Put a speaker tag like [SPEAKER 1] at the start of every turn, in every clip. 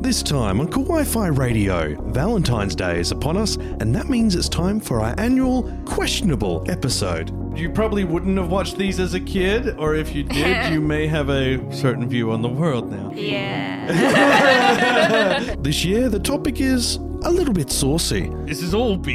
[SPEAKER 1] This time on Cool Wi Fi Radio, Valentine's Day is upon us, and that means it's time for our annual questionable episode. You probably wouldn't have watched these as a kid, or if you did, you may have a certain view on the world now.
[SPEAKER 2] Yeah.
[SPEAKER 1] This year, the topic is a little bit saucy.
[SPEAKER 3] This is all BL.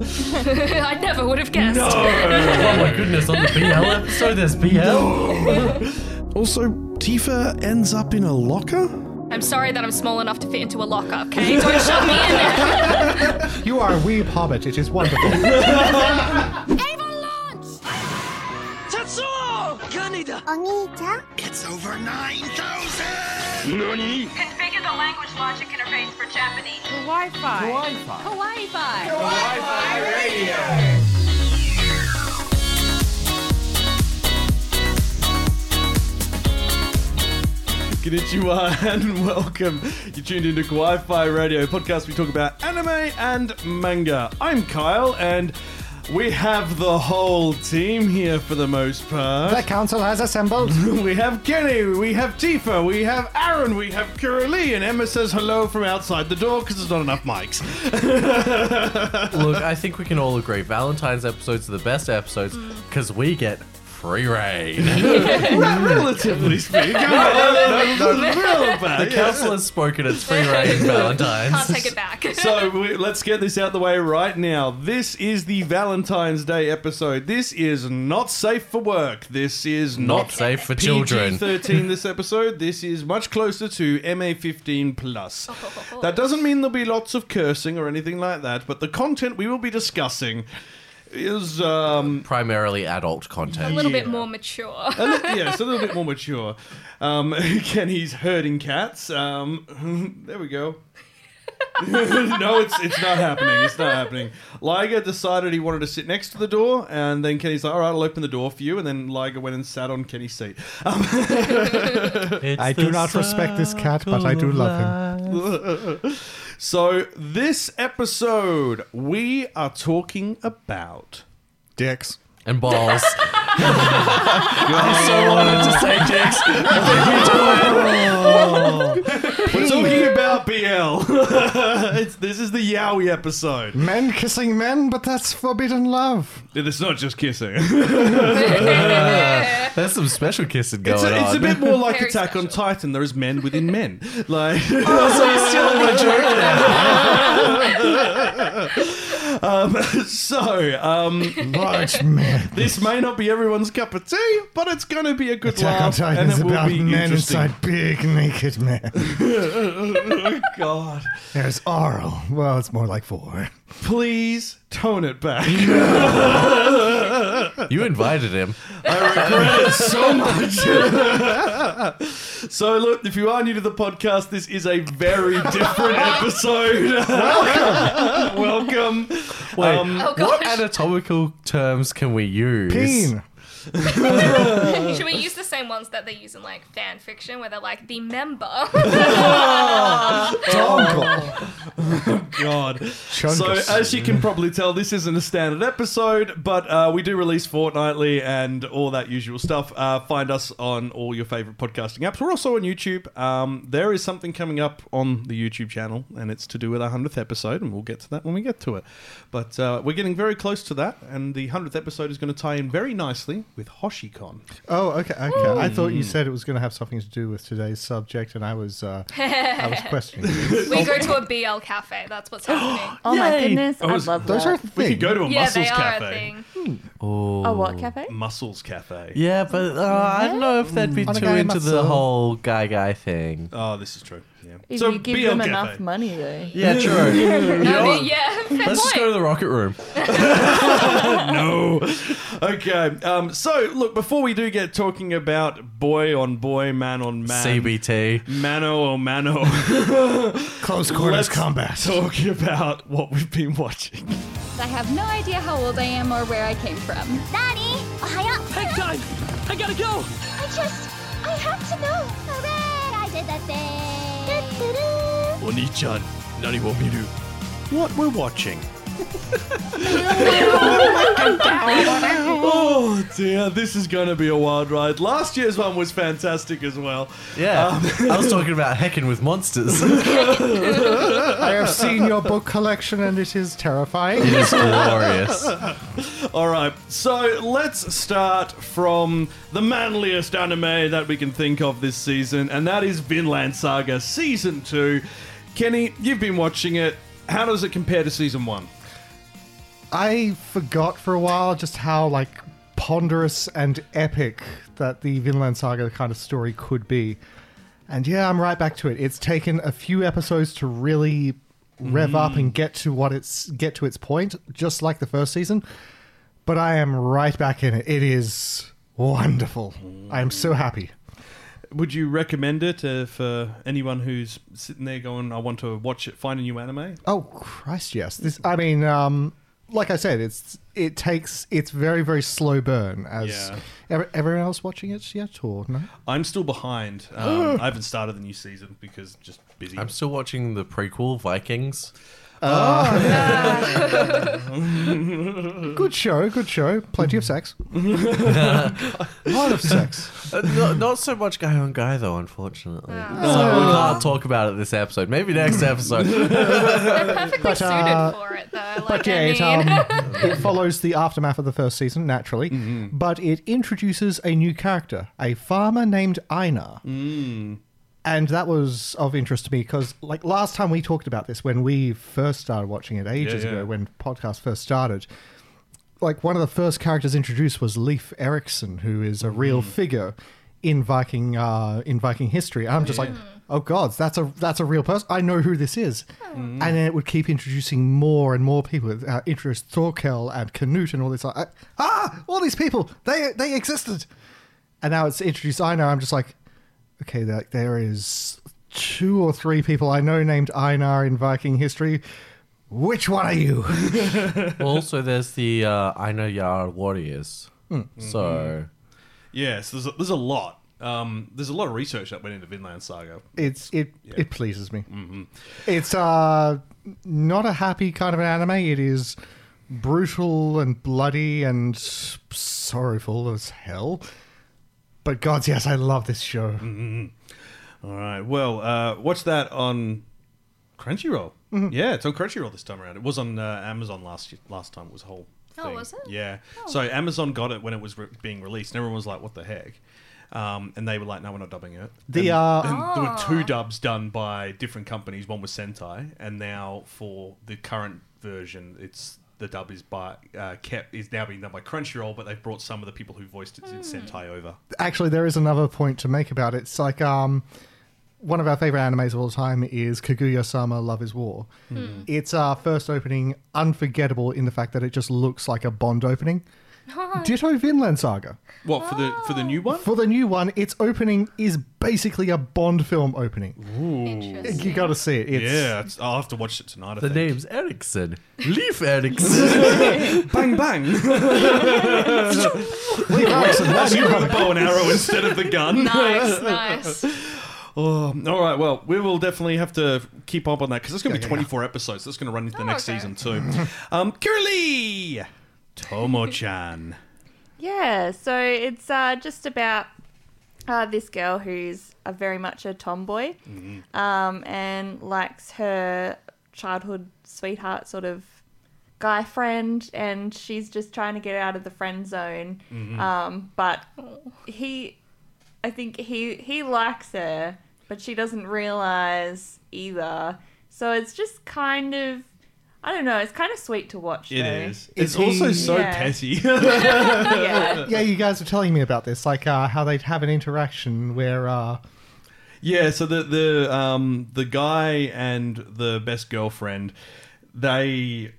[SPEAKER 2] I never would have guessed.
[SPEAKER 3] Oh,
[SPEAKER 4] my goodness, on the BL episode, there's BL.
[SPEAKER 1] Also, Tifa ends up in a locker?
[SPEAKER 2] I'm sorry that I'm small enough to fit into a locker, okay? Don't shove me in there.
[SPEAKER 5] You are a weeb hobbit. It is wonderful.
[SPEAKER 6] Configure the language logic interface for Japanese.
[SPEAKER 2] Hawaii vibe.
[SPEAKER 3] Konnichiwa and welcome. You tuned into Kawaii Fi Radio, a podcast we talk about anime and manga. I'm Kyle and we have the whole team here for the most
[SPEAKER 5] the
[SPEAKER 3] part.
[SPEAKER 5] council has assembled.
[SPEAKER 3] We have Kenny, we have Tifa, we have Aaron, we have Kira Lee, and Emma says hello from outside the door because there's not enough mics.
[SPEAKER 4] Look, I think we can all agree Valentine's episodes are the best episodes
[SPEAKER 3] Mm.
[SPEAKER 4] because we get free reign.
[SPEAKER 3] Relatively speaking. That's real
[SPEAKER 4] the
[SPEAKER 3] bad. yeah.
[SPEAKER 4] council has spoken, it's free reign
[SPEAKER 2] Can't
[SPEAKER 4] Valentine's.
[SPEAKER 2] take it back.
[SPEAKER 3] So we, let's get this out the way right now. This is the Valentine's Day episode. This is not safe for work. This is
[SPEAKER 4] Not
[SPEAKER 3] not,
[SPEAKER 4] safe for children.
[SPEAKER 3] Thirteen. This episode. This is much closer to MA fifteen plus. That doesn't mean there'll be lots of cursing or anything like that. But the content we will be discussing is um,
[SPEAKER 4] Primarily adult
[SPEAKER 2] a
[SPEAKER 4] content.
[SPEAKER 2] little bit more mature.
[SPEAKER 3] a li- yeah, it's a little bit more mature. Um, Kenny's herding cats. Um, there we go. no, it's it's not happening. It's not happening. Liger decided he wanted to sit next to the door, and then Kenny's like, "All right, I'll open the door for you." And then Liger went and sat on Kenny's seat. Um,
[SPEAKER 4] It's
[SPEAKER 5] I do
[SPEAKER 4] the
[SPEAKER 5] not respect this cat, but I do
[SPEAKER 4] circle of
[SPEAKER 5] love him.
[SPEAKER 4] life.
[SPEAKER 3] So this episode, we are talking about.
[SPEAKER 5] Dicks.
[SPEAKER 4] And balls. I so wanted to say dicks.
[SPEAKER 3] We're talking about BL. it's, this is the Yowie episode.
[SPEAKER 5] Men kissing men, but that's forbidden love.
[SPEAKER 3] It's not just kissing.
[SPEAKER 4] There's some special kissing going
[SPEAKER 3] It's a, it's
[SPEAKER 4] on.
[SPEAKER 3] a bit more like
[SPEAKER 2] Very
[SPEAKER 3] Attack on Titan. There is men within men. Like, um, so um,
[SPEAKER 5] Large men.
[SPEAKER 3] this may not be everyone's cup of tea, but it's going to be a good
[SPEAKER 5] Attack on
[SPEAKER 3] laugh,
[SPEAKER 5] Titan
[SPEAKER 3] and
[SPEAKER 5] is
[SPEAKER 3] it will
[SPEAKER 5] about
[SPEAKER 3] be
[SPEAKER 5] men
[SPEAKER 3] interesting.
[SPEAKER 5] inside big naked men.
[SPEAKER 3] God,
[SPEAKER 5] There's oral. Well, it's more like four.
[SPEAKER 3] please tone it back.
[SPEAKER 4] You invited him.
[SPEAKER 3] so much. so look, if you are new to the podcast, this is a very different episode. Welcome. Welcome.
[SPEAKER 4] Wait,
[SPEAKER 3] Um,
[SPEAKER 2] Oh,
[SPEAKER 4] what
[SPEAKER 2] gosh.
[SPEAKER 4] anatomical terms can we use?
[SPEAKER 5] Peen.
[SPEAKER 2] Should we use the same ones that they use in like fan fiction where they're like the member?
[SPEAKER 5] Dongle.
[SPEAKER 3] God.
[SPEAKER 5] Chungus.
[SPEAKER 3] So, as you can probably tell, this isn't a standard episode, but uh, we do release fortnightly and all that usual stuff. Uh, find us on all your favorite podcasting apps. We're also on YouTube. Um, there is something coming up on the YouTube channel, and it's to do with our 100th episode, and we'll get to that when we get to it. But uh, we're getting very close to that, and the 100th episode is going to tie in very nicely with HoshiCon.
[SPEAKER 5] Oh, okay, okay. I
[SPEAKER 3] Hmm.
[SPEAKER 5] thought you said it was going to have something to do with today's subject, and I was, uh, I was questioning. you.
[SPEAKER 2] we go to a BL cafe. That's what's happening.
[SPEAKER 7] Oh my goodness, I
[SPEAKER 3] was-
[SPEAKER 7] love
[SPEAKER 5] Those
[SPEAKER 7] that.
[SPEAKER 5] are
[SPEAKER 3] We
[SPEAKER 5] things.
[SPEAKER 3] could go to a
[SPEAKER 2] yeah,
[SPEAKER 3] Muscles
[SPEAKER 2] they are a
[SPEAKER 3] Cafe.
[SPEAKER 2] thing.
[SPEAKER 7] Oh, what cafe?
[SPEAKER 3] Muscles Cafe.
[SPEAKER 4] Yeah, but uh, I don't know if that'd be
[SPEAKER 5] On a
[SPEAKER 4] too
[SPEAKER 5] guy
[SPEAKER 4] into the
[SPEAKER 5] muscle.
[SPEAKER 4] whole guy guy thing.
[SPEAKER 3] Oh, this is true. Yeah.
[SPEAKER 7] If
[SPEAKER 3] so,
[SPEAKER 7] you give
[SPEAKER 3] BL
[SPEAKER 7] them
[SPEAKER 3] Cafe.
[SPEAKER 7] enough money, though.
[SPEAKER 4] Yeah, true.
[SPEAKER 2] No, yeah, fair
[SPEAKER 4] Let's just
[SPEAKER 2] point.
[SPEAKER 4] go to the rocket room.
[SPEAKER 3] no. Okay. Um, so, look, before we do get talking about boy on boy, man on man,
[SPEAKER 4] CBT.
[SPEAKER 3] mano on mano,
[SPEAKER 5] Close quarters
[SPEAKER 3] Let's
[SPEAKER 5] combat.
[SPEAKER 3] talk about what we've been watching.
[SPEAKER 8] I have no idea how old I am or where I came from. Daddy! Ohio! Hang time! I gotta go! I just. I have to know! Hooray! I did that thing!
[SPEAKER 3] Oni-chan, nani wo miru? What we're watching. Oh dear, this is going to be a wild ride. Last year's one was fantastic as well.
[SPEAKER 4] Yeah, Um, I was talking about hecking with monsters. it
[SPEAKER 5] I have seen your book collection and it is terrifying.
[SPEAKER 4] is glorious.
[SPEAKER 3] All right, so let's start from the manliest anime that we can think of this season, and that is Vinland Saga Season 2. Kenny, you've been watching it. How does it compare to Season 1?
[SPEAKER 5] I forgot for a while just how like ponderous and epic that the Vinland Saga kind of story could be. And yeah, I'm right back to it. It's taken a few episodes to really rev up and get to what it's get to its point, just like the first season. But I am right back in it. It is wonderful. I am so happy.
[SPEAKER 3] Would you recommend it uh, for anyone who's sitting there going, I want to watch it, find a new anime?
[SPEAKER 5] Oh Christ, yes. This, I mean, um, like I said, it's it takes it's very very slow burn. As
[SPEAKER 3] Yeah.
[SPEAKER 5] ev- everyone else watching it yet or no?
[SPEAKER 3] I'm still behind. Um, I haven't started the new season because just busy.
[SPEAKER 4] I'm still watching the prequel Vikings.
[SPEAKER 5] Good show, good show. Plenty of sex. A lot of sex.
[SPEAKER 4] Uh, not, not so much guy on guy though, unfortunately. So we can't talk about it this episode. Maybe next episode.
[SPEAKER 2] They're perfectly
[SPEAKER 5] But, uh,
[SPEAKER 2] suited for it, though. Like,
[SPEAKER 5] But yeah,
[SPEAKER 2] I
[SPEAKER 5] it,
[SPEAKER 2] mean,
[SPEAKER 5] um, it follows the aftermath of the first season naturally, but it introduces a new character, a farmer named Einar. And that was of interest to me because, like, last time we talked about this when we first started watching it ages
[SPEAKER 3] Yeah, yeah.
[SPEAKER 5] ago, when podcast first started, like, one of the first characters introduced was Leif Erikson, who is a real
[SPEAKER 3] Mm.
[SPEAKER 5] figure in Viking uh, in Viking history. I'm just like, oh god, that's a that's a real person. I know who this is.
[SPEAKER 3] Hmm.
[SPEAKER 5] And then it would keep introducing more and more people. Uh, introduced Thorkel and Canute and all this. Like, ah, all these people, they they existed. And now it's introduced Einar. I'm just like, okay, there, there is two or three people I know named Einar in Viking history. Which one are you?
[SPEAKER 4] also, there's the uh, Aino Yar warriors. So
[SPEAKER 3] Yes, there's a, there's a lot. Um, there's a lot of research that went into Vinland Saga.
[SPEAKER 5] It's it it pleases me. It's uh not a happy kind of an anime. It is brutal and bloody and sorrowful as hell. But gods, yes, I love this show.
[SPEAKER 3] All right. Well, uh, watch that on Crunchyroll.
[SPEAKER 2] Mm-hmm.
[SPEAKER 3] Yeah, it's on Crunchyroll this time around. It was on uh, Amazon last year, last time. It was a whole.
[SPEAKER 2] Oh,
[SPEAKER 3] Thing.
[SPEAKER 2] was it? Oh.
[SPEAKER 3] Yeah. So Amazon got it when it was re- being released, and everyone was like, "What the heck." Um, and they were like, no, we're not dubbing it.
[SPEAKER 5] The
[SPEAKER 3] And
[SPEAKER 5] uh,
[SPEAKER 3] then there were
[SPEAKER 2] Ah.
[SPEAKER 3] two dubs done by different companies. One was Sentai, and now for the current version, it's the dub is by uh, kept is now being done by Crunchyroll, but they've brought some of the people who voiced
[SPEAKER 2] Hmm.
[SPEAKER 3] it in Sentai over.
[SPEAKER 5] actually there is another point to make about it. It's like um one of our favorite animes of all time is Kaguya-sama: Love Is War. It's our first opening, unforgettable in the fact that it just looks like a Bond opening. Ditto Vinland Saga.
[SPEAKER 3] What for the for the
[SPEAKER 2] Oh.
[SPEAKER 3] new one?
[SPEAKER 5] For the new one, its opening is basically a Bond film opening.
[SPEAKER 2] interesting.
[SPEAKER 5] um, You got to see it. It's
[SPEAKER 3] yeah, it's, I'll have to watch it tonight. I
[SPEAKER 4] the
[SPEAKER 3] think.
[SPEAKER 4] name's Ericsson. Leaf Ericsson.
[SPEAKER 3] Bang bang. That's you with a bow and arrow instead of the gun.
[SPEAKER 2] nice, nice.
[SPEAKER 3] Um, all right, well, we will definitely have to keep up on that because it's going to be 24 episodes. That's going to run into the
[SPEAKER 2] Oh,
[SPEAKER 3] next
[SPEAKER 2] okay.
[SPEAKER 3] season too. Um, Curly Tomo-chan.
[SPEAKER 7] Yeah, so it's uh, just about uh, this girl who's a very much a tomboy
[SPEAKER 3] Mm-hmm.
[SPEAKER 7] um, and likes her childhood sweetheart sort of guy friend, and she's just trying to get out of the friend zone.
[SPEAKER 3] Mm-hmm.
[SPEAKER 7] Um, but he, I think he he likes her, but she doesn't realize either. So it's just kind of, I don't know, it's kind of sweet to watch.
[SPEAKER 3] It
[SPEAKER 7] though.
[SPEAKER 3] is. It's
[SPEAKER 5] Is he-
[SPEAKER 3] also so
[SPEAKER 7] Yeah.
[SPEAKER 3] petty.
[SPEAKER 7] Yeah.
[SPEAKER 5] yeah, you guys were telling me about this, like uh, how they'd have an interaction where uh,
[SPEAKER 3] Yeah, so the the um the guy and the best girlfriend, they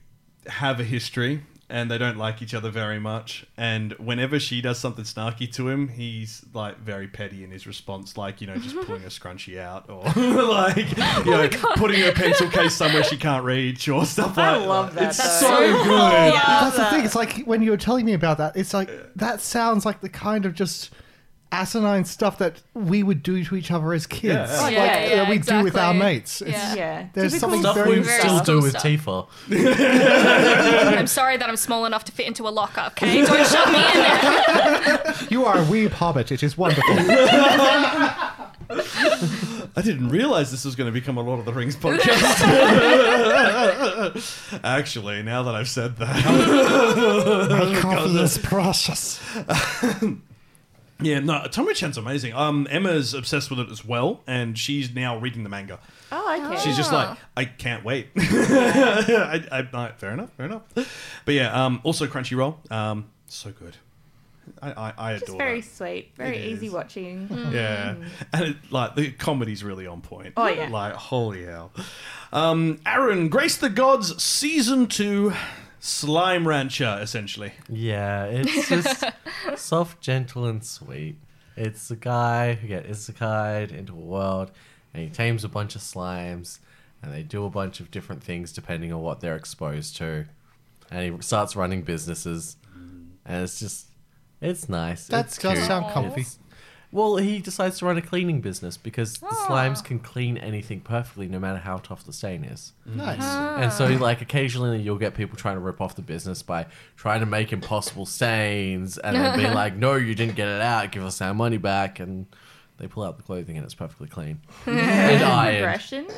[SPEAKER 3] have a history and they don't like each other very much. And whenever she does something snarky to him, he's like very petty in his response, like you know just pulling a scrunchie out or like
[SPEAKER 7] Oh
[SPEAKER 3] you know putting her pencil case somewhere she can't reach or stuff like
[SPEAKER 7] I
[SPEAKER 3] that.
[SPEAKER 7] love that.
[SPEAKER 3] It's
[SPEAKER 7] though.
[SPEAKER 3] so good.
[SPEAKER 7] Yeah.
[SPEAKER 5] that's the thing. It's like when you were telling me about that, it's like that sounds like the kind of just asinine stuff that we would do to each other as kids.
[SPEAKER 3] Yeah.
[SPEAKER 5] Like,
[SPEAKER 2] Yeah, yeah,
[SPEAKER 5] that we do with our
[SPEAKER 2] exactly.
[SPEAKER 5] mates. It's-
[SPEAKER 2] Yeah.
[SPEAKER 7] Yeah.
[SPEAKER 5] There's
[SPEAKER 7] Typical
[SPEAKER 5] something
[SPEAKER 4] Stuff
[SPEAKER 5] very
[SPEAKER 4] we
[SPEAKER 2] very
[SPEAKER 4] still do with
[SPEAKER 2] stuff.
[SPEAKER 4] Tifa.
[SPEAKER 2] I'm sorry that I'm small enough to fit into a locker, okay? Don't shut me in there.
[SPEAKER 5] You are a wee hobbit. It is wonderful.
[SPEAKER 3] I didn't realize this was going to become a Lord of the Rings podcast. Actually, now that I've said that,
[SPEAKER 5] My coffee is precious.
[SPEAKER 3] yeah, no, Tomo Chan's amazing. Um, Emma's obsessed with it as well, and she's now reading the manga.
[SPEAKER 7] Oh, okay.
[SPEAKER 3] She's just like, I can't wait. I, I, I- fair enough, fair enough. But yeah, um, also Crunchyroll, um, so good. I, I, I adore
[SPEAKER 7] just very
[SPEAKER 3] that.
[SPEAKER 7] sweet, very
[SPEAKER 3] It
[SPEAKER 7] easy
[SPEAKER 3] is.
[SPEAKER 7] watching.
[SPEAKER 2] Mm.
[SPEAKER 3] Yeah, and it, like the comedy's really on point.
[SPEAKER 7] Oh, yeah.
[SPEAKER 3] like holy hell. Um, Aaron, Grace the Gods, season two, Slime Rancher, essentially.
[SPEAKER 4] Yeah, it's just soft, gentle, and sweet. It's a guy who gets isekai'd into a world, and he tames a bunch of slimes, and they do a bunch of different things depending on what they're exposed to. And he starts running businesses, and it's just, it's nice.
[SPEAKER 5] That
[SPEAKER 4] it's
[SPEAKER 5] does
[SPEAKER 4] cute.
[SPEAKER 5] sound comfy.
[SPEAKER 4] It's- well, he decides to run a cleaning business because the slimes can clean anything perfectly, no matter how tough the stain is.
[SPEAKER 5] Nice.
[SPEAKER 4] And so, like, occasionally you'll get people trying to rip off the business by trying to make impossible stains and then being like, no, you didn't get it out, give us our money back. And they pull out the clothing and it's perfectly clean and ironed.
[SPEAKER 7] Progression.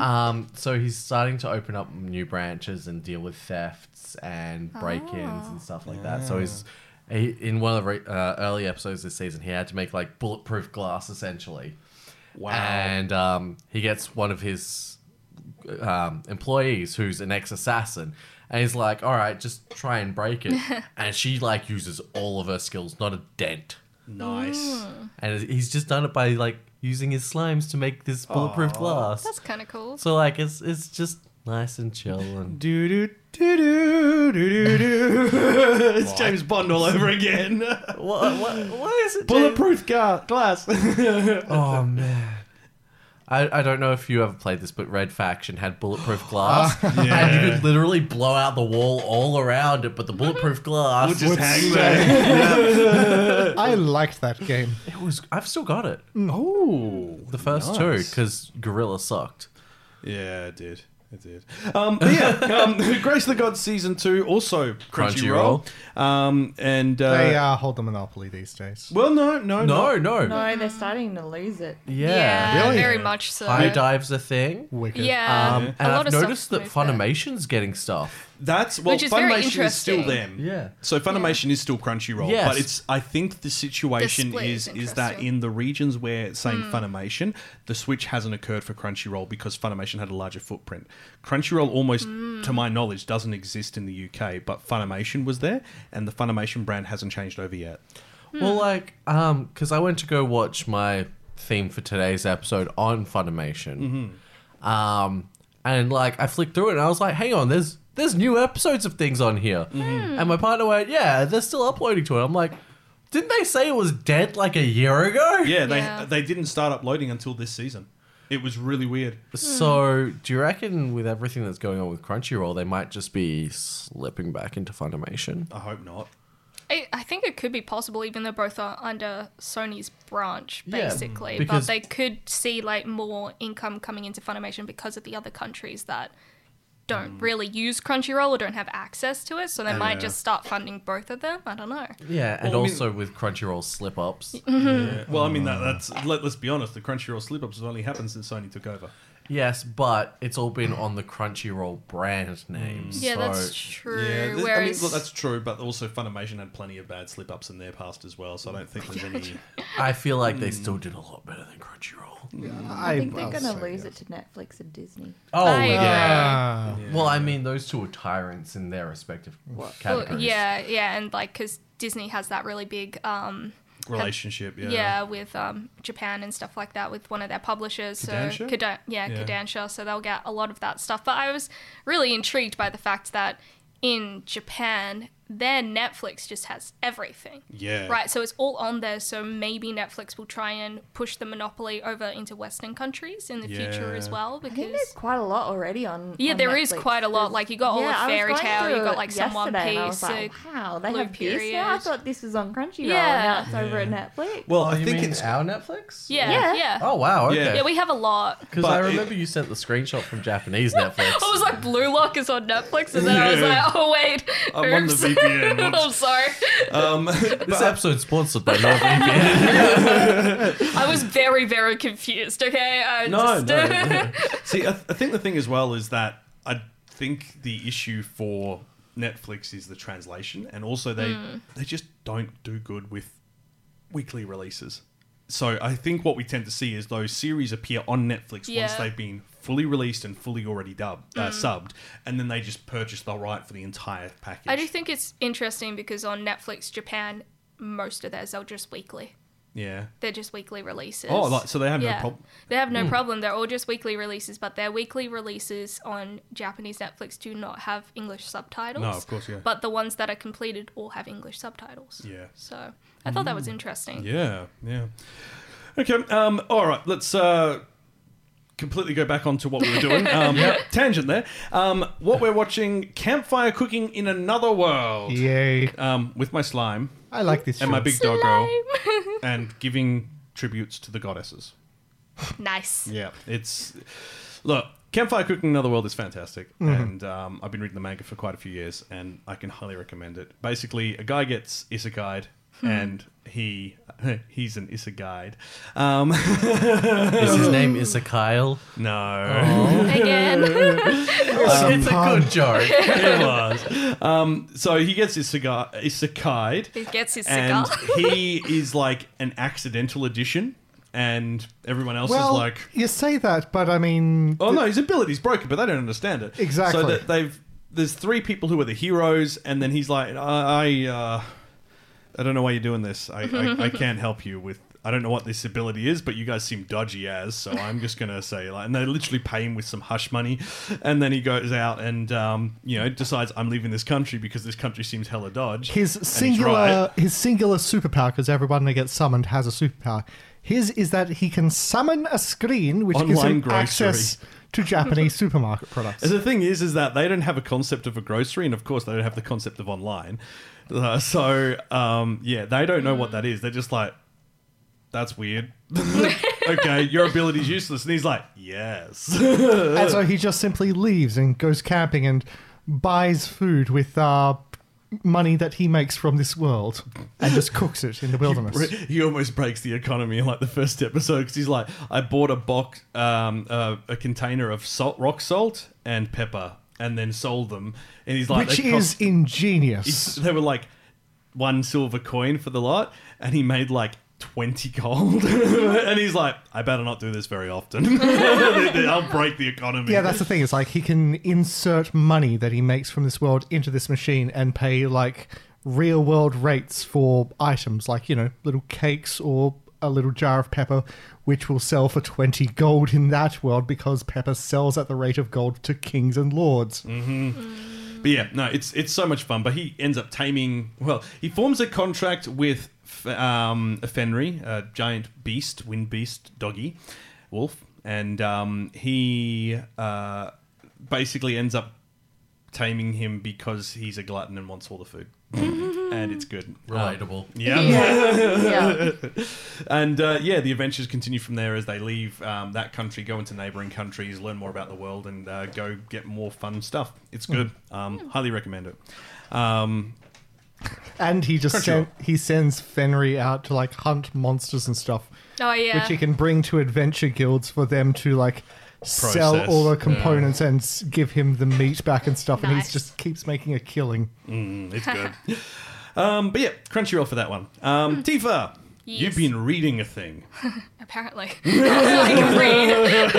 [SPEAKER 4] Um, so he's starting to open up new branches and deal with thefts and break-ins and stuff like that. So he's he, in one of the re- uh, early episodes this season, he had to make like bulletproof glass essentially. Wow!
[SPEAKER 7] Ah.
[SPEAKER 4] And um, he gets one of his um, employees who's an ex-assassin. And he's like, all right, just try and break it. and she like uses all of her skills, not a dent.
[SPEAKER 3] Nice.
[SPEAKER 4] And he's just done it by like using his slimes to make this bulletproof glass.
[SPEAKER 2] That's kind of cool.
[SPEAKER 4] So like it's it's just nice and chill and
[SPEAKER 3] Do do do do do do do. It's James Bond all over again.
[SPEAKER 4] what, what, what is it?
[SPEAKER 3] Bulletproof ga- glass.
[SPEAKER 4] Oh man. I, I don't know if you ever played this, but Red Faction had bulletproof glass, and you could literally blow out the wall all around it. But
[SPEAKER 2] Mm-hmm.
[SPEAKER 4] the bulletproof glass,
[SPEAKER 3] We'll just hang there.
[SPEAKER 5] I liked that game.
[SPEAKER 4] it was I've still got it.
[SPEAKER 3] Oh,
[SPEAKER 4] The first two, 'cause two, because Gorilla sucked.
[SPEAKER 3] Yeah, it did. It did. Um, but yeah, um, Grace the God season two also Crunchyroll, um, and uh,
[SPEAKER 5] They uh, hold the monopoly these days.
[SPEAKER 3] well, no, Oh, no,
[SPEAKER 4] No, no,
[SPEAKER 2] Mm.
[SPEAKER 7] No, Oh, they're starting to lose it.
[SPEAKER 4] yeah.
[SPEAKER 2] Yeah,
[SPEAKER 5] Really?
[SPEAKER 2] very much so.
[SPEAKER 4] High dive's a thing.
[SPEAKER 5] Wicked.
[SPEAKER 2] yeah,
[SPEAKER 4] Um,
[SPEAKER 2] a
[SPEAKER 4] and
[SPEAKER 2] lot
[SPEAKER 4] I've
[SPEAKER 2] of stuff
[SPEAKER 4] noticed that
[SPEAKER 2] goes there.
[SPEAKER 4] Funimation's getting stuff.
[SPEAKER 3] That's well,
[SPEAKER 2] Which is very
[SPEAKER 3] Funimation is still
[SPEAKER 2] interesting.
[SPEAKER 3] them.
[SPEAKER 4] Yeah.
[SPEAKER 3] So Funimation is still Crunchyroll,
[SPEAKER 4] Yes.
[SPEAKER 3] but it's I think the situation
[SPEAKER 2] split
[SPEAKER 3] is
[SPEAKER 2] is
[SPEAKER 3] is that
[SPEAKER 2] interesting. Hmm.
[SPEAKER 3] in the regions where saying Funimation, the switch hasn't occurred for Crunchyroll because Funimation had a larger footprint. Crunchyroll almost,
[SPEAKER 2] Hmm.
[SPEAKER 3] to my knowledge, doesn't exist in the UK, but Funimation was there, and the Funimation brand hasn't changed over yet.
[SPEAKER 4] Well, like, um, because I went to go watch my theme for today's episode on Funimation,
[SPEAKER 3] Mm-hmm.
[SPEAKER 4] um, and like I flicked through it and I was like, hang on, there's there's new episodes of things on here,
[SPEAKER 3] Mm-hmm.
[SPEAKER 4] and my partner went, yeah, they're still uploading to it. I'm like, didn't they say it was dead like a year ago?
[SPEAKER 3] Yeah, they
[SPEAKER 2] Yeah.
[SPEAKER 3] they didn't start uploading until this season. It was really weird.
[SPEAKER 4] Hmm. So, do you reckon with everything that's going on with Crunchyroll, they might just be slipping back into Funimation?
[SPEAKER 3] I hope not.
[SPEAKER 2] I, I think it could be possible, even though both are under Sony's branch,
[SPEAKER 4] Yeah,
[SPEAKER 2] basically. but
[SPEAKER 4] because-
[SPEAKER 2] they could see like more income coming into Funimation because of the other countries that don't
[SPEAKER 4] Mm.
[SPEAKER 2] really use Crunchyroll or don't have access to it. So they might
[SPEAKER 3] Yeah.
[SPEAKER 2] just start funding both of them. I don't know.
[SPEAKER 4] Yeah, and
[SPEAKER 3] Well, I mean-
[SPEAKER 4] also with Crunchyroll slip ups.
[SPEAKER 2] Mm-hmm.
[SPEAKER 3] Well, I mean that, that's let, let's be honest. The Crunchyroll slip ups have only happened since Sony took over.
[SPEAKER 4] Yes, but it's all been on the Crunchyroll brand name.
[SPEAKER 2] Mm. Yeah,
[SPEAKER 4] so
[SPEAKER 2] that's true.
[SPEAKER 3] Yeah, th- I mean,
[SPEAKER 2] Whereas
[SPEAKER 3] look, that's true, but also Funimation had plenty of bad slip ups in their past as well, so I don't think there's any.
[SPEAKER 4] I feel like they still did a lot better than Crunchyroll.
[SPEAKER 5] I,
[SPEAKER 7] I think
[SPEAKER 5] I'll
[SPEAKER 7] they're going
[SPEAKER 5] say
[SPEAKER 7] to lose
[SPEAKER 5] yes.
[SPEAKER 7] it to Netflix and Disney.
[SPEAKER 4] Oh
[SPEAKER 2] I agree.
[SPEAKER 5] Ah.
[SPEAKER 4] Well, I mean, those two are tyrants in their respective
[SPEAKER 2] Well,
[SPEAKER 4] categories.
[SPEAKER 2] yeah, yeah, and like because Disney has that really big um,
[SPEAKER 3] Relationship, yeah.
[SPEAKER 2] yeah. with um, Japan and stuff like that with one of their publishers. So
[SPEAKER 3] Kodansha?
[SPEAKER 2] Kodan- yeah,
[SPEAKER 3] Yeah.
[SPEAKER 2] Kodansha. So they'll get a lot of that stuff. But I was really intrigued by the fact that in Japan their Netflix just has everything.
[SPEAKER 3] Yeah.
[SPEAKER 2] Right, so it's all on there. So maybe Netflix will try and push the monopoly over into Western countries in the future as
[SPEAKER 3] Yeah.
[SPEAKER 2] well.
[SPEAKER 7] I think
[SPEAKER 2] Because
[SPEAKER 7] there's quite a lot already on.
[SPEAKER 2] yeah,
[SPEAKER 7] on
[SPEAKER 2] there is
[SPEAKER 7] Netflix.
[SPEAKER 2] quite a lot.
[SPEAKER 7] There's-
[SPEAKER 2] Like you got all
[SPEAKER 7] Yeah, I
[SPEAKER 2] of
[SPEAKER 7] was
[SPEAKER 2] Fairy
[SPEAKER 7] going
[SPEAKER 2] Tale, you
[SPEAKER 7] through
[SPEAKER 2] got
[SPEAKER 7] it
[SPEAKER 2] like some One
[SPEAKER 7] yesterday and I was
[SPEAKER 2] Piece.
[SPEAKER 7] like,
[SPEAKER 2] uh,
[SPEAKER 7] wow, they
[SPEAKER 2] Blue
[SPEAKER 7] have this now. I
[SPEAKER 2] Period.
[SPEAKER 7] thought this was on Crunchyroll,
[SPEAKER 2] Yeah.
[SPEAKER 7] and now it's over at Netflix.
[SPEAKER 1] Well,
[SPEAKER 4] Oh,
[SPEAKER 1] I
[SPEAKER 4] you
[SPEAKER 1] think
[SPEAKER 4] mean
[SPEAKER 1] it's
[SPEAKER 4] our Netflix.
[SPEAKER 2] yeah, yeah,
[SPEAKER 7] Yeah.
[SPEAKER 2] yeah.
[SPEAKER 4] Oh wow.
[SPEAKER 3] Yeah.
[SPEAKER 4] Okay.
[SPEAKER 2] we have a lot.
[SPEAKER 4] Because
[SPEAKER 3] But
[SPEAKER 4] I
[SPEAKER 3] it-
[SPEAKER 4] remember you sent the screenshot from Japanese Netflix.
[SPEAKER 2] I was like, Blue Lock is on Netflix, and then I was
[SPEAKER 3] Yeah.
[SPEAKER 2] like, oh wait,
[SPEAKER 3] I'm on the
[SPEAKER 2] oops,
[SPEAKER 3] VPN,
[SPEAKER 2] I'm
[SPEAKER 3] whoops.
[SPEAKER 2] sorry.
[SPEAKER 3] Um,
[SPEAKER 4] this episode's sponsored by NordVPN.
[SPEAKER 2] I was very, very confused. Okay, I
[SPEAKER 3] No,
[SPEAKER 2] just,
[SPEAKER 3] no, no. See, I, th- I think the thing as well is that I think the issue for Netflix is the translation, and also they
[SPEAKER 2] Hmm.
[SPEAKER 3] they just don't do good with weekly releases. So I think what we tend to see is those series appear on Netflix once
[SPEAKER 2] Yeah. Hmm.
[SPEAKER 3] they've been fully released and fully already dub, uh, subbed, and then they just purchase the right for the entire package.
[SPEAKER 2] I do think it's interesting because on Netflix Japan, most of theirs are just weekly.
[SPEAKER 3] yeah.
[SPEAKER 2] They're just weekly releases.
[SPEAKER 3] Oh, like, so they have no Hmm. problem.
[SPEAKER 2] They have no problem. They're all just weekly releases, but their weekly releases on Japanese Netflix do not have English subtitles.
[SPEAKER 3] No, of course, yeah.
[SPEAKER 2] But the ones that are completed all have English subtitles.
[SPEAKER 3] Yeah.
[SPEAKER 2] So I thought that was interesting.
[SPEAKER 3] Yeah, yeah. Okay. Um, all right. Let's uh, completely go back onto what we were doing. Um, Tangent there. Um, what we're watching: Campfire Cooking in Another World.
[SPEAKER 5] Yay.
[SPEAKER 3] Um, with my slime
[SPEAKER 5] I like this
[SPEAKER 3] and my
[SPEAKER 5] show.
[SPEAKER 3] big doggo, and giving tributes to the goddesses.
[SPEAKER 2] Nice.
[SPEAKER 3] Yeah, it's look. Campfire Cooking in Another World is fantastic, and um, I've been reading the manga for quite a few years, and I can highly recommend it. Basically, a guy gets isekai'd, and he he's an isekai'd. Um,
[SPEAKER 4] Is his name is Kyle?
[SPEAKER 3] no,
[SPEAKER 2] Again.
[SPEAKER 4] it's a good joke.
[SPEAKER 3] it was. Um, so he gets isekai- isekai'd,
[SPEAKER 2] he gets his cigar.
[SPEAKER 3] and he is like an accidental addition, and everyone else is
[SPEAKER 5] Well,
[SPEAKER 3] like,
[SPEAKER 5] you say that, but I mean,
[SPEAKER 3] Oh no, his ability's broken, but they don't understand it.
[SPEAKER 5] Exactly.
[SPEAKER 3] So that they've there's three people who are the heroes, and then he's like, I, I, uh, I don't know why you're doing this. I, I, I can't help you with. I don't know what this ability is, but you guys seem dodgy as, so I'm just gonna say like, and they literally pay him with some hush money, and then he goes out and um, you know decides I'm leaving this country because this country seems hella dodge.
[SPEAKER 5] his
[SPEAKER 3] And he's
[SPEAKER 5] singular
[SPEAKER 3] right.
[SPEAKER 5] his singular superpower because everyone that gets summoned has a superpower. His is that he can summon a screen which gives
[SPEAKER 3] Online
[SPEAKER 5] him
[SPEAKER 3] grocery.
[SPEAKER 5] access to Japanese supermarket products.
[SPEAKER 3] And the thing is, is that they don't have a concept of a grocery, and of course, they don't have the concept of online. Uh, so, um, yeah, they don't know what that is. They're just like, that's weird. okay, your ability's useless. And he's like, yes.
[SPEAKER 5] and so he just simply leaves and goes camping and buys food with uh, money that he makes from this world and just cooks it in the wilderness.
[SPEAKER 3] he almost breaks the economy in like the first episode because he's like, I bought a box, um, uh, a container of salt, rock salt, and pepper, and then sold them. And he's like,
[SPEAKER 5] which
[SPEAKER 3] "They
[SPEAKER 5] is
[SPEAKER 3] cost-
[SPEAKER 5] ingenious.
[SPEAKER 3] they were like one silver coin for the lot, and he made like 20 gold. and he's like, I better not do this very often. I'll break the economy.
[SPEAKER 5] Yeah, that's the thing. It's like he can insert money that he makes from this world into this machine and pay like real world rates for items like, you know, little cakes or a little jar of pepper, which will sell for 20 gold in that world because pepper sells at the rate of gold to kings and lords.
[SPEAKER 3] But yeah, no, it's it's so much fun. But he ends up taming. Well, he forms a contract with F- um, a Fenry, a giant beast, wind beast, doggy, wolf, and um, he uh, basically ends up taming him because he's a glutton and wants all the food.
[SPEAKER 5] Mm-hmm.
[SPEAKER 3] and it's good. Uh,
[SPEAKER 4] Relatable.
[SPEAKER 3] yeah.
[SPEAKER 7] yeah.
[SPEAKER 3] And uh, yeah, the adventures continue from there as they leave um, that country, go into neighbouring countries, learn more about the world, and uh, go get more fun stuff. It's good.
[SPEAKER 2] Hmm.
[SPEAKER 3] Um, highly recommend it. Um,
[SPEAKER 5] And he just
[SPEAKER 3] Crunchyroll.
[SPEAKER 5] sent, he sends Fenry out to like hunt monsters and stuff,
[SPEAKER 2] oh yeah.
[SPEAKER 5] which he can bring to adventure guilds for them to like sell
[SPEAKER 3] Process.
[SPEAKER 5] all the components and s- give him the meat back and stuff. And he
[SPEAKER 2] Nice.
[SPEAKER 5] just keeps making a killing.
[SPEAKER 3] it's good. um, but yeah, Crunchyroll for that one. Um, Tifa, you've
[SPEAKER 2] Hmm. Yes.
[SPEAKER 3] been reading a thing.
[SPEAKER 2] Apparently. I can read.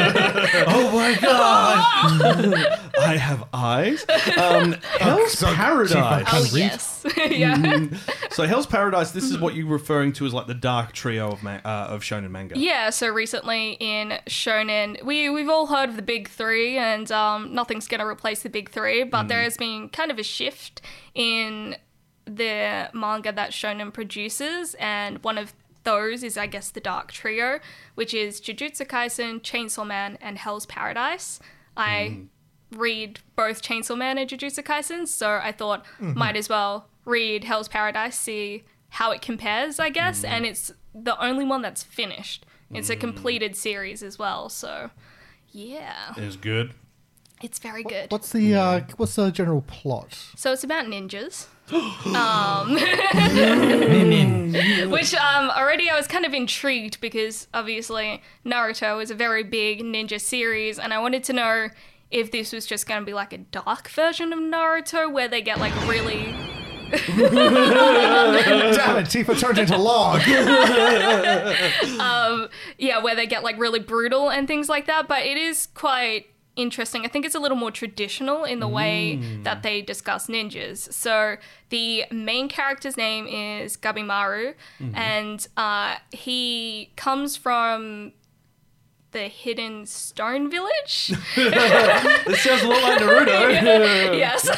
[SPEAKER 3] oh my god! I have eyes. Um, Hell's Paradise.
[SPEAKER 2] Oh yes.
[SPEAKER 5] Mm-hmm.
[SPEAKER 2] Oh, yeah. Hmm.
[SPEAKER 3] So Hell's Paradise. This is what you're referring to as like the dark trio of ma- uh, of shonen manga.
[SPEAKER 2] Yeah, so recently in Shonen, we we've all heard of the big three,
[SPEAKER 5] Mm-hmm.
[SPEAKER 2] and um, nothing's going to replace the big three. But there has been kind of a shift in the manga that Shonen produces, and one of those is, I guess, the Dark Trio, which is Jujutsu Kaisen, Chainsaw Man, and Hell's Paradise.
[SPEAKER 5] Mm.
[SPEAKER 2] I read both Chainsaw Man and Jujutsu Kaisen, so I thought
[SPEAKER 3] Mm-hmm.
[SPEAKER 2] might as well read Hell's Paradise, see how it compares, I guess.
[SPEAKER 3] Mm-hmm.
[SPEAKER 2] And it's the only one that's finished. It's
[SPEAKER 3] Mm.
[SPEAKER 2] a completed series as well, so yeah,
[SPEAKER 3] It was good.
[SPEAKER 2] it's very good.
[SPEAKER 5] What's the uh, what's the general plot?
[SPEAKER 2] So it's about ninjas. um, which um, already I was kind of intrigued because obviously Naruto is a very big ninja series, and I wanted to know if this was just going to be like a dark version of Naruto where they get like really.
[SPEAKER 5] Damn it, Tifa turned into log.
[SPEAKER 2] yeah, where they get like really brutal and things like that. But it is quite interesting. I think it's a little more traditional in the way
[SPEAKER 5] Mm.
[SPEAKER 2] that they discuss ninjas. So the main character's name is Gabimaru,
[SPEAKER 5] Mm-hmm.
[SPEAKER 2] and uh, he comes from the Hidden Stone Village.
[SPEAKER 3] It sounds a lot like Naruto.
[SPEAKER 2] yes.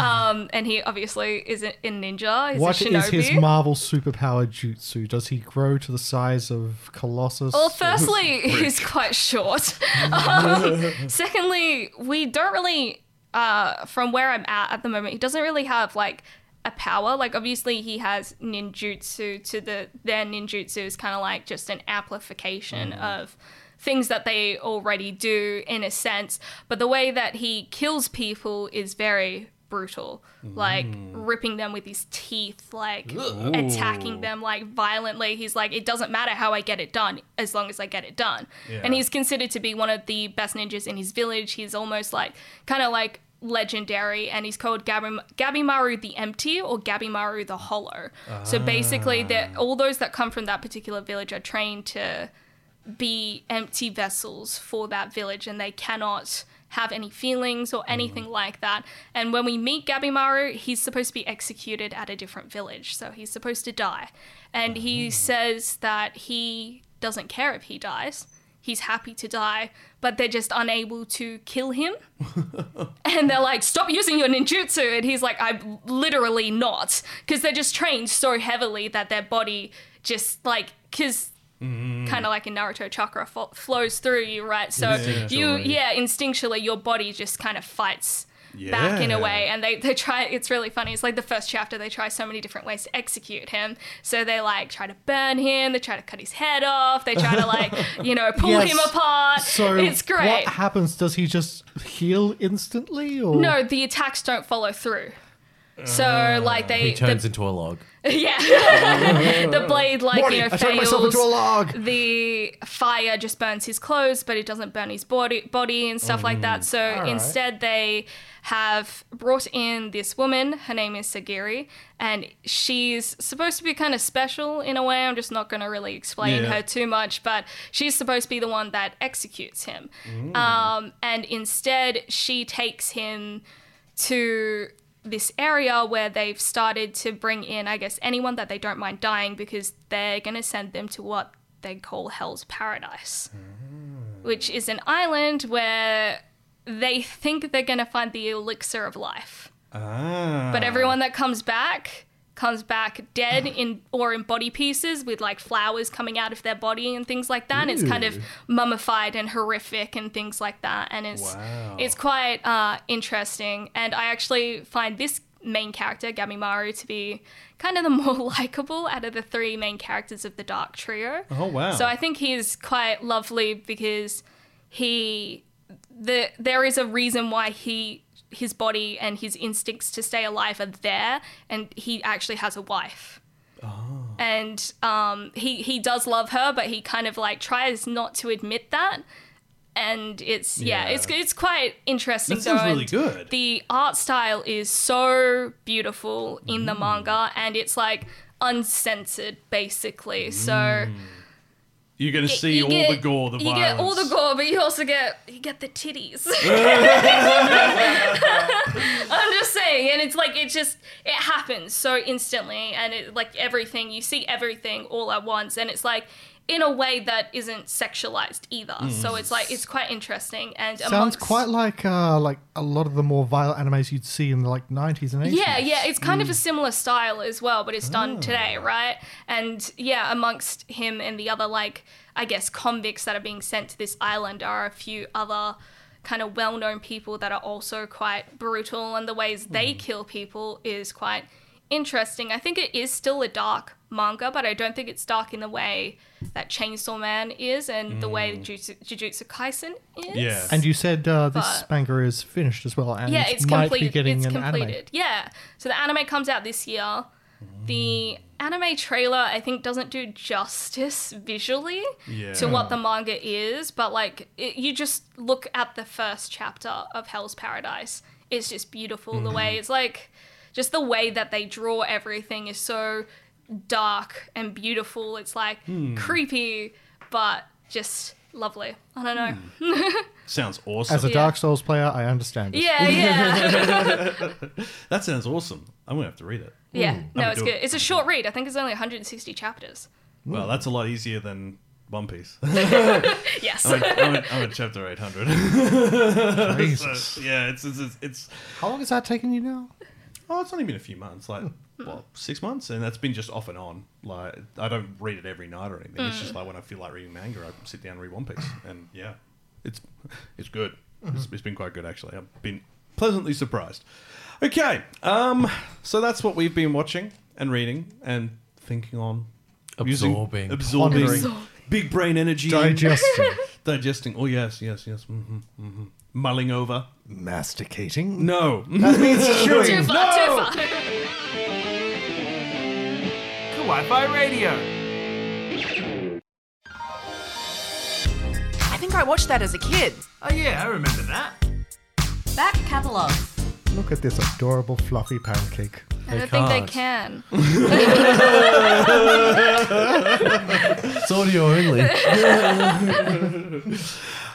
[SPEAKER 2] um, and he obviously is a, a ninja. He's
[SPEAKER 5] What
[SPEAKER 2] a
[SPEAKER 5] is
[SPEAKER 2] shinobi.
[SPEAKER 5] his Marvel superpower jutsu? Does he grow to the size of Colossus?
[SPEAKER 2] Well, firstly, he's quite short. Um, secondly, we don't really, uh, from where I'm at at the moment, he doesn't really have like a power. Like, obviously, he has ninjutsu to the, their ninjutsu is kind of like just an amplification of things that they already do in a sense. But the way that he kills people is very brutal like ripping them with his teeth like attacking them like violently he's like it doesn't matter how i get it done as long as i get it done and he's considered to be one of the best ninjas in his village he's almost like kind of like legendary and he's called Gabim- gabimaru the empty or gabimaru the hollow so basically they're- all those that come from that particular village are trained to be empty vessels for that village and they cannot have any feelings or anything like that. And when we meet Gabimaru, he's supposed to be executed at a different village, so he's supposed to die. And he says that he doesn't care if he dies. He's happy to die, but they're just unable to kill him. and they're like, "Stop using your ninjutsu," and he's like, "I'm literally not," because they're just trained so heavily that their body just like because
[SPEAKER 5] Mm-hmm.
[SPEAKER 2] kind of like in Naruto, chakra fo- flows through you, right? So you, yeah, instinctually, your body just kind of fights back in a way. And they, they try, it's really funny. It's like the first chapter, they try so many different ways to execute him. So they like try to burn him, they try to cut his head off, they try to like, you know, pull
[SPEAKER 5] Yes.
[SPEAKER 2] him apart.
[SPEAKER 5] So
[SPEAKER 2] it's great.
[SPEAKER 5] What happens? Does he just heal instantly, or
[SPEAKER 2] no, the attacks don't follow through. So like they,
[SPEAKER 4] Ah. He turns
[SPEAKER 2] the,
[SPEAKER 4] into a log.
[SPEAKER 2] yeah, the blade like
[SPEAKER 5] Morty,
[SPEAKER 2] you know
[SPEAKER 5] I turned
[SPEAKER 2] fails.
[SPEAKER 5] myself into a log.
[SPEAKER 2] the fire just burns his clothes, but it doesn't burn his body, body and stuff like
[SPEAKER 4] Mm.
[SPEAKER 2] that. So instead, they have brought in this woman. Her name is Sagiri, and she's supposed to be kind of special in a way. I'm just not going to really explain
[SPEAKER 3] Yeah.
[SPEAKER 2] her too much, but she's supposed to be the one that executes him.
[SPEAKER 4] Mm.
[SPEAKER 2] Um, and instead, she takes him to this area where they've started to bring in, I guess, anyone that they don't mind dying because they're going to send them to what they call Hell's Paradise, which is an island where they think they're going to find the elixir of life.
[SPEAKER 3] Ah.
[SPEAKER 2] But everyone that comes back comes back dead in or in body pieces with like flowers coming out of their body and things like that. And it's kind of mummified and horrific and things like that. And it's
[SPEAKER 3] Wow.
[SPEAKER 2] it's quite uh, interesting. And I actually find this main character Gamimaru to be kind of the more likable out of the three main characters of the Dark Trio.
[SPEAKER 3] Oh, wow.
[SPEAKER 2] So I think he's quite lovely because he the there is a reason why he his body and his instincts to stay alive are there and he actually has a wife.
[SPEAKER 3] Oh.
[SPEAKER 2] And um, he he does love her, but he kind of like tries not to admit that. And it's yeah,
[SPEAKER 3] Yeah.
[SPEAKER 2] it's it's quite interesting.
[SPEAKER 3] That sounds
[SPEAKER 2] though,
[SPEAKER 3] really
[SPEAKER 2] and
[SPEAKER 3] good.
[SPEAKER 2] The art style is so beautiful in
[SPEAKER 3] Mm.
[SPEAKER 2] the manga, and it's like uncensored basically.
[SPEAKER 3] Mm.
[SPEAKER 2] So
[SPEAKER 3] You're going to see all the gore, the
[SPEAKER 2] you
[SPEAKER 3] violence.
[SPEAKER 2] get all the gore, but you also get you get the titties. I'm just saying, and it's like it just it happens so instantly, and it like everything you see everything all at once, and it's like in a way that isn't sexualized either. So it's like it's quite interesting and
[SPEAKER 5] Sounds
[SPEAKER 2] amongst-
[SPEAKER 5] quite like uh, like a lot of the more violent animes you'd see in the like 90s and 80s.
[SPEAKER 2] Yeah, yeah, it's kind of a similar style as well, but it's done today, right? And yeah, amongst him and the other, like, I guess, convicts that are being sent to this island are a few other kind of well known people that are also quite brutal, and the ways they kill people is quite interesting. I think it is still a dark manga, but I don't think it's dark in the way that Chainsaw Man is and the way Jujutsu, Jujutsu Kaisen is.
[SPEAKER 3] Yeah.
[SPEAKER 5] And you said uh, this
[SPEAKER 2] But-
[SPEAKER 5] manga is finished as well, and
[SPEAKER 2] yeah, it's
[SPEAKER 5] might
[SPEAKER 2] complete.
[SPEAKER 5] be getting
[SPEAKER 2] it's
[SPEAKER 5] an
[SPEAKER 2] completed.
[SPEAKER 5] anime.
[SPEAKER 2] Yeah. So the anime comes out this year. The anime trailer, I think, doesn't do justice visually to what the manga is, but like it, you just look at the first chapter of Hell's Paradise. It's just beautiful the way it's like, just the way that they draw everything is so dark and beautiful. It's like creepy, but just lovely. I don't know.
[SPEAKER 3] Sounds awesome.
[SPEAKER 5] As a
[SPEAKER 2] Yeah.
[SPEAKER 5] Dark Souls player, I understand. it.
[SPEAKER 2] Yeah, yeah.
[SPEAKER 3] that sounds awesome. I'm gonna have to read it.
[SPEAKER 2] Yeah,
[SPEAKER 3] That'd
[SPEAKER 2] no,
[SPEAKER 3] be
[SPEAKER 2] it's
[SPEAKER 3] doable.
[SPEAKER 2] good. It's a short read. I think it's only 160 chapters.
[SPEAKER 3] Well, that's a lot easier than One Piece.
[SPEAKER 2] Yes.
[SPEAKER 3] I'm, at, I'm, at, I'm at chapter 800.
[SPEAKER 5] Jesus.
[SPEAKER 3] yeah, it's it's, it's it's
[SPEAKER 5] How long has that taken you now?
[SPEAKER 3] oh, it's only been a few months, like well, six months, and that's been just off and on. Like I don't read it every night or anything. It's just like when I feel like reading manga, I sit down and read One Piece, and yeah, it's it's good. It's, it's been quite good actually. I've been pleasantly surprised. Okay, um, so that's what we've been watching and reading and thinking on, using-
[SPEAKER 4] Absorbing.
[SPEAKER 3] absorbing,
[SPEAKER 5] Pondering.
[SPEAKER 3] big brain energy,
[SPEAKER 5] Digesting,
[SPEAKER 3] digesting. Oh yes, yes, yes. Mm-hmm, mm-hmm. Mulling over.
[SPEAKER 5] masticating.
[SPEAKER 3] No.
[SPEAKER 5] That means chewing.
[SPEAKER 2] too far, too far.
[SPEAKER 9] Wi-Fi radio.
[SPEAKER 10] I think I watched that as a kid.
[SPEAKER 9] Oh yeah, I remember that.
[SPEAKER 11] Back catalogue.
[SPEAKER 5] Look at this adorable fluffy pancake.
[SPEAKER 2] I don't think they can.
[SPEAKER 4] It's audio only.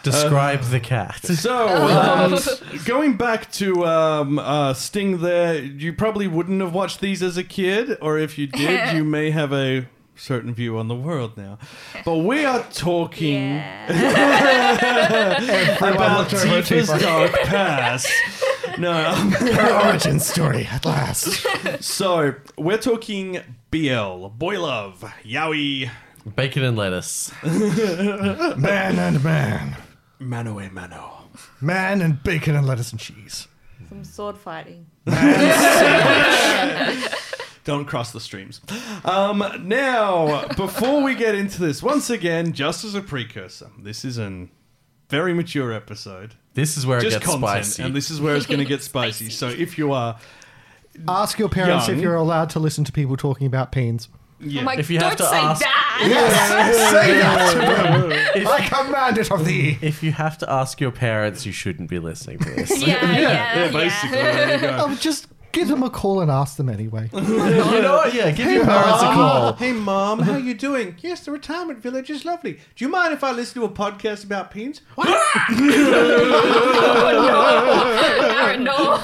[SPEAKER 4] Describe the cat.
[SPEAKER 3] So, um, going back to um, uh, Sting there, you probably wouldn't have watched these as a kid, or if you did, you may have a certain view on the world now. But we are talking about
[SPEAKER 5] looked over at
[SPEAKER 3] Tifa's
[SPEAKER 5] Tifa.
[SPEAKER 3] Dark Past. No, um,
[SPEAKER 5] Her origin story at last.
[SPEAKER 3] so we're talking BL, Boy Love, Yaoi,
[SPEAKER 4] Bacon and lettuce.
[SPEAKER 5] Man and man.
[SPEAKER 3] Mano e Mano.
[SPEAKER 5] Man and bacon and lettuce and cheese.
[SPEAKER 7] Some sword fighting.
[SPEAKER 3] Don't cross the streams. Um, now, before we get into this, once again, just as a precursor, this is an very mature episode.
[SPEAKER 4] This is where it
[SPEAKER 3] Just
[SPEAKER 4] gets
[SPEAKER 3] content,
[SPEAKER 4] spicy.
[SPEAKER 3] and this is where it's going to get spicy. Oh So if you are,
[SPEAKER 5] Ask your parents
[SPEAKER 3] Young.
[SPEAKER 5] if you're allowed to listen to people talking about peens.
[SPEAKER 3] yeah,
[SPEAKER 2] I'm like,
[SPEAKER 4] If you
[SPEAKER 2] don't
[SPEAKER 4] have to
[SPEAKER 2] say
[SPEAKER 4] ask-
[SPEAKER 2] that.
[SPEAKER 5] Say that to them. I command it of thee.
[SPEAKER 4] if you have to ask your parents, you shouldn't be listening to this.
[SPEAKER 2] Yeah, yeah, yeah.
[SPEAKER 3] basically, there you go.
[SPEAKER 5] Oh, just give them a call and ask them anyway.
[SPEAKER 4] you know what? Yeah, give your parents a call.
[SPEAKER 3] oh, Hey, mom, how you doing? Yes, the retirement village is lovely. Do you mind if I listen to a podcast about pins?
[SPEAKER 2] Aaron, no.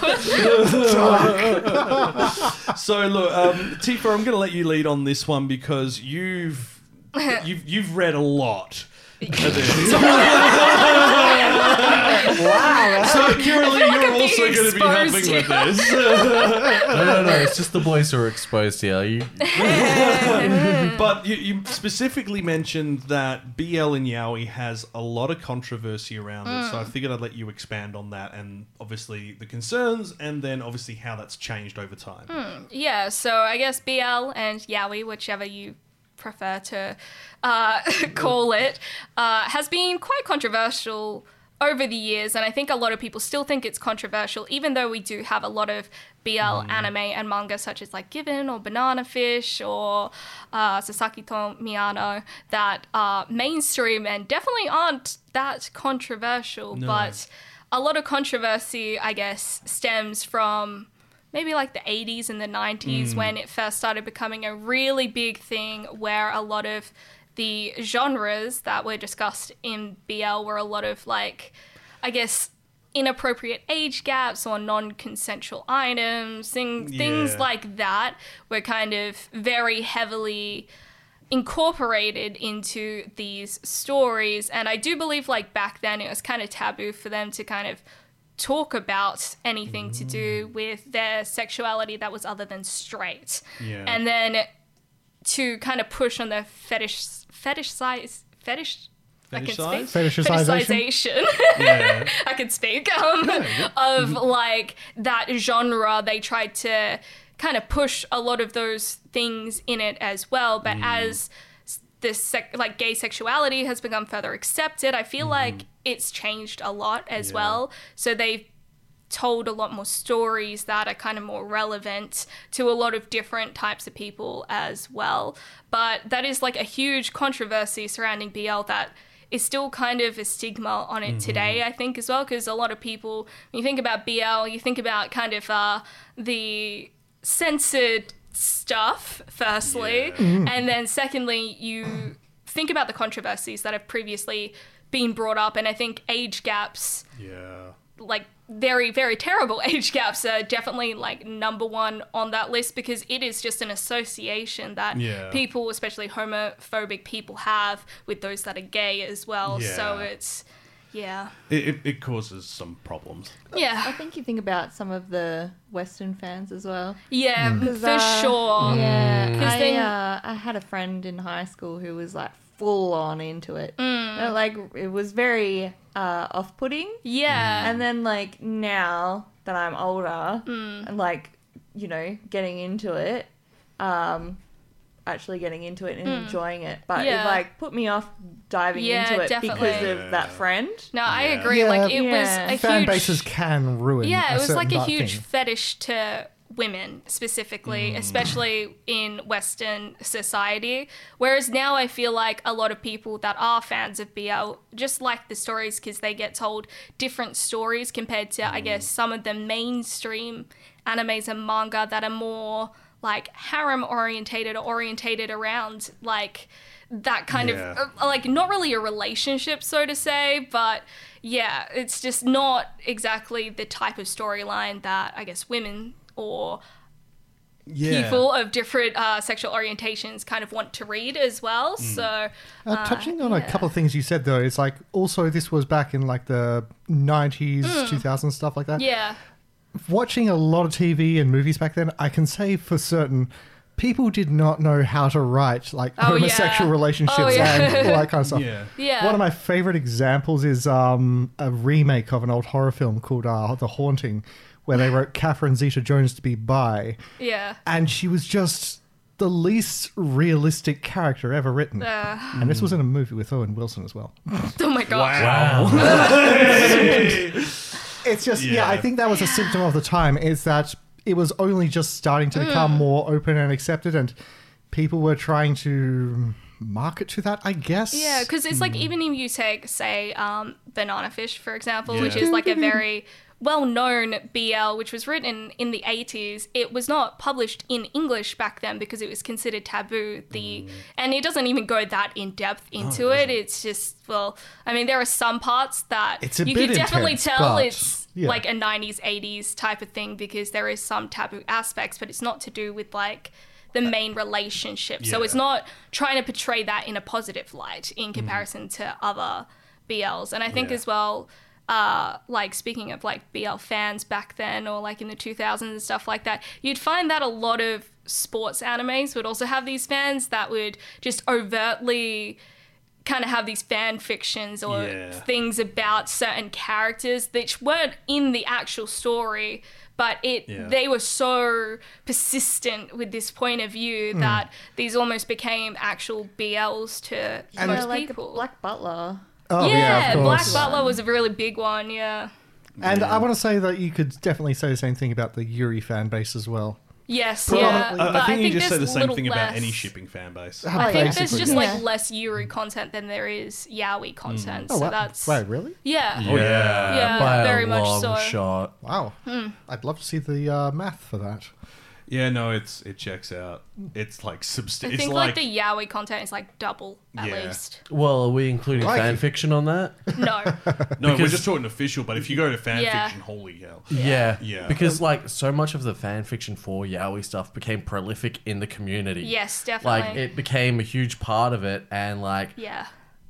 [SPEAKER 3] So look, um, Tifa, I'm going to let you lead on this one because you've you've you've read a lot. of this. So, Kiralee, you're
[SPEAKER 2] being
[SPEAKER 3] also going to be helping
[SPEAKER 2] exposed
[SPEAKER 3] with this.
[SPEAKER 4] No, no, no. It's just the boys who are exposed here. You,
[SPEAKER 3] but you, you specifically mentioned that BL and Yaoi has a lot of controversy around it.
[SPEAKER 2] Mm.
[SPEAKER 3] So, I figured I'd let you expand on that and obviously the concerns and then obviously how that's changed over time.
[SPEAKER 2] Hmm. Yeah, so I guess BL and Yaoi, whichever you prefer to uh, call it, uh, has been quite controversial over the years, and I think a lot of people still think it's controversial, even though we do have a lot of BL anime and manga such as like Given or Banana Fish or uh, Sasaki to Miyano that are mainstream and definitely aren't that controversial, but a lot of controversy, I guess, stems from maybe like the 80s and the 90s when it first started becoming a really big thing where a lot of the genres that were discussed in BL were a lot of like I guess inappropriate age gaps or non-consensual items thing, things
[SPEAKER 3] Yeah.
[SPEAKER 2] like that were kind of very heavily incorporated into these stories. And I do believe, like back then, it was kind of taboo for them to kind of talk about anything to do with their sexuality that was other than straight.
[SPEAKER 3] Yeah.
[SPEAKER 2] And then to kind of push on their fetish, fetish size, fetish. I can
[SPEAKER 3] Fetishize?
[SPEAKER 2] speak.
[SPEAKER 5] Fetishization?
[SPEAKER 2] Fetishization.
[SPEAKER 3] Yeah.
[SPEAKER 2] I can speak um, of like that genre. They tried to kind of push a lot of those things in it as well. But as s- this sec- like gay sexuality has become further accepted, I feel like it's changed a lot as well. So they've told a lot more stories that are kind of more relevant to a lot of different types of people as well. But that is like a huge controversy surrounding BL that is still kind of a stigma on it today, I think, as well, because a lot of people, when you think about BL, you think about kind of uh, the censored stuff, firstly, and then secondly, you think about the controversies that have previously been brought up, and I think age gaps
[SPEAKER 3] Yeah.
[SPEAKER 2] like very very terrible age gaps are definitely like number one on that list because it is just an association that
[SPEAKER 3] Yeah.
[SPEAKER 2] people especially homophobic people have with those that are gay as well so
[SPEAKER 3] Yeah.
[SPEAKER 2] it's yeah
[SPEAKER 3] It, it, it causes some problems.
[SPEAKER 7] I
[SPEAKER 2] yeah
[SPEAKER 7] think you think about some of the Western fans as well.
[SPEAKER 2] yeah for
[SPEAKER 7] uh,
[SPEAKER 2] sure
[SPEAKER 7] Yeah, I,
[SPEAKER 2] then-
[SPEAKER 7] uh, I had a friend in high school who was like full on into it.
[SPEAKER 2] Mm.
[SPEAKER 7] Uh, Like it was very uh, off putting.
[SPEAKER 2] yeah
[SPEAKER 7] And then like now that I'm older
[SPEAKER 2] Mm.
[SPEAKER 7] and like you know getting into it, um, actually getting into it and enjoying it, but
[SPEAKER 2] Mm. Yeah.
[SPEAKER 7] it like put me off diving
[SPEAKER 2] Yeah,
[SPEAKER 7] into it because
[SPEAKER 2] definitely.
[SPEAKER 7] of that friend.
[SPEAKER 2] no i agree
[SPEAKER 5] Yeah.
[SPEAKER 2] like it
[SPEAKER 7] Yeah.
[SPEAKER 2] was a
[SPEAKER 5] Fan
[SPEAKER 2] huge
[SPEAKER 5] bases can ruin.
[SPEAKER 2] Yeah,
[SPEAKER 5] a
[SPEAKER 2] it was
[SPEAKER 5] certain
[SPEAKER 2] like a
[SPEAKER 5] type
[SPEAKER 2] huge
[SPEAKER 5] thing.
[SPEAKER 2] fetish to women specifically, especially in Western society. Whereas now I feel like a lot of people that are fans of BL just like the stories because they get told different stories compared to, I guess, some of the mainstream animes and manga that are more like harem orientated or orientated around like that kind
[SPEAKER 3] Yeah.
[SPEAKER 2] of uh, like not really a relationship so to say but yeah it's just not exactly the type of storyline that i guess women or
[SPEAKER 3] Yeah.
[SPEAKER 2] people of different uh, sexual orientations kind of want to read as well so
[SPEAKER 5] Uh, touching on a couple of things you said though, it's like also this was back in like the nineties,
[SPEAKER 2] Mm.
[SPEAKER 5] two thousand stuff like that.
[SPEAKER 2] yeah
[SPEAKER 5] Watching a lot of TV and movies back then, I can say for certain. People did not know how to write like
[SPEAKER 2] Oh, yeah.
[SPEAKER 5] homosexual
[SPEAKER 2] Oh,
[SPEAKER 5] relationships
[SPEAKER 2] yeah.
[SPEAKER 5] and all that kind of stuff.
[SPEAKER 3] Yeah.
[SPEAKER 2] Yeah.
[SPEAKER 5] One of my favorite examples is um, a remake of an old horror film called uh, The Haunting, where they wrote Catherine Zeta Jones to be bi,
[SPEAKER 2] yeah
[SPEAKER 5] and she was just the least realistic character ever written.
[SPEAKER 2] uh,
[SPEAKER 5] And this was in a movie with Owen Wilson as well.
[SPEAKER 2] oh my gosh
[SPEAKER 5] It's just, yeah, I think that was a symptom of the time is that it was only just starting to become
[SPEAKER 2] Mm.
[SPEAKER 5] more open and accepted, and people were trying to market to that, I guess.
[SPEAKER 2] Yeah, because it's like even if you take, say, um, Banana Fish, for example, which is like a very well known BL, which was written in the 80s, it was not published in English back then because it was considered taboo. The And it doesn't even go that in depth into it. It's just, well, I mean, there are some parts that
[SPEAKER 5] It's a
[SPEAKER 2] you
[SPEAKER 5] bit
[SPEAKER 2] could definitely
[SPEAKER 5] intense,
[SPEAKER 2] tell
[SPEAKER 5] but-
[SPEAKER 2] it's
[SPEAKER 5] yeah.
[SPEAKER 2] like a 90s, 80s type of thing because there is some taboo aspects, but it's not to do with like the
[SPEAKER 5] Uh,
[SPEAKER 2] main relationship. So it's
[SPEAKER 3] Yeah.
[SPEAKER 2] not trying to portray that in a positive light
[SPEAKER 5] Mm-hmm.
[SPEAKER 2] in comparison to other BLs. And I think
[SPEAKER 3] Yeah.
[SPEAKER 2] as well, uh, like speaking of like BL fans back then or like in the 2000s and stuff like that, you'd find that a lot of sports animes would also have these fans that would just overtly kind of have these fan fictions or
[SPEAKER 3] Yeah.
[SPEAKER 2] things about certain characters that weren't in the actual story but it
[SPEAKER 3] Yeah.
[SPEAKER 2] they were so persistent with this point of view
[SPEAKER 3] Hmm.
[SPEAKER 2] that these almost became actual BLs to
[SPEAKER 7] And
[SPEAKER 2] most
[SPEAKER 7] like
[SPEAKER 2] people.
[SPEAKER 7] Black Butler.
[SPEAKER 5] Oh,
[SPEAKER 2] yeah,
[SPEAKER 5] yeah, of
[SPEAKER 2] Black
[SPEAKER 5] course.
[SPEAKER 2] Butler was a really big one. Yeah.
[SPEAKER 5] And I want to say that you could definitely say the same thing about the Yuri fan base as well.
[SPEAKER 2] Yes.
[SPEAKER 5] Predominantly-
[SPEAKER 2] Yeah.
[SPEAKER 5] I-
[SPEAKER 3] I, I
[SPEAKER 2] but
[SPEAKER 3] think you just
[SPEAKER 2] there's
[SPEAKER 3] said the same
[SPEAKER 2] little
[SPEAKER 3] thing about
[SPEAKER 2] less-
[SPEAKER 3] any shipping fan base.
[SPEAKER 2] I think there's
[SPEAKER 5] Basically.
[SPEAKER 2] just
[SPEAKER 7] Yeah.
[SPEAKER 2] like less Yuri content than there is Yaoi
[SPEAKER 3] Hmm.
[SPEAKER 2] content.
[SPEAKER 5] Oh,
[SPEAKER 2] so
[SPEAKER 5] wow.
[SPEAKER 2] that's
[SPEAKER 5] Wait, really?
[SPEAKER 2] yeah.
[SPEAKER 3] Oh, yeah.
[SPEAKER 2] Yeah,
[SPEAKER 4] by
[SPEAKER 2] very
[SPEAKER 4] a
[SPEAKER 2] much
[SPEAKER 4] long
[SPEAKER 2] so.
[SPEAKER 4] shot.
[SPEAKER 2] Hmm.
[SPEAKER 5] Wow. I'd love to see the uh, math for that.
[SPEAKER 3] Yeah, no, it's it checks out. It's like substantial.
[SPEAKER 2] I
[SPEAKER 3] It's
[SPEAKER 2] think
[SPEAKER 3] like,
[SPEAKER 2] like, the Yaoi content is like double at
[SPEAKER 3] Yeah.
[SPEAKER 2] least.
[SPEAKER 4] Well, are we including
[SPEAKER 5] Crikey.
[SPEAKER 4] fan fiction on that?
[SPEAKER 2] No.
[SPEAKER 3] no, we're
[SPEAKER 4] because-
[SPEAKER 3] just talking official. But if you go to fan
[SPEAKER 2] Yeah.
[SPEAKER 3] fiction, holy hell!
[SPEAKER 4] Yeah.
[SPEAKER 3] Yeah.
[SPEAKER 4] Because like so much of the fan fiction for Yaoi stuff became prolific in the community.
[SPEAKER 2] yes, definitely.
[SPEAKER 4] Like it became a huge part of it and like
[SPEAKER 2] yeah.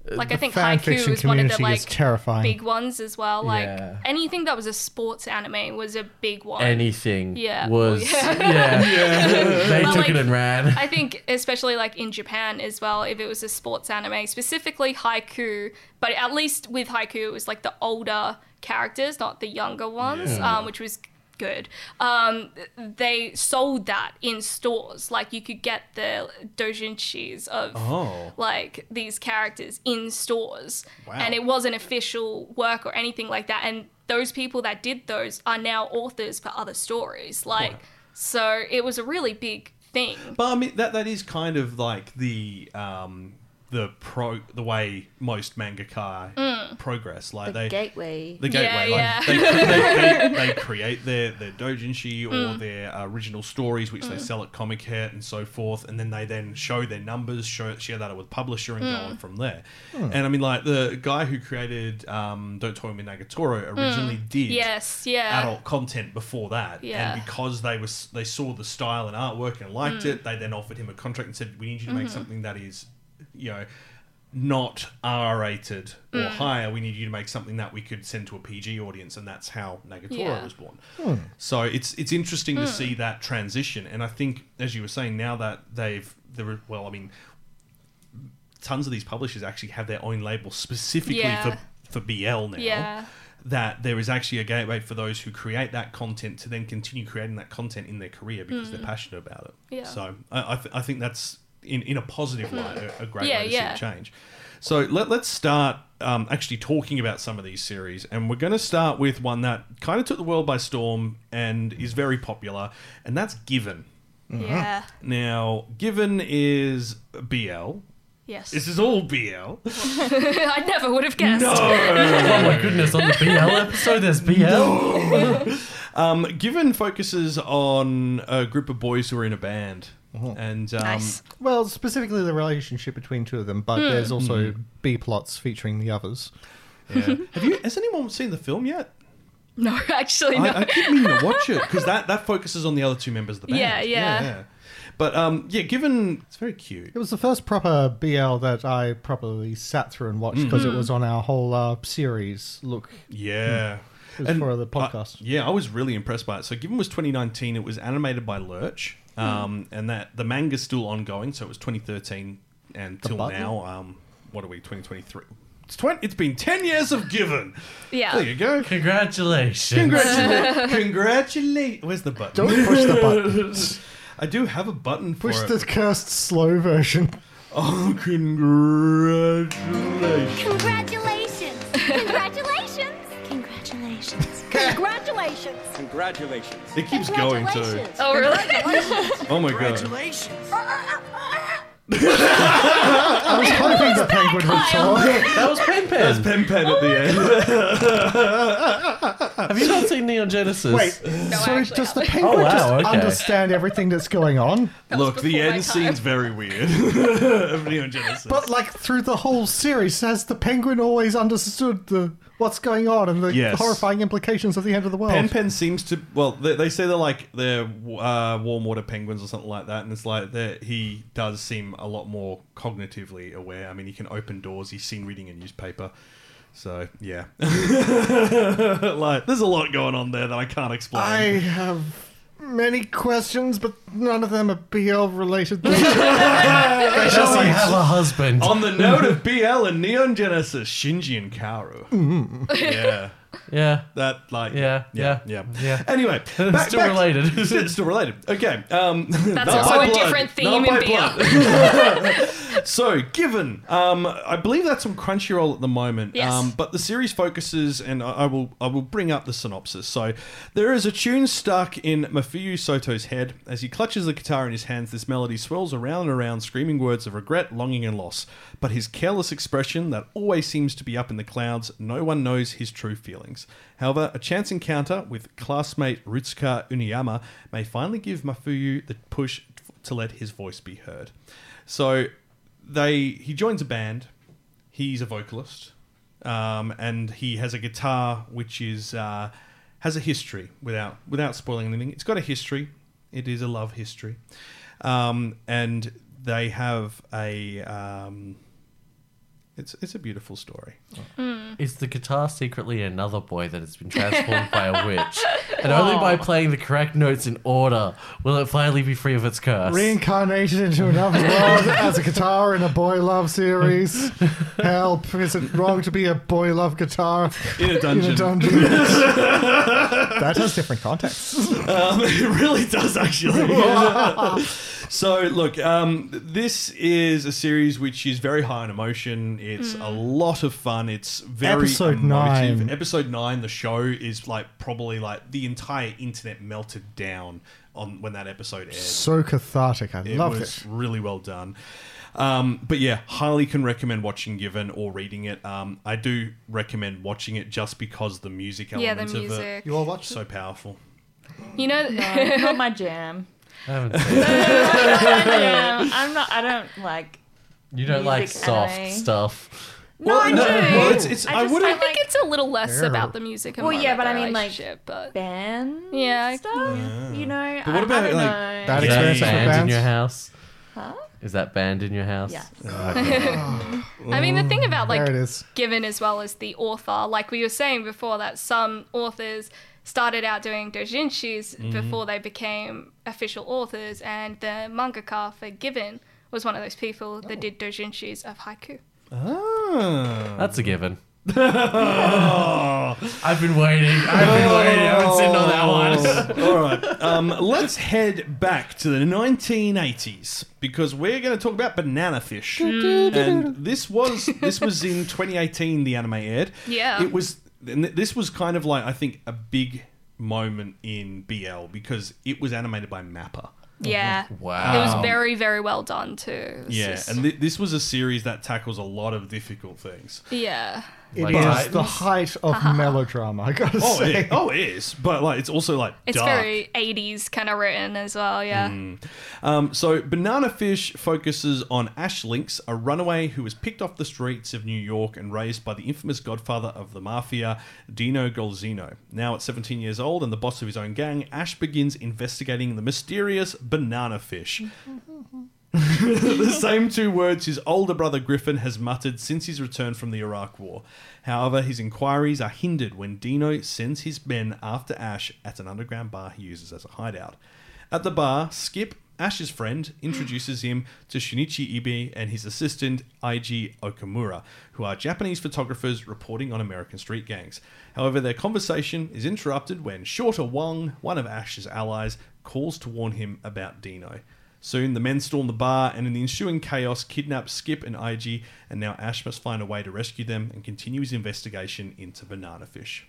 [SPEAKER 2] Like I think
[SPEAKER 5] fan
[SPEAKER 2] haiku
[SPEAKER 5] fiction
[SPEAKER 2] is one of the
[SPEAKER 5] community is
[SPEAKER 2] like
[SPEAKER 5] terrifying.
[SPEAKER 2] big ones as well. Like
[SPEAKER 4] Yeah.
[SPEAKER 2] anything that was a sports anime was a big one.
[SPEAKER 4] anything
[SPEAKER 2] Yeah.
[SPEAKER 4] was
[SPEAKER 2] Yeah.
[SPEAKER 4] yeah. they
[SPEAKER 2] Well,
[SPEAKER 4] took
[SPEAKER 2] like,
[SPEAKER 4] it and ran.
[SPEAKER 2] I think, especially like in Japan as well, if it was a sports anime, specifically haiku, but at least with haiku, it was like the older characters, not the younger ones, um, which was good. Um, they sold that in stores. Like you could get the doujinshis of
[SPEAKER 3] Oh.
[SPEAKER 2] like these characters in stores, and it wasn't official work or anything like that. And those people that did those are now authors for other stories. Like. So it was a really big thing.
[SPEAKER 3] But I mean that that is kind of like the um the pro the way most mangaka progress. Like
[SPEAKER 7] The
[SPEAKER 3] they
[SPEAKER 7] gateway.
[SPEAKER 3] the
[SPEAKER 2] Mm. Yeah,
[SPEAKER 3] gateway.
[SPEAKER 2] yeah.
[SPEAKER 3] like, They, they, they, they create their, their doujinshi or
[SPEAKER 2] Mm.
[SPEAKER 3] their uh, original stories, which they sell at Comic Hit and so forth, and then they then show their numbers, show, share that with publisher, and go
[SPEAKER 2] Mm.
[SPEAKER 3] on from there. And I mean, like the guy who created um, Don't Toy Me Nagatoro originally did
[SPEAKER 2] Mm. Yes, yeah.
[SPEAKER 3] adult content before that,
[SPEAKER 2] Yeah. Mm.
[SPEAKER 3] and because they was they saw the style and artwork and liked it, they then offered him a contract and said, "We need you to
[SPEAKER 2] Mm-hmm.
[SPEAKER 3] make something that is, you know." not R rated or
[SPEAKER 2] Mm.
[SPEAKER 3] higher. We need you to make something that we could send to a PG audience, and that's how Nagatoro
[SPEAKER 2] Yeah. Mm.
[SPEAKER 3] was born. So it's it's interesting to see that transition, and I think as you were saying, now that they've there, are- well, I mean, tons of these publishers actually have their own label specifically
[SPEAKER 2] Yeah.
[SPEAKER 3] for for BL now.
[SPEAKER 2] Yeah.
[SPEAKER 3] That there is actually a gateway for those who create that content to then continue creating that content in their career because they're passionate about it.
[SPEAKER 2] Hmm. Yeah. Hmm.
[SPEAKER 3] So I, I, th- I think that's in, in a positive light a, a great
[SPEAKER 2] Yeah,
[SPEAKER 3] way to
[SPEAKER 2] yeah.
[SPEAKER 3] see it change. So let, let's start um, actually talking about some of these series, and we're going to start with one that kind of took the world by storm and is very popular, and that's Given. Mm-hmm.
[SPEAKER 2] Yeah.
[SPEAKER 3] Now, Given is BL.
[SPEAKER 2] Yes.
[SPEAKER 3] This is all BL.
[SPEAKER 2] I never would have guessed.
[SPEAKER 4] oh my goodness, on the BL episode there's BL.
[SPEAKER 3] Um, Given focuses on a group of boys who are in a band,
[SPEAKER 5] Uh-huh.
[SPEAKER 3] and um,
[SPEAKER 2] Nice.
[SPEAKER 5] Well, specifically the relationship between two of them,
[SPEAKER 2] Hmm.
[SPEAKER 5] but there's also B plots featuring the others.
[SPEAKER 3] yeah. have you? Has anyone seen the film yet?
[SPEAKER 2] No, actually, no.
[SPEAKER 3] I, I keep meaning to watch it because that that focuses on the other two members of the band.
[SPEAKER 2] Yeah, yeah.
[SPEAKER 3] But um, yeah, Given it's very cute.
[SPEAKER 5] It was the first proper BL that I properly sat through and watched because it was on our whole uh, series look
[SPEAKER 3] Yeah.
[SPEAKER 5] It was for the podcast.
[SPEAKER 3] I- yeah, I was really impressed by it. So, given it was 2019, it was animated by Lurch,
[SPEAKER 2] Hmm.
[SPEAKER 3] um, and that the manga's still ongoing. So it was 2013 and till
[SPEAKER 5] button?
[SPEAKER 3] now. Um, what are we? 2023. It's 20, It's been 10 years of Given.
[SPEAKER 2] Yeah.
[SPEAKER 3] There you go.
[SPEAKER 4] Congratulations.
[SPEAKER 3] Congratulate. Congratulate. Where's the button?
[SPEAKER 5] Don't push the button.
[SPEAKER 3] I do have a button for
[SPEAKER 5] Push
[SPEAKER 3] it.
[SPEAKER 5] the cursed slow version.
[SPEAKER 3] Oh, congratulations.
[SPEAKER 8] Congratulations! Congratulations! Congratulations! Congratulations!
[SPEAKER 10] Congratulations.
[SPEAKER 3] It keeps going too.
[SPEAKER 8] Congratulations.
[SPEAKER 2] Oh, really?
[SPEAKER 3] Oh my god.
[SPEAKER 9] Congratulations.
[SPEAKER 8] Oh.
[SPEAKER 5] Hoping the penguin would talk.
[SPEAKER 4] That was Pen Pen.
[SPEAKER 3] Pen pen at the end.
[SPEAKER 4] Have you not seen Neon Genesis?
[SPEAKER 5] Wait, so
[SPEAKER 2] actually
[SPEAKER 5] does the
[SPEAKER 2] haven't.
[SPEAKER 5] penguin
[SPEAKER 4] Oh, wow,
[SPEAKER 5] just
[SPEAKER 4] okay.
[SPEAKER 5] understand everything that's going on?
[SPEAKER 3] Look, the
[SPEAKER 2] before my
[SPEAKER 3] end
[SPEAKER 2] time.
[SPEAKER 3] scene's very weird. Of Neon Genesis.
[SPEAKER 5] But like through the whole series, has the penguin always understood the what's going on and the
[SPEAKER 3] Yes.
[SPEAKER 5] horrifying implications of the end of the world?
[SPEAKER 3] Pen Pen seems to well, they, they say they're like they're uh, warm water penguins or something like that, and it's like that he does seem a lot more cognitively aware. I mean, he can open doors. He's seen reading a newspaper, so yeah. like, there's a lot going on there that I can't explain.
[SPEAKER 5] I have many questions, but none of them are BL related. Things.
[SPEAKER 4] Does he have a husband?
[SPEAKER 3] On the note of BL and Neon Genesis, Shinji and Kaoru. yeah,
[SPEAKER 4] yeah.
[SPEAKER 3] that like
[SPEAKER 4] Yeah,
[SPEAKER 3] yeah,
[SPEAKER 4] yeah,
[SPEAKER 3] yeah.
[SPEAKER 4] yeah.
[SPEAKER 3] Anyway, back-
[SPEAKER 4] still
[SPEAKER 3] back-
[SPEAKER 4] related.
[SPEAKER 3] It's still related. Okay. Um,
[SPEAKER 2] That's also a different theme in BL.
[SPEAKER 3] So, given, um, I believe that's on Crunchyroll at the moment.
[SPEAKER 2] Yes.
[SPEAKER 3] Um, but the series focuses, and I, I will, I will bring up the synopsis. So, there is a tune stuck in Mafuyu Soto's head as he clutches the guitar in his hands. This melody swirls around and around, screaming words of regret, longing, and loss. But his careless expression, that always seems to be up in the clouds, no one knows his true feelings. However, a chance encounter with classmate Rutsuka Uniyama may finally give Mafuyu the push to let his voice be heard. So they he joins a band. He's a vocalist, um, and he has a guitar which is uh, has a history. Without without spoiling anything, it's got a history. It is a love history, um, and they have a. Um, it's, it's a beautiful story.
[SPEAKER 4] Is the guitar secretly another boy that has been transformed by a witch? And only by playing the correct notes in order will it finally be free of its curse.
[SPEAKER 5] Reincarnated into another world as a guitar in a boy love series. Help! Is it wrong to be a boy love guitar
[SPEAKER 3] In a
[SPEAKER 5] in
[SPEAKER 3] dungeon.
[SPEAKER 5] a dungeon?
[SPEAKER 10] That has different contexts.
[SPEAKER 3] Um, it really does, actually. so, look, um, this is a series which is very high in emotion. It's a
[SPEAKER 2] Mm.
[SPEAKER 3] lot of fun. It's very
[SPEAKER 5] Episode
[SPEAKER 3] emotive.
[SPEAKER 5] nine.
[SPEAKER 3] Episode nine, the show is like probably like the entire internet melted down on when that episode aired.
[SPEAKER 5] So cathartic. I
[SPEAKER 3] It
[SPEAKER 5] loved
[SPEAKER 3] was
[SPEAKER 5] it.
[SPEAKER 3] really well done. Um, but yeah, highly can recommend watching Given or reading it. Um, I do recommend watching it just because the music
[SPEAKER 2] Yeah, the
[SPEAKER 3] element of it
[SPEAKER 2] music.
[SPEAKER 5] You all watched
[SPEAKER 3] so powerful.
[SPEAKER 2] You know,
[SPEAKER 7] No, not my jam.
[SPEAKER 4] I haven't seen it.
[SPEAKER 7] Yeah, I'm not. I don't like.
[SPEAKER 4] You don't
[SPEAKER 7] Music
[SPEAKER 4] like soft
[SPEAKER 7] anime.
[SPEAKER 4] stuff.
[SPEAKER 7] No, I do.
[SPEAKER 3] well, it's, it's,
[SPEAKER 7] I
[SPEAKER 3] I,
[SPEAKER 7] just-
[SPEAKER 3] wouldn't.
[SPEAKER 7] I
[SPEAKER 2] I think it's a little less about the music. And
[SPEAKER 7] Well,
[SPEAKER 2] more
[SPEAKER 7] yeah,
[SPEAKER 2] about
[SPEAKER 7] but
[SPEAKER 2] the
[SPEAKER 7] I mean, like-
[SPEAKER 2] relationship, but
[SPEAKER 7] band
[SPEAKER 2] Yeah.
[SPEAKER 7] stuff. You know,
[SPEAKER 3] But what
[SPEAKER 7] I,
[SPEAKER 3] about,
[SPEAKER 7] I don't
[SPEAKER 3] like,
[SPEAKER 7] know.
[SPEAKER 5] Bad
[SPEAKER 4] Is that
[SPEAKER 5] experience with
[SPEAKER 4] band in
[SPEAKER 5] bands.
[SPEAKER 4] your house?
[SPEAKER 7] Huh?
[SPEAKER 4] Is that band in your house?
[SPEAKER 7] Yeah.
[SPEAKER 2] I mean, the thing about like
[SPEAKER 5] there it is.
[SPEAKER 2] given as well as the author. Like we were saying before, that some authors started out doing doujinshis
[SPEAKER 3] Mm-hmm.
[SPEAKER 2] before they became official authors, and the mangaka for Given was one of those people
[SPEAKER 3] Oh.
[SPEAKER 2] that did doujinshis of haiku.
[SPEAKER 3] Ah.
[SPEAKER 4] That's a given. I've been waiting. I've been waiting. I've been sitting on that one.
[SPEAKER 3] All right. Um, let's head back to the 1980s because we're going to talk about banana fish. and this was this was in 2018. The anime aired.
[SPEAKER 2] Yeah.
[SPEAKER 3] It was. And th- this was kind of like I think a big moment in BL because it was animated by Mappa.
[SPEAKER 2] Yeah.
[SPEAKER 4] Wow.
[SPEAKER 2] It was very, very well done too. It was
[SPEAKER 3] Yeah,
[SPEAKER 2] just-
[SPEAKER 3] and th- this was a series that tackles a lot of difficult things.
[SPEAKER 2] yeah.
[SPEAKER 5] It is
[SPEAKER 4] Like Titans.
[SPEAKER 5] the height of melodrama. I gotta
[SPEAKER 3] Oh,
[SPEAKER 5] say.
[SPEAKER 3] it, oh, it is, but like it's also like
[SPEAKER 2] It's
[SPEAKER 3] dark.
[SPEAKER 2] very 80s kind of written as well. Yeah.
[SPEAKER 3] Um, so, Banana Fish focuses on Ash Lynx, a runaway who was picked off the streets of New York and raised by the infamous godfather of the mafia, Dino Golzino. Now, at 17 years old and the boss of his own gang, Ash begins investigating the mysterious Banana Fish. the same two words his older brother Griffin has muttered since his return from the Iraq War. However, his inquiries are hindered when Dino sends his men after Ash at an underground bar he uses as a hideout. At the bar, Skip, Ash's friend, introduces him to Shinichi Ibe and his assistant, Aiji Okamura, who are Japanese photographers reporting on American street gangs. However, their conversation is interrupted when Shorter Wong, one of Ash's allies, calls to warn him about Dino. Soon, the men storm the bar and, in the ensuing chaos, kidnap Skip and IG, and now Ash must find a way to rescue them and continue his investigation into Banana Fish.